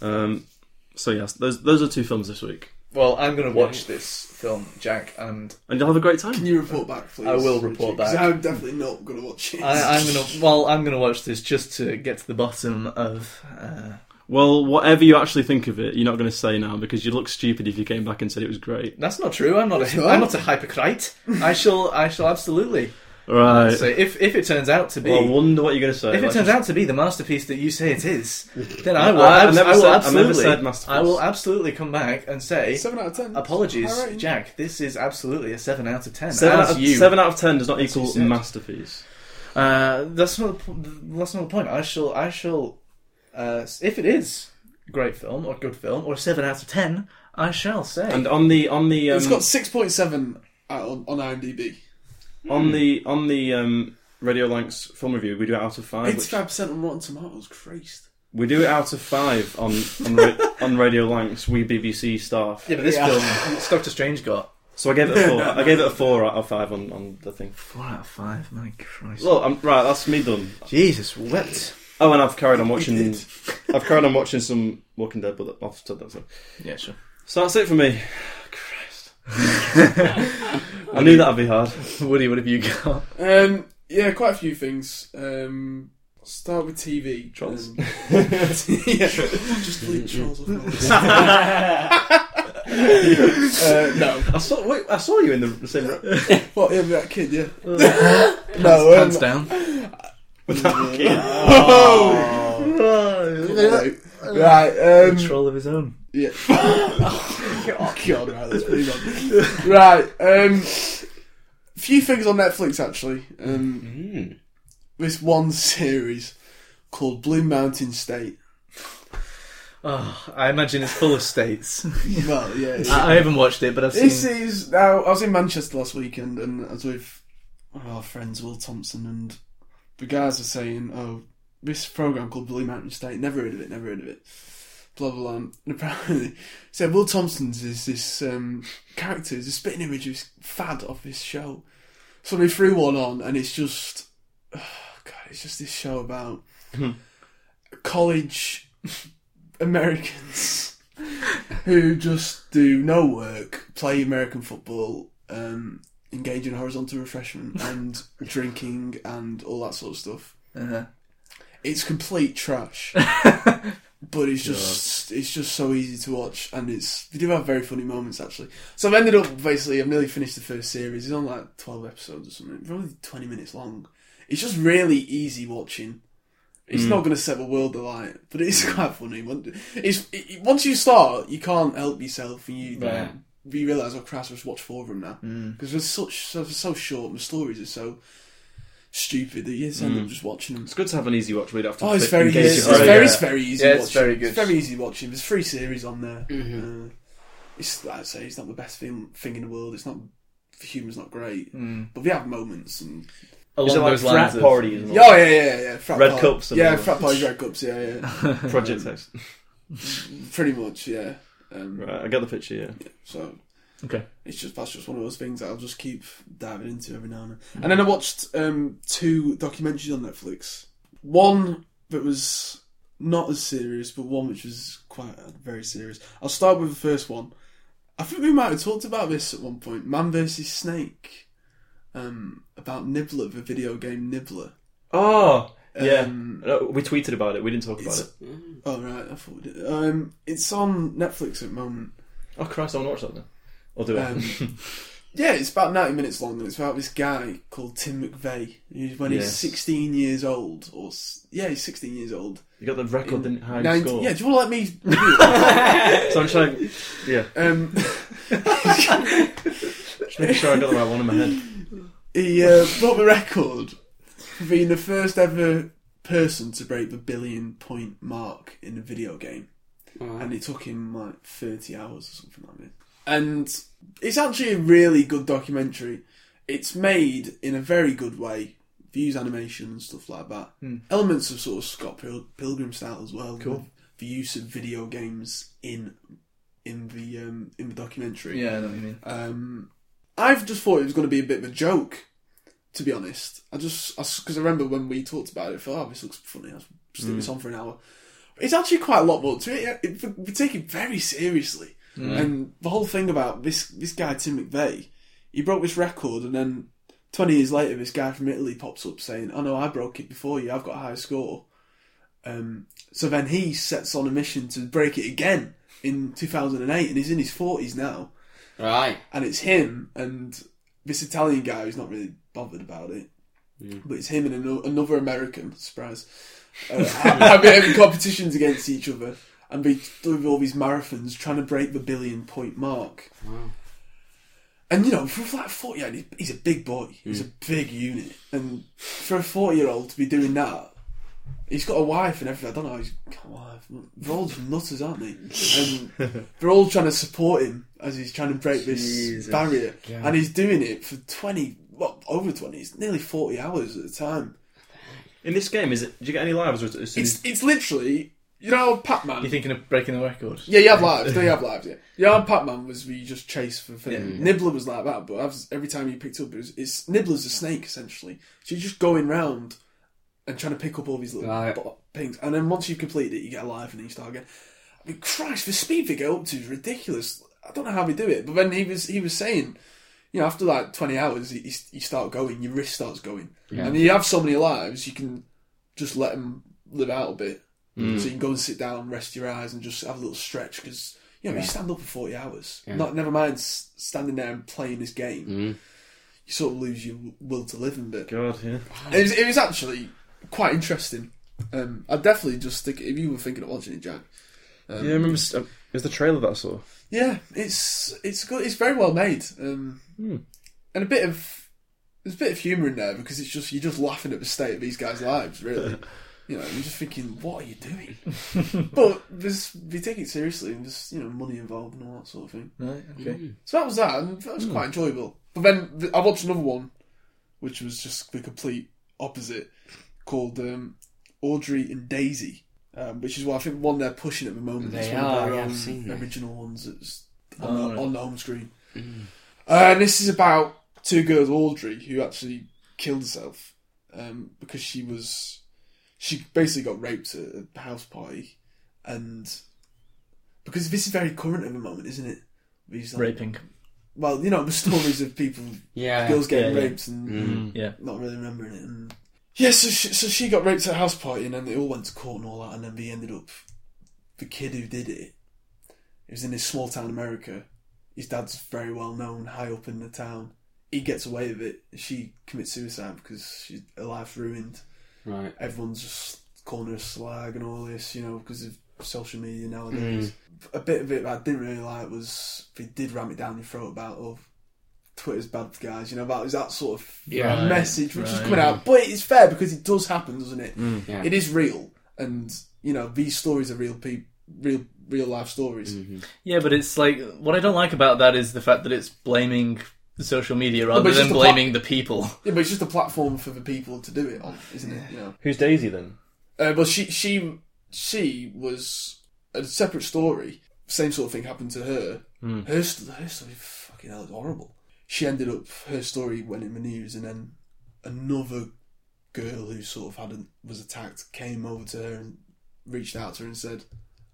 S2: Um, so yes, those those are two films this week,
S1: Well, I'm going to watch this film, Jack, and
S2: and you'll have a great time.
S3: Can you report back, please?
S1: I will report
S3: Because
S1: back.
S3: I'm definitely not going to watch it.
S1: I, I'm gonna. Well, I'm gonna watch this just to get to the bottom of. Uh,
S2: Well, whatever you actually think of it, you're not going to say now because you'd look stupid if you came back and said it was great.
S1: that's not true. I'm not. A,
S3: not.
S1: I'm not a hypocrite. I shall. I shall absolutely
S2: Right.
S1: say if if it turns out to be.
S2: Well, I wonder what you're going to say.
S1: if it
S2: Like,
S1: turns
S2: just-
S1: out to be the masterpiece that you say it is, then I will.
S2: I- I
S1: abs-
S2: never
S1: I will
S2: said- I never
S1: absolutely.
S2: said masterpiece.
S1: I will absolutely come back and say.
S3: Seven out of ten.
S1: Apologies,
S3: High rating.
S1: Jack. This is absolutely a seven out of ten.
S2: seven,
S1: as
S2: out of,
S1: you.
S2: seven out of ten does not
S1: That's what
S2: equal
S1: you said.
S2: masterpiece.
S1: Uh, that's not. the po- That's not the point. I shall. I shall. Uh, if it is a great film or good film or seven out of ten, I shall say.
S2: And on the on the um,
S3: It's got 6.7 out on, on IMDb.
S2: on the on the um, Radio Lanx film review, we do it out of five. which-
S3: 85% on Rotten Tomatoes, Christ.
S2: we do it out of five on on, ra- on Radio Lanx. We BBC staff.
S1: yeah, but this
S3: Yeah.
S1: film, it's Doctor Strange got
S2: So I gave it a four. I gave it a four out of five on, on the thing.
S1: four out of five. My Christ,
S2: Look, I'm, right, that's me done.
S1: Jesus wept.
S2: Oh, and I've carried on watching. I've carried on watching some Walking Dead, but I've said that. So.
S1: Yeah, sure.
S2: so that's it for me. Christ. I knew that'd be hard.
S1: Woody, what have you got?
S3: Um, yeah, quite a few things. Um, start with TV.
S2: Trolls.
S3: Um, yeah, just delete trolls off my list. uh, no.
S2: I saw. Wait, I saw you in the, the same. room.
S3: What, yeah, that kid, yeah. no, um,
S1: Pants down.
S3: Right, um,
S1: Troll of his own.
S3: Yeah. oh god, right, let's move on. Right, um, few things on Netflix actually. Um, this one series called Blue Mountain State.
S1: Oh, I imagine it's full of states.
S3: Well, yeah.
S1: I, I haven't watched it, but I've
S3: This
S1: seen.
S3: is now. I was in Manchester last weekend, and as with one of our friends, Will Thompson, and the guys were saying, "Oh, this program called Blue Mountain State. Never heard of it. Never heard of it." Blah blah. blah. And apparently, so Will Thompson's is this um, character, is a spitting image of this fad of this show. So they threw one on, and it's just, oh God, it's just this show about
S1: Hmm.
S3: college Americans who just do no work, play American football, um, engage in horizontal refreshment and drinking and all that sort of stuff.
S1: Uh-huh.
S3: It's complete trash, but it's just it's just so easy to watch, and it's they do have very funny moments actually. So I've ended up basically I've nearly finished the first series. It's on like twelve episodes or something, probably twenty minutes long. It's just really easy watching. It's
S2: Mm.
S3: not going to set the world alight, but it's quite funny. When- It's it, it- once you start, you can't help yourself, and you
S1: Right.
S3: you realise, oh, crap, I just watch four of them now
S1: Mm.
S3: because they're such so, so short, and the stories are so stupid that you just end up
S2: Mm.
S3: just watching them.
S2: It's good to have an easy watch. We'd have to.
S3: Oh, it's
S2: fit-
S3: very,
S2: engage
S3: easy. It's
S2: your-
S3: very,
S2: Yeah.
S3: it's very easy.
S1: Yeah, it's
S3: watching.
S1: very good.
S3: It's very easy watching. There's three series on there.
S4: Mhm.
S3: Uh, it's like I say, it's not the best thing, thing in the world. It's not for humans, not great,
S1: Mm.
S3: but we have moments and
S1: Along
S2: Is it like
S1: those
S2: frat
S1: lines of-
S2: parties? and
S3: oh
S2: all
S3: yeah, yeah, yeah, yeah. Frat
S2: Red
S3: party.
S2: cups and
S3: yeah,
S2: all that.
S3: frat parties, red cups, yeah, yeah,
S2: that? Project X.
S3: pretty much, yeah. Um,
S2: Right, I get the picture. Yeah.
S3: So
S1: Okay.
S3: it's just that's just one of those things that I'll just keep diving into every now and then. And then I watched um, two documentaries on Netflix. One that was not as serious, but one which was quite uh, very serious. I'll start with the first one. I think we might have talked about this at one point. Man versus Snake, um, about Nibbler, the video game Nibbler.
S2: Oh. Yeah.
S3: Um,
S2: No, we tweeted about it. We didn't talk about
S3: It's-
S2: it.
S3: Oh right, I thought we did. Um, it's on Netflix at the moment.
S2: Oh Christ! I want to watch that then. Or do I?
S3: Um, Yeah, it's about 90 minutes long and it's about this guy called Tim McVeigh. He's when he's
S2: Yes.
S3: 16 years old, or s- yeah, he's 16 years old.
S2: you got the record in high
S3: 90
S2: score.
S3: yeah, do you want to let me?
S2: So I'm trying. Yeah.
S3: um,
S2: Just making sure I got the right one in my head.
S3: he uh, broke the record for being the first ever person to break the billion point mark in a video game. and it took him like 30 hours or something like that. And it's actually a really good documentary. It's made in a very good way. They use animation and stuff like that. Elements of sort of Scott Pil- Pilgrim style as well. Cool. The use of video games in in the um, in the documentary.
S1: Yeah, I know what you mean.
S3: Um, I've just thought it was going to be a bit of a joke, to be honest. I just because I, remember when we talked about it, I thought, oh, this looks funny. I'll stick this on for an hour. It's actually quite a lot more to it. It- it- we take it very seriously, and the whole thing about this this guy Tim McVeigh, he broke this record, and then twenty years later, this guy from Italy pops up saying, "Oh no, I broke it before you. I've got a higher score." Um, so then he sets on a mission to break it again in 2008, and he's in his 40s now
S4: Right.
S3: and it's him and this Italian guy who's not really bothered about it, but it's him and ano- another American. Surprise! Uh, having, having competitions against each other and be doing all these marathons trying to break the billion point mark.
S4: Wow.
S3: And you know, for like forty, and he- he's a big boy. He's a big unit, and for a forty-year-old to be doing that. He's got a wife and everything. I don't know. how He's got a wife. They're all just nutters, aren't they? And they're all trying to support him as he's trying to break this
S1: Jesus.
S3: barrier, and he's doing it for twenty, well, over twenty. It's nearly forty hours at a time.
S2: In this game, is it? Do you get any lives? Or is it, as soon as-
S3: It's it's literally, you know, Pac-Man.
S1: You thinking of breaking the record?
S3: Yeah, you have lives. No, you have lives. Yeah, yeah. Pac Man was where you just chase for things. Nibbler was like that, but I was- every time you picked up, it was, it's Nibbler's a snake essentially. So you're just going round and trying to pick up all these little
S4: Right.
S3: bo- things, and then once you've completed it, you get a life, and then you start again. I mean, Christ, the speed they go up to is ridiculous. I don't know how they do it, but then he was he was saying, you know, after like 20 hours, you, you start going, your wrist starts going, and you have so many lives, you can just let them live out a bit. So you can go and sit down, rest your eyes, and just have a little stretch because you know you stand up for forty hours. Not never mind s- standing there and playing this game. You sort of lose your will to live a bit.
S2: God, yeah.
S3: It was, it was actually quite interesting. Um, I'd definitely just stick if you were thinking of watching it, Jack.
S2: yeah, I remember. s- uh, It was the trailer that I saw.
S3: Yeah, it's it's good. It's very well made, um, and a bit of there's a bit of humour in there because it's just you're just laughing at the state of these guys' lives, really. You know, you're just thinking, what are you doing? but there's, they take it seriously and there's, you know, money involved and all that sort of thing.
S5: Right, okay.
S4: Mm-hmm.
S5: Mm.
S3: So that was that, and that was
S5: Mm.
S3: quite enjoyable. But then th- I watched another one, which was just the complete opposite, called um, Audrey and Daisy, um, which is what I think one they're pushing at the moment.
S4: They
S3: It's one of
S4: are,
S3: their
S4: yeah, I've
S3: own
S4: seen that.
S3: original ones that's on,
S4: Oh,
S3: the,
S4: right.
S3: on the home screen.
S4: Mm.
S3: Uh, and this is about two girls, Audrey, who actually killed herself um, because she was she basically got raped at a house party, and because this is very current at the moment, isn't it? These, like-
S1: Raping.
S3: Well, you know the stories of people,
S1: Yeah.
S3: girls getting
S1: Yeah, yeah.
S3: raped and
S1: Mm. Yeah.
S3: not really remembering it. And yeah, so she, so she got raped at a house party, and then they all went to court and all that, and then they ended up the kid who did it. It was in this small town America. His dad's very well known, high up in the town. He gets away with it. She commits suicide because she, her life's ruined.
S4: Right.
S3: Everyone's just calling her a slag and all this, you know, because of social media
S4: Mm.
S3: nowadays. A bit of it that I didn't really like was they did ram it down your throat about oh, Twitter's bad for guys, you know, that was that sort of
S4: Yeah. Right,
S3: message which is
S4: right.
S3: coming out. But it's fair because it does happen, doesn't it?
S4: Mm. Yeah.
S3: It is real, and you know these stories are real people, real real life stories.
S4: Mm-hmm.
S1: Yeah, but it's like what I don't like about that is the fact that it's blaming social media rather
S3: but it's
S1: than
S3: just a pla-
S1: blaming the people.
S3: Yeah, but it's just a platform for the people to do it on, isn't it? You know.
S2: Who's Daisy then?
S3: Uh, well, she she she was a separate story. Same sort of thing happened to her.
S2: Hmm.
S3: Her st- her story, fucking hell, it's horrible. She ended up her story went in the news, and then another girl who sort of had a, was attacked came over to her and reached out to her and said,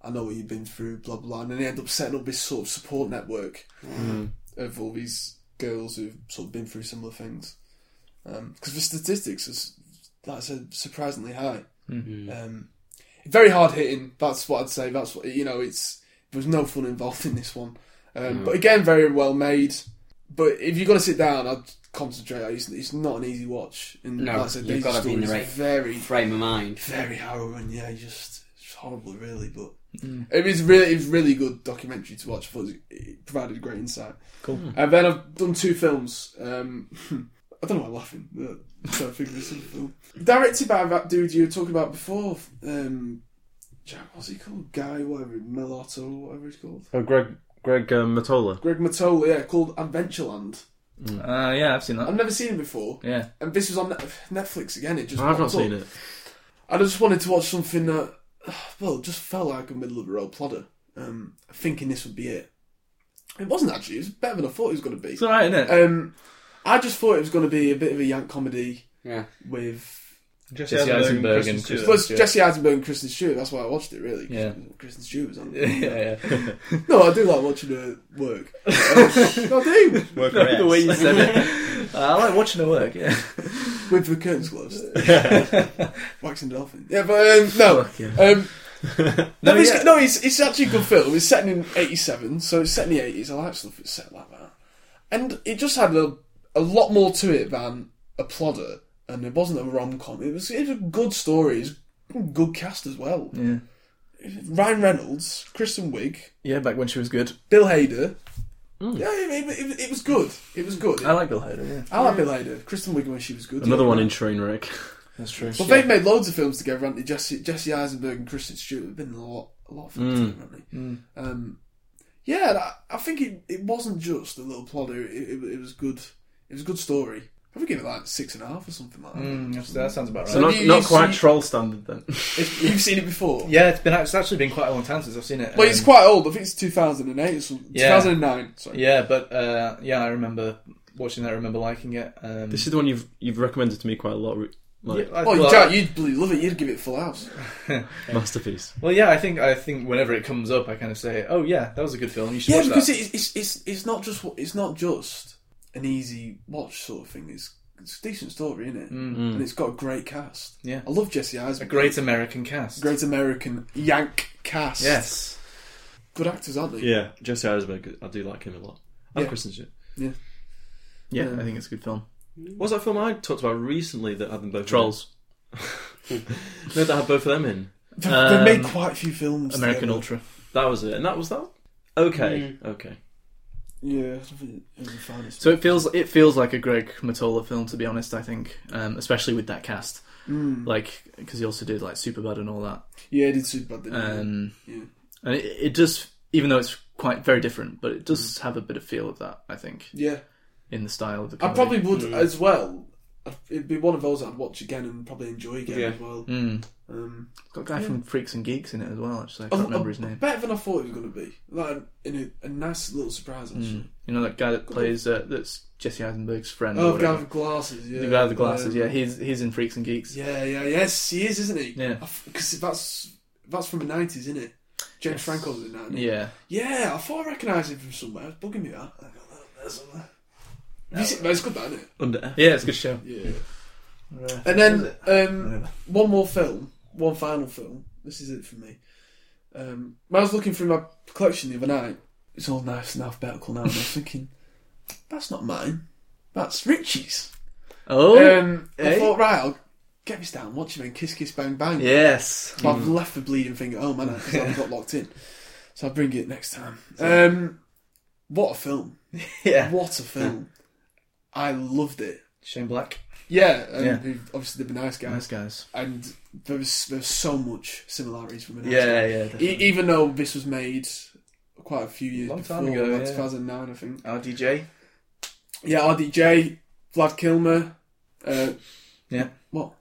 S3: "I know what you've been through, blah blah." And then they end up setting up this sort of support network
S2: Hmm.
S4: Mm-hmm.
S3: of all these girls who've sort of been through similar things. Because the statistics is, like I said, surprisingly high.
S4: Mhm.
S3: Um, very hard hitting. That's what I'd say. That's what you know. It's there was no fun involved in this one, um,
S4: No.
S3: but again, very well made. But if you're gonna sit down, I'd concentrate. It's, it's not an easy watch, and
S4: No,
S3: like I said,
S4: you've
S3: Daisy's
S4: got to be in the
S3: story
S4: right
S3: is very
S4: frame of mind.
S3: very harrowing. Yeah, you just it's horrible, really. But
S4: Mm.
S3: it was really, it was really good documentary to watch. I thought it- it provided great insight.
S1: Cool.
S2: Hmm.
S1: Mm.
S3: And then I've done two films. Um, I don't know why I'm laughing. but I don't think this is a film. Directed by that dude you were talking about before. Um, Jack, what's he called? Guy, whatever, Melotto, whatever he's called.
S2: Oh, Greg Greg um, Matola.
S3: Greg Matola, yeah, called Adventureland.
S1: Uh, yeah, I've seen that.
S3: I've never seen it before.
S1: Yeah.
S3: And this was on Net- Netflix again. It just
S2: I've not
S3: popped up.
S2: seen it.
S3: I just wanted to watch something that, well, just felt like a middle of the road plodder. Um, thinking this would be it. It wasn't actually. It was better than I thought it was going to be. It's
S1: alright, isn't
S3: it? Um, I just thought it was going to be a bit of a yank comedy.
S4: Yeah.
S3: With
S1: Jesse Jesse Eisenberg Eisenberg and and Kristen Kristen
S3: Well,
S1: Stewart.
S3: Jesse Eisenberg and Kristen Stewart. That's why I watched it really.
S1: Yeah.
S3: Kristen Stewart was on.
S1: Yeah, yeah.
S3: no, I do like watching her work. no, I do.
S1: Work her The way ass. you said it. Uh, I like watching her work, yeah.
S3: With the curtains closed. Waxing dolphin. Yeah, but um, no.
S1: Fuck yeah.
S3: Um, no,
S1: No,
S3: it's,
S1: yeah.
S3: no it's, it's actually a good film. It's set in 87, so it's set in the 80s. I like stuff that's set like that. And it just had a, a lot more to it than a plodder, and it wasn't a rom com. It was, it was a good story. It was a good cast as well.
S1: Yeah.
S3: Ryan Reynolds, Kristen Wiig,
S1: Yeah, back when she was good.
S3: Bill Hader. Yeah, it, it- it- it was good. It was good.
S1: I like Bill Hader, yeah.
S3: I like Bill Hader. Kristen Wiig when she was good.
S2: Another
S3: Yeah.
S2: one in Trainwreck.
S1: That's true.
S3: But they've made loads of films together, haven't they? Jesse, Jesse Eisenberg and Kristen Stewart have been in a lot, a lot of films
S2: Mm.
S3: together, haven't they? Um, yeah, and I, I think it, it wasn't just a little plodder. It, it, it was good. It was a good story. I would give it like six and a half or something like that.
S1: Mm, that's- that sounds about right.
S2: So not,
S3: you-
S2: not
S3: you've
S2: quite
S3: seen-
S2: troll standard then.
S3: if you've seen it before.
S1: Yeah, it's been it's actually been quite a long time since I've seen it.
S3: Well, it's
S1: um,
S3: quite old. I think it's 2008 or something.
S1: yeah.
S3: 2009. Sorry.
S1: Yeah, but uh, yeah, I remember watching that. I remember liking it. Um,
S2: This is the one you've you've recommended to me quite a lot. re- Like,
S1: Yeah, I-
S3: oh,
S1: well,
S3: Jack,
S1: I-
S3: you'd bloody love it. You'd give it full house.
S2: masterpiece.
S1: Well, yeah, I think I think whenever it comes up, I kind of say, "Oh yeah, that was a good film. You should
S3: yeah,
S1: watch
S3: because
S1: that."
S3: it's, it's it's it's not just what- it's not just an easy watch sort of thing. It's it's a decent story, isn't it?
S1: Mm.
S3: And it's got a great cast.
S1: Yeah.
S3: I love Jesse Eisenberg.
S1: a great uh, American cast.
S3: Great American Yank cast.
S1: Yes.
S3: Good actors, aren't they?
S2: Yeah, Jesse Eisenberg. I do like him a lot. And
S3: Yeah.
S2: Kristen Stewart.
S3: Yeah.
S1: Yeah, I think it's a good film.
S2: What was that film I talked about recently that had them both?
S1: Trolls.
S2: In? it? no, that had both of them in.
S3: They- They've
S2: Um,
S3: made quite a few films.
S1: American
S3: together.
S1: Ultra.
S2: That was it, and that was that.
S3: Mm.
S2: Okay, okay.
S3: Yeah, I think it was the finest.
S1: So it feels it feels like a Greg Matola film, to be honest. I think, um, especially with that cast.
S3: Mm.
S1: like because he also did like Superbad and all that.
S3: Yeah, he did Superbad, didn't he?
S1: Um,
S3: Yeah.
S1: And it, it does, even though it's quite very different, but it
S3: Mm.
S1: does have a bit of feel of that. I think.
S3: Yeah.
S1: In the style of the.
S3: I
S1: Comedy.
S3: probably would as well. It'd be one of those I'd watch again and probably enjoy again
S1: Yeah.
S3: as well.
S1: Mm.
S3: Um,
S1: Got a guy
S3: yeah.
S1: from Freaks and Geeks in it as well. Actually, I can't
S3: Oh,
S1: remember
S3: oh,
S1: his name.
S3: Better than I thought it was going to be. Like in a, a nice little surprise actually.
S1: Mm. You know that guy that plays uh, that's Jesse Eisenberg's friend. or
S3: Oh, the guy
S1: whatever.
S3: with glasses. Yeah.
S1: The guy with the glasses.
S3: Um,
S1: Yeah, he's he's in Freaks and Geeks.
S3: Yeah, yeah, yes, he is, isn't he?
S1: Yeah.
S3: Because that's that's from the nineties, isn't it? James Franco's in that. isn't he?
S1: Yeah.
S3: Yeah, I thought I recognised him from somewhere. It's bugging me that. I got that there somewhere. Have you seen- no, it's good, that, isn't it?
S2: Under.
S1: Yeah, it's a good show.
S3: Yeah. And then um, one more film, one final film. This is it for me. Um, when I was looking through my collection the other night, it's all nice and alphabetical now, and I was thinking, that's not mine. That's Richie's.
S1: Oh,
S3: um, I
S1: eh?
S3: thought, right, I'll get this down, watch him in Kiss Kiss Bang Bang.
S1: Yes.
S3: But I've left the bleeding thing at home, and I 'cause I got locked in. So I'll bring it next time. Um, what a film.
S1: Yeah.
S3: What a film. I loved it.
S1: Shane Black.
S3: Yeah, and
S1: Yeah.
S3: who've obviously they've been nice guys.
S1: Nice guys.
S3: And there was there's so much similarities from the nice
S1: Yeah,
S3: guys.
S1: yeah,
S3: E-
S1: definitely.
S3: even though this was made quite a few years
S1: Long
S3: before,
S1: time ago,
S3: like
S1: yeah.
S3: 2009, I think.
S1: RDJ.
S3: Yeah, RDJ, Vlad Kilmer, uh,
S1: Yeah.
S3: what?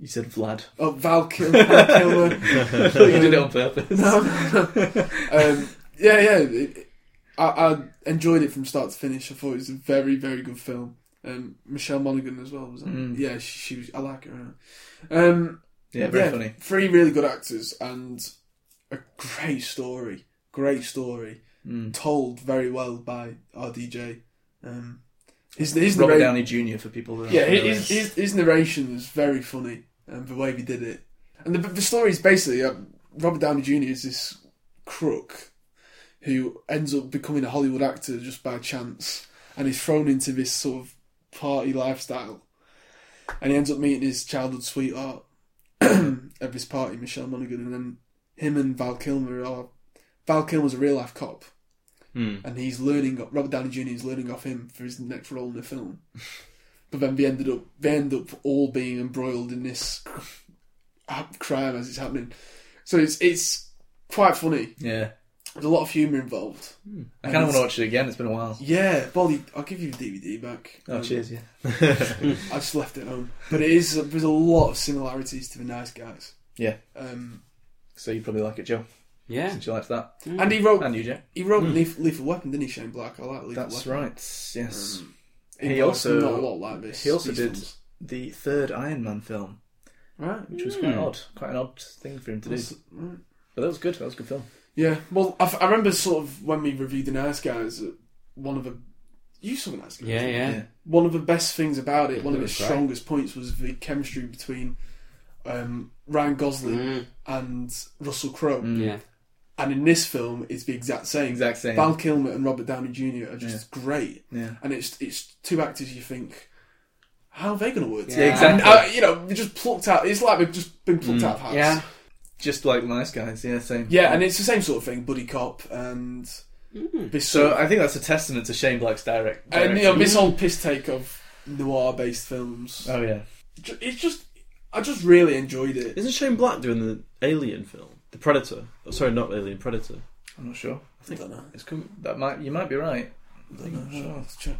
S1: You said Vlad.
S3: Oh, Val Kil- Val Kilmer.
S1: I thought you did it on purpose.
S3: No, no, no. um, yeah, yeah. It, it- I, I enjoyed it from start to finish. I thought it was a very, very good film. Um, Michelle Monaghan as well was. on it?
S1: Mm.
S3: Yeah, she, she was. I like her. Um,
S1: Yeah, very funny.
S3: Three really good actors and a great story. Great story
S1: Mm.
S3: told very well by RDJ. Um, his his
S1: Robert
S3: narra-
S1: Downey Jr. for people. That
S3: yeah,
S1: don't know this.
S3: his, his, his narration was very funny, and the way he did it, and the, the story is basically um, Robert Downey Jr. is this crook who ends up becoming a Hollywood actor just by chance, and he's thrown into this sort of party lifestyle, and he ends up meeting his childhood sweetheart at this party, Michelle Monaghan, and then him and Val Kilmer are. Val Kilmer's a real life cop, and he's learning. Robert Downey Jr. is learning off him for his next role in the film. But then they ended up they end up all being embroiled in this hap- crime as it's happening. So it's it's quite funny.
S1: Yeah.
S3: There's a lot of humour involved.
S1: Hmm. I kind of want to watch it again. It's been a while.
S3: Yeah, Bolly, I'll give you the DVD back.
S1: Oh,
S3: Um,
S1: cheers. Yeah.
S3: I just left it at home, but it is there's a lot of similarities to the Nice Guys.
S1: Yeah.
S3: Um,
S1: So you probably like it, Joe.
S4: Yeah.
S1: Since you liked that.
S3: And he wrote
S1: And you, Joe.
S3: he wrote Leaf, Lethal Weapon, didn't he? Shane Black. I like Lethal
S1: That's
S3: Weapon.
S1: right. Yes.
S3: Um,
S1: he
S3: involves
S1: also
S3: not a lot like this.
S1: he also
S3: these
S1: did
S3: films.
S1: the third Iron Man film,
S3: right.
S1: which was quite odd, quite an odd thing for him to do.
S3: right.
S1: But that was good. That was a good film.
S3: Yeah, well, I, I remember sort of when we reviewed the Nice Guys, uh, one of the you saw the Nice Guys.
S4: Yeah, yeah.
S1: Yeah.
S3: One of the best things about it, one
S4: That
S3: of the
S4: was great.
S3: strongest points, was the chemistry between um, Ryan Gosling
S4: Mm.
S3: and Russell Crowe.
S4: Yeah.
S3: And in this film, it's the exact same.
S1: Exact same.
S3: Val Kilmer and Robert Downey Jr. are just great.
S1: Yeah.
S3: And it's it's two actors you think, how are they going to work?
S4: Yeah,
S3: together?
S1: exactly.
S3: And, uh, you know, we just plucked out. It's like we've just been plucked out of hats.
S4: Mm. Yeah.
S1: Just like Nice Guys. Yeah, same.
S3: Yeah, and it's the same sort of thing, buddy cop, and this
S1: So
S3: sort
S1: I think that's a testament to Shane Black's direct.
S2: Uh,
S3: of, and you know,
S1: direction.
S3: this whole piss take of noir-based films.
S1: oh yeah.
S3: Ju- It's just, I just really enjoyed it.
S2: Isn't Shane Black doing the Alien film, the Predator? Oh, sorry, not Alien, Predator.
S1: I'm not sure.
S3: I don't know.
S1: It's com- that might you might be right.
S3: I don't know. I'll have to check.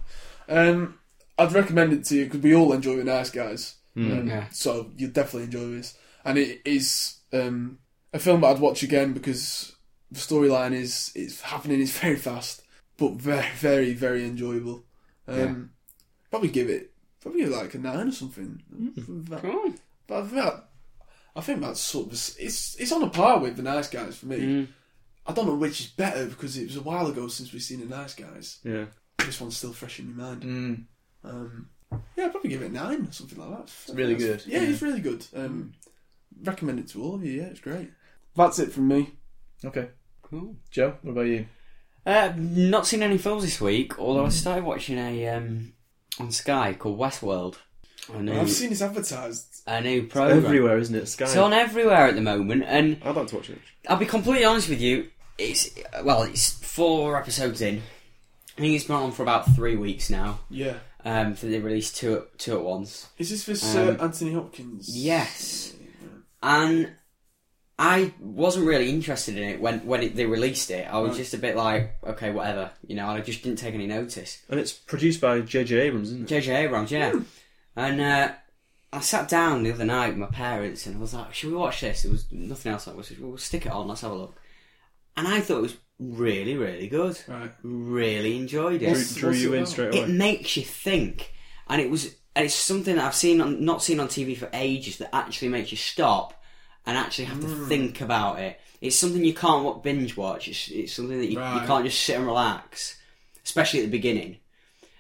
S3: Oh, Um, I'd recommend it to you because we all enjoy the nice guys. Um,
S4: Yeah.
S3: So you'll definitely enjoy this, and it is um, a film that I'd watch again because the storyline is it's happening. It's very fast, but very, very, very enjoyable. Um, Probably give it probably give it like a nine or something. That-
S4: Come on.
S3: But I think that, I think that's sort of it's it's on a par with the nice guys for me.
S4: Hmm.
S3: I don't know which is better because it was a while ago since we've seen the nice guys
S2: Yeah.
S3: this one's still fresh in my mind.
S1: Mm.
S3: Um, yeah, I'd probably give it a nine or something like that. It's
S1: really good.
S3: Yeah, it's really good. Um, recommend it to all of you. Yeah, it's great. That's it from me.
S1: Okay.
S4: Cool.
S1: Joe, what about you?
S4: Uh, not seen any films this week, although I started watching a um, on Sky called Westworld. A new,
S3: I've seen this advertised.
S4: a new program.
S2: Everywhere, isn't it? Sky.
S4: It's on everywhere at the moment, and
S2: I'd like to watch it.
S4: I'll be completely honest with you. It's well, it's four episodes in, I think it's been on for about three weeks now.
S3: Yeah.
S4: Um, so they released two at, two at once.
S3: Is this for
S4: Um,
S3: Sir Anthony Hopkins?
S4: Yes. And I wasn't really interested in it when when it, they released it. I was
S2: Right.
S4: just a bit like, okay, whatever, you know. And I just didn't take any notice.
S2: And it's produced by J.J. Abrams, isn't it?
S4: J.J. Abrams, yeah. And uh, I sat down the other night with my parents, and I was like, should we watch this? There was nothing else. Like, we said, well, we'll stick it on. Let's have a look. And I thought it was really, really good.
S3: Right.
S4: Really enjoyed it.
S2: What's- Drew- drew what's you it in about? straight away.
S4: It makes you think, and it was. And it's something that I've seen on, not seen on TV for ages that actually makes you stop and actually have to
S12: Mm.
S4: think about it. It's something you can't wa- binge watch. It's, it's something that you,
S12: Right.
S4: you can't just sit and relax, especially at the beginning.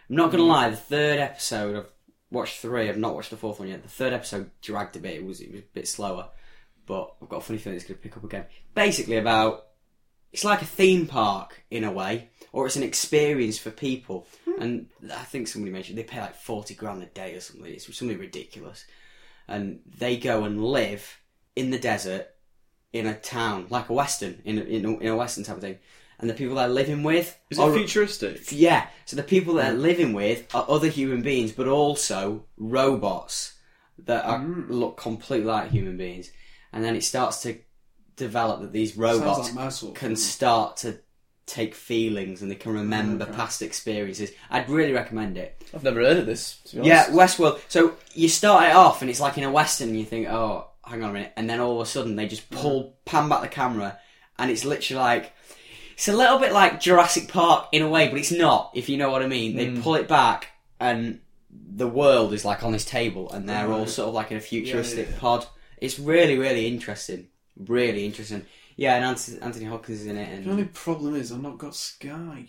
S4: I'm not
S2: Mm.
S4: gonna lie. The third episode, I've watched three. I've not watched the fourth one yet. The third episode dragged a bit. It was it was a bit slower, but I've got a funny feeling it's gonna pick up again. Basically, about it's like a theme park in a way, or it's an experience for people.
S2: Hmm.
S4: And I think somebody mentioned they pay like forty grand a day or something. It's something ridiculous, and they go and live in the desert in a town like a western in a, in a, in a western type of thing. And the people they're living with
S2: Is it futuristic?
S4: Yeah. So the people they're
S3: Hmm.
S4: living with are other human beings, but also robots that are,
S3: Hmm.
S4: look completely like human beings. And then it starts to develop that these
S3: Sounds like
S4: robots
S3: my sort of
S4: can start to take feelings and they can remember past experiences. I'd really recommend it.
S1: I've never heard of this. To be
S4: Yeah,
S1: honest.
S4: Westworld. So you start it off and it's like in a western, and you think, oh, hang on a minute, and then all of a sudden they just
S12: Mm.
S4: pull pan back the camera, and it's literally like it's a little bit like Jurassic Park in a way, but it's not. If you know what I mean, they
S12: Mm.
S4: pull it back and the world is like on this table, and they're all
S12: Right.
S4: sort of like in a futuristic
S12: Yeah, yeah, yeah.
S4: pod. It's really, really interesting. Really interesting. Yeah, and Anthony, Anthony Hopkins is in it. And
S3: The only problem is I've not got Sky.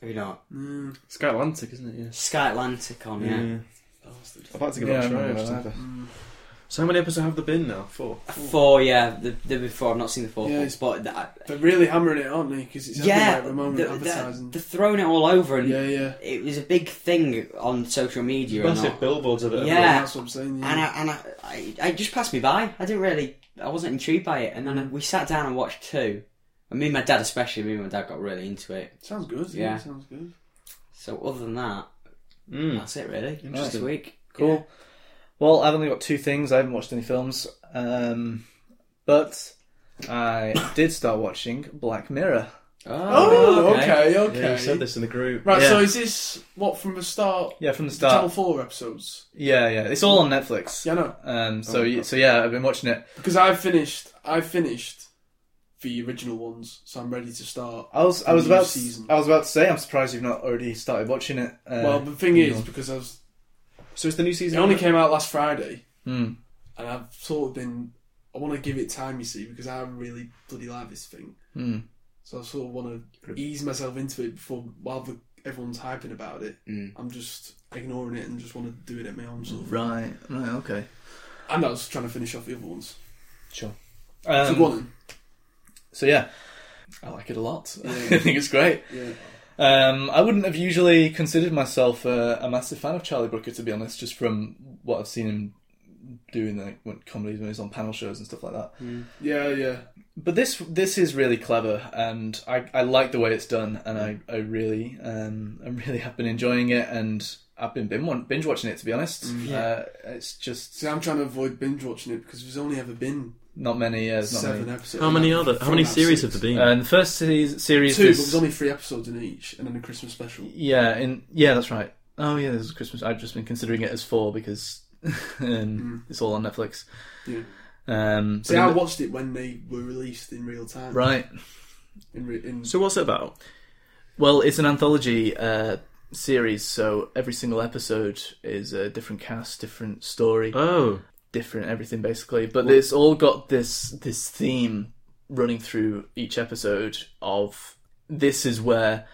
S4: Have you not?
S3: Mm.
S2: Sky Atlantic, isn't it? Yeah.
S4: Sky Atlantic on, yeah.
S12: Mm.
S2: Yeah. I'd like to give
S1: Yeah,
S2: it
S1: I
S2: a try.
S1: remember
S2: actually.
S1: that.
S2: So how many episodes have there been now? Four.
S4: Four, yeah, the, the before. I've not seen the fourth
S3: Yeah,
S4: one,
S3: it's-
S4: but that,
S3: They're really hammering it, aren't they? Because it's
S4: yeah,
S3: yeah, at the moment
S4: the- the-
S3: advertising.
S4: they're throwing it all over, and
S3: Yeah, yeah.
S4: it was a big thing on social media. and
S2: Massive
S4: all.
S2: billboards of it
S4: Yeah,
S2: everywhere.
S3: That's what I'm saying, yeah.
S4: and I, and I, I, I it just passed me by. I didn't really, I wasn't intrigued by it. And then we sat down and watched two. And me and my dad, especially, me and my dad got really into it.
S3: Sounds good. Yeah,
S4: Yeah.
S3: sounds good.
S4: So other than that,
S2: Mm.
S4: that's it really.
S1: Hmm. Interesting.
S4: This week,
S1: Cool. Well, I've only got two things. I haven't watched any films, um, but I did start watching Black Mirror.
S3: Oh, okay, okay.
S2: Yeah, you said this in the group.
S3: Right,
S1: Yeah.
S3: so is this what from the start?
S1: Yeah, from the
S3: The
S1: start.
S3: Channel Four episodes.
S1: Yeah, yeah. It's all on Netflix.
S3: Yeah, I know.
S1: Um,
S2: Oh,
S1: so, y so yeah, I've been watching it.
S3: Because I finished, I finished the original ones, so I'm ready to start.
S1: I was,
S3: the
S1: I was
S3: new
S1: about,
S3: season.
S1: I was about to say, I'm surprised you've not already started watching it. Uh,
S3: well, the thing
S1: you
S3: is,
S1: know.
S3: because I was,
S2: So it's the new season.
S3: it only came out last Friday,
S1: Hmm.
S3: and I've sort of been, I want to give it time, you see, because I really bloody like this thing.
S1: Hmm.
S3: So I sort of want to ease myself into it before, while the, everyone's hyping about it.
S4: Mm.
S3: I'm just ignoring it and just want to do it at my own sort of.
S1: Hmm. right, right, okay.
S3: And I was trying to finish off the other ones.
S1: Sure.
S3: so
S1: Um,
S3: go on then.
S1: So yeah, I like it a lot.
S3: Yeah.
S1: I think it's great.
S3: Yeah.
S1: Um, I wouldn't have usually considered myself a, a massive fan of Charlie Brooker, to be honest, just from what I've seen him doing, like when comedies, when he's on panel shows and stuff like that.
S3: Yeah, yeah.
S1: But this this is really clever, and I, I like the way it's done, and I, I really um I really have been enjoying it, and I've been binge binge watching it to be honest. Uh, it's just
S3: See, I'm trying to avoid binge watching it because there's only ever been
S1: not many years, not
S3: seven
S1: many.
S3: episodes.
S2: How many
S3: From
S2: other? How
S3: that
S2: many series
S3: six.
S2: have there been?
S1: And the first se- series
S3: Two, but
S1: is-
S3: there's only three episodes in each, and then a Christmas special.
S1: Yeah, in yeah, that's right. Oh yeah, there's Christmas. I've just been considering it as four because um,
S2: Mm.
S1: it's all on Netflix.
S3: Yeah.
S1: Um,
S3: See,
S1: but
S3: I
S1: in the-
S3: watched it when they were released in real time.
S1: right.
S3: In, re- in
S2: so what's it about?
S1: Well, it's an anthology uh, series, so every single episode is a different cast, different story,
S2: Oh,
S1: different everything basically. But it's all got this this theme running through each episode of this is where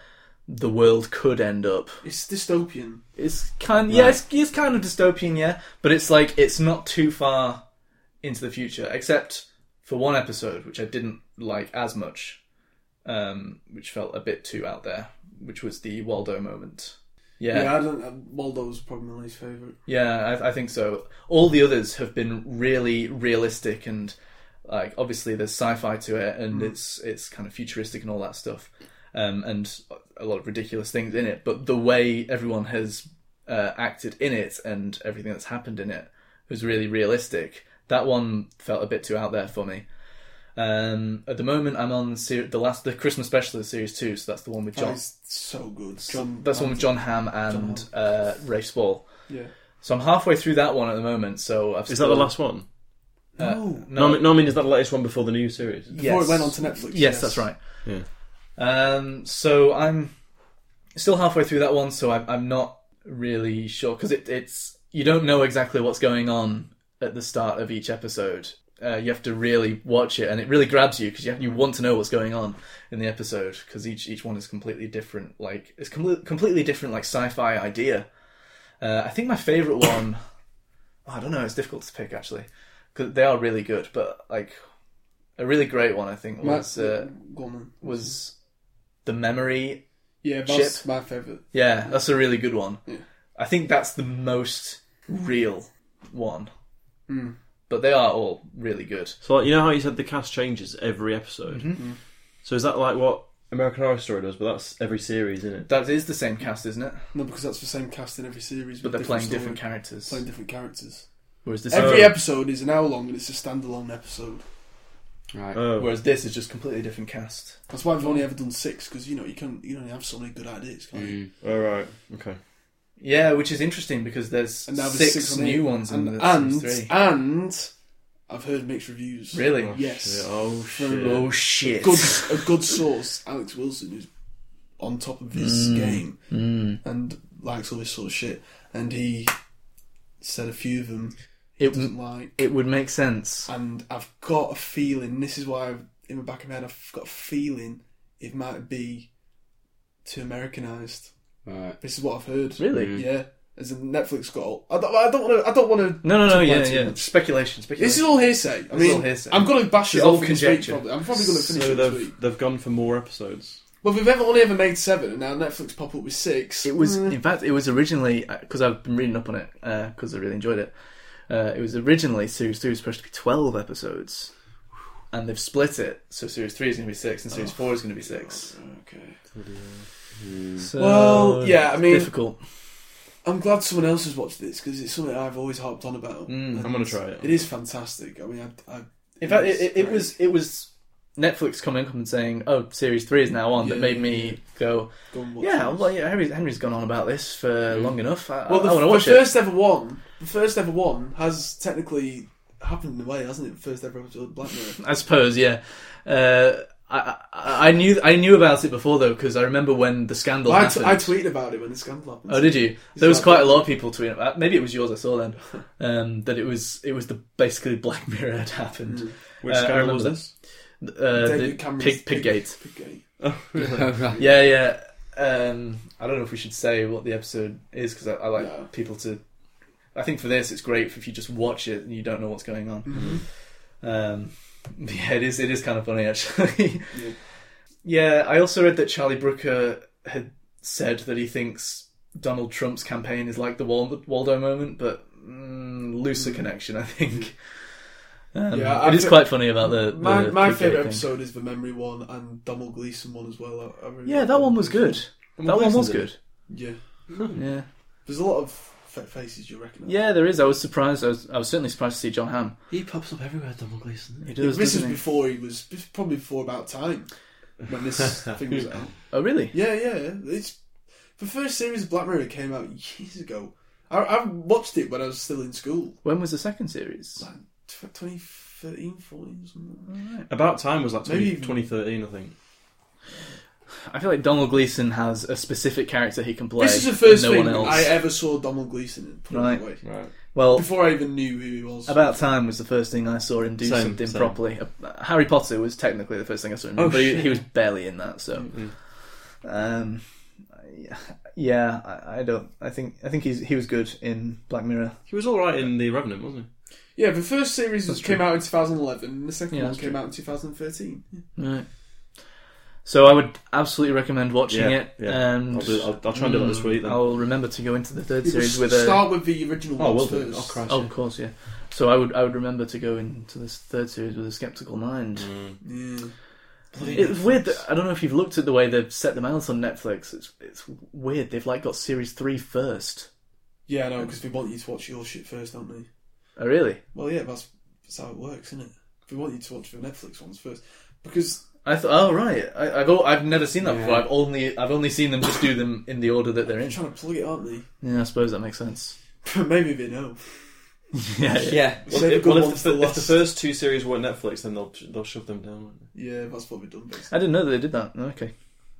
S1: the world could end up.
S3: it's dystopian.
S1: It's kind yeah, it's, it's kind of dystopian, yeah, but it's like it's not too far into the future, except for one episode which I didn't like as much, um, which felt a bit too out there, which was the Waldo moment.
S3: Yeah,
S1: Yeah,
S3: I don't. Uh, Waldo's probably my least favorite.
S1: yeah, I, I think so. All the others have been really realistic and like obviously there's sci-fi to it and it's it's kind of futuristic and all that stuff. Um, and a lot of ridiculous things in it, but the way everyone has uh, acted in it and everything that's happened in it was really realistic. That one felt a bit too out there for me. Um, at the moment, I'm on ser- the last the Christmas special of series two, so that's the one with John.
S3: That is so good. John, uh,
S1: That's the one with John Hamm and Uh, Ray Spall.
S3: Yeah.
S1: So I'm halfway through that one at the moment. So I've
S2: Is that the last one?
S3: No.
S2: No, I mean- no, I mean, is that the latest one before the new series?
S3: Before it went on to Netflix,
S1: Yes,
S3: yes.
S1: that's right.
S2: Yeah.
S1: Um, so I'm still halfway through that one, so I'm, I'm not really sure because it, it's you don't know exactly what's going on at the start of each episode. Uh, you have to really watch it, and it really grabs you because you, you want to know what's going on in the episode because each each one is completely different. Like it's com- completely different, like sci-fi idea. Uh, I think my favorite one. oh, I don't know. It's difficult to pick actually because they are really good, but like a really great one I think
S3: My-
S1: was uh,
S3: go on, man.
S1: was the memory.
S3: Yeah, that's my favourite.
S1: Yeah, that's a really good one.
S3: Yeah.
S1: I think that's the most real one.
S3: Hmm.
S1: But they are all really good.
S2: So like, you know how you said the cast changes every episode. So is that like what Mm-hmm. American Horror Story does? But that's every series, isn't it?
S1: That is the same cast, isn't it?
S3: No, because that's the same cast in every series.
S1: But
S3: with
S1: they're playing
S3: story,
S1: different characters.
S3: Playing different characters.
S1: Whereas this,
S3: Every
S2: Oh.
S3: episode is an hour long, and it's a standalone episode.
S13: Right.
S2: Oh,
S1: whereas this is just completely different cast.
S3: That's why I've only ever done six because you know you can you only have so many good ideas. Can't you?
S2: all right, okay.
S1: Yeah, which is interesting because there's
S3: And now there's
S1: six,
S3: six on
S1: new
S3: it.
S1: ones
S3: and
S1: in the
S3: and,
S1: series three.
S3: and I've heard mixed reviews.
S1: Really?
S3: Yes.
S2: Shit, Oh shit.
S1: Oh shit!
S3: Good, a good source, Alex Wilson, who's on top of his
S1: Mm.
S3: game and likes all this sort of shit, and he said a few of them he
S1: It
S3: doesn't like.
S1: It would make sense.
S3: and I've got a feeling. This is why I've, in the back of my head, I've got a feeling it might be too Americanized.
S13: Right.
S3: This is what I've heard.
S1: Really?
S3: Yeah. As in Netflix got. All, I don't. I don't want to. I don't want to.
S1: No, no, no. Yeah,
S3: too
S1: yeah.
S3: much.
S1: Speculation. Speculation.
S3: This is all hearsay. I
S1: is all
S3: mean,
S1: hearsay.
S3: I'm going to bash
S1: This
S3: it
S1: is all
S3: all this week.
S1: conjecture.
S3: Probably. I'm probably going to finish
S2: So
S3: it this week.
S2: they've they've gone for more episodes.
S3: Well, we've ever only ever made seven, and now Netflix pop up with six.
S1: It was, in fact, it was originally because I've been reading up on it because I really enjoyed it. Uh, it was originally series three was supposed to be twelve episodes, and they've split it. So series three is going to be six, and series four is going to be six.
S3: Okay.
S1: So
S3: Well, yeah, I
S1: it's
S3: mean-
S1: difficult.
S3: I'm glad someone else has watched this because it's something I've always harped on about.
S1: Mm,
S2: I'm gonna try it.
S3: It is fantastic. I mean, I. I
S1: In fact, it,
S3: it's
S1: it, it
S3: great.
S1: was it was Netflix coming up and saying, "Oh, series three is now on." that
S3: Yeah,
S1: made
S3: yeah,
S1: me
S3: yeah.
S1: go,
S3: Go and watch
S1: "Yeah,
S3: this.
S1: well, yeah, Henry's, Henry's gone on about this for long enough. I,
S3: Well, the,
S1: I want to
S3: the
S1: watch it."
S3: first ever one, the first ever one has technically happened in a way, hasn't it? The first ever episode of Black Mirror.
S1: I suppose, yeah. Uh, I, I I knew I knew about it before though because I remember when the scandal
S3: Well, I, t-
S1: happened.
S3: I tweeted about it when the scandal happened.
S1: oh, did you? There was
S3: that
S1: quite a
S3: bad?
S1: lot of people tweeting about. Maybe it was yours. I saw then um, that it was it was the basically Black Mirror had happened.
S3: Mm.
S2: Which
S1: Uh, I
S2: Sky
S1: remember
S2: was
S1: that.
S2: this?
S1: Uh, the
S3: David Cameron's
S1: pig pig gate.
S3: Piggate.
S1: Yeah, yeah. Um, I don't know if we should say what the episode is because I, I like
S3: No.
S1: people to. I think for this, it's great if you just watch it and you don't know what's going on.
S3: Mm-hmm.
S1: Um, yeah, it is. It is kind of funny actually.
S3: Yeah.
S1: Yeah, I also read that Charlie Brooker had said that he thinks Donald Trump's campaign is like the Wal- Waldo moment, but mm, looser connection, I think. Um,
S3: Mm-hmm. Yeah, I
S1: it is
S3: thi-
S1: quite funny about the, the
S3: My, my
S1: pig gate
S3: favourite
S1: thing.
S3: episode is the memory one and Donald Gleason one as well. I, I really
S1: Yeah,
S3: like
S1: that one was good. That one was good.
S3: Yeah,
S1: Yeah.
S3: there's a lot of fat faces you recognise.
S1: Yeah, there is. I was surprised. I was, I was certainly surprised to see John Hamm.
S2: He pops up everywhere, Donald Gleason.
S1: He does,
S3: this is
S1: doesn't he?
S3: before he was this is probably before about time when this thing was out.
S1: Oh, really?
S3: Yeah, yeah. It's the first series of Black Mirror came out years ago. I, I watched it when I was still in school,
S1: When was the second series?
S3: like tw- 2013, 14, something. like
S2: About time was like 20,
S3: Maybe even-
S2: 2013, I think.
S1: I feel like Donald Gleason has a specific character he can
S3: that.
S1: play.
S3: This is the first
S1: no
S3: thing
S1: one else.
S3: I ever saw Donald Gleason in. Put it
S1: Right.
S3: that way.
S2: Right.
S1: well,
S3: Before I even knew who he was.
S1: About Time was the first thing I saw him do
S2: Same,
S1: something
S2: same.
S1: properly. Uh, Harry Potter was technically the first thing I saw him do,
S2: Oh,
S1: but he,
S2: shit. Mm-hmm.
S1: he was barely in that. So, um, yeah, I, I don't. I think I think he's he was good in Black Mirror.
S2: He was all right in The Revenant, wasn't
S3: yeah, the first series
S1: That's
S3: came
S1: true.
S3: out in 2011, and the second
S1: Yeah,
S3: one
S1: that's
S3: came
S1: true.
S3: out in 2013.
S1: Right. So I would absolutely recommend
S2: he?
S1: watching it.
S2: yeah.
S1: And
S2: I'll, do, I'll, I'll try and do that this week then.
S1: Hmm. I'll remember to go into the third series with a.
S3: Start with the original
S2: Oh,
S3: ones
S2: will do.
S3: first.
S2: Oh, Christ.
S1: Oh, of course, yeah.
S2: Hmm.
S1: So I would I would remember to go into this third series with a skeptical mind.
S3: Yeah.
S1: It's weird. That, I don't know if you've looked at the way they've set them out on Netflix. It's it's weird. They've like got series three first.
S3: Yeah, I know, because they want you to watch your shit first, don't they?
S1: Oh really?
S3: Well, yeah, that's, that's how it works, isn't it? They want you to watch the Netflix ones first. Because
S1: I thought, oh right, I, I've al- I've never seen that before. I've only I've only seen them just do them in the order that they're
S3: they're
S1: in.
S3: trying to plug it, aren't they?
S1: Yeah, I suppose that makes sense.
S3: Maybe they know.
S1: Yeah, yeah.
S2: Well,
S3: Save a
S2: if,
S3: good
S2: well, if
S3: one
S2: the,
S3: for
S2: if
S3: last.
S2: the first two series were on Netflix, then they'll they'll shove them down. won't they?
S3: Yeah, that's what we've done. Basically.
S1: I didn't know that they did that. Okay,
S3: I think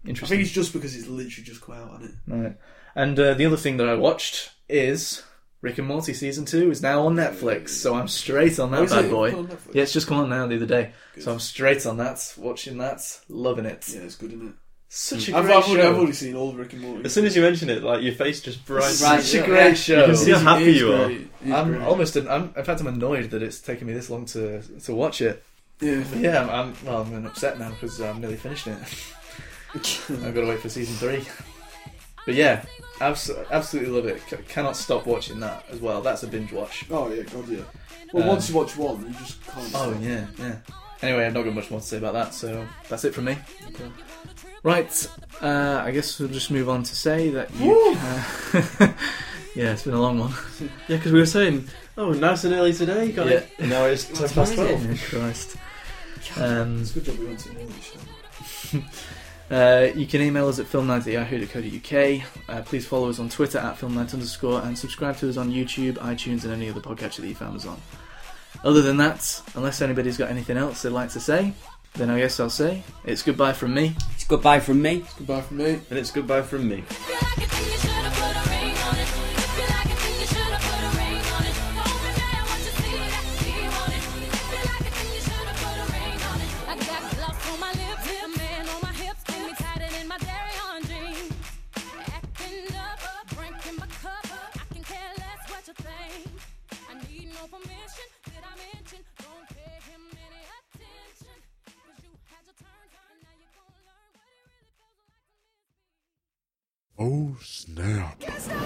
S1: interesting.
S3: it's just because it's literally just come out, isn't it?
S1: Right. And uh, the other thing that I watched is Rick and Morty season two is now on Netflix, so I'm straight on that
S3: Oh, is
S1: bad
S3: it?
S1: boy.
S3: It's on Netflix?
S1: Yeah, it's just come on now the other day,
S3: Good.
S1: so I'm straight on that, watching that, loving it.
S3: Yeah, it's good, isn't it?
S1: Such a
S3: I've,
S1: great
S3: I've, already,
S1: show.
S3: I've already seen all of Rick and Morty.
S2: As soon as you mention it, like your face just brightens.
S4: Right.
S1: Such a
S4: yeah.
S1: great
S4: Yeah.
S1: show.
S3: Oh,
S2: can see how happy you are.
S1: I'm almost. An, I'm, in fact, I'm annoyed that it's taken me this long to to watch it.
S3: Yeah.
S1: But yeah, I'm, I'm well. I'm upset now because I'm nearly finished it. I've got to wait for season three. But yeah, abs- absolutely love it. C- cannot stop watching that as well. That's a binge watch.
S3: Oh yeah, God yeah. Well,
S1: Um,
S2: Uh,
S3: once you watch one, you just can't.
S1: Oh
S3: stop.
S1: yeah, yeah. Anyway, I've not got much more to say about that, so that's it from me.
S3: Okay.
S14: Right, uh, I guess we'll just move on to say that you.
S3: Woo!
S14: Uh, yeah, it's been a long one.
S2: Yeah, because we were saying, oh, nice and early today. Got
S1: Yeah.
S2: it. And now it's ten past twelve.
S14: Oh, Christ. Um,
S3: It's a good job we went to English.
S14: Uh, you can email us at filmnight at yahoo.co.uk. Uh, please follow us on Twitter at filmnight underscore and subscribe to us on YouTube, iTunes, and any other podcatcher that you found us on. Other than that, unless anybody's got anything else they'd like to say, then I guess I'll say it's goodbye from me.
S4: It's goodbye from me.
S3: Goodbye from me.
S2: And it's goodbye from me.
S10: I got gloss on my lips, lip man on my hips, give me tighter than my dairy on jeans. Acting up, drinking my cup, I can care less what you think. I need no permission, did I mention? Don't pay him any attention. 'Cause you had your turn, turn, now you're gonna learn what it really
S7: Oh,
S10: feels like.
S7: snap.
S10: Can't stop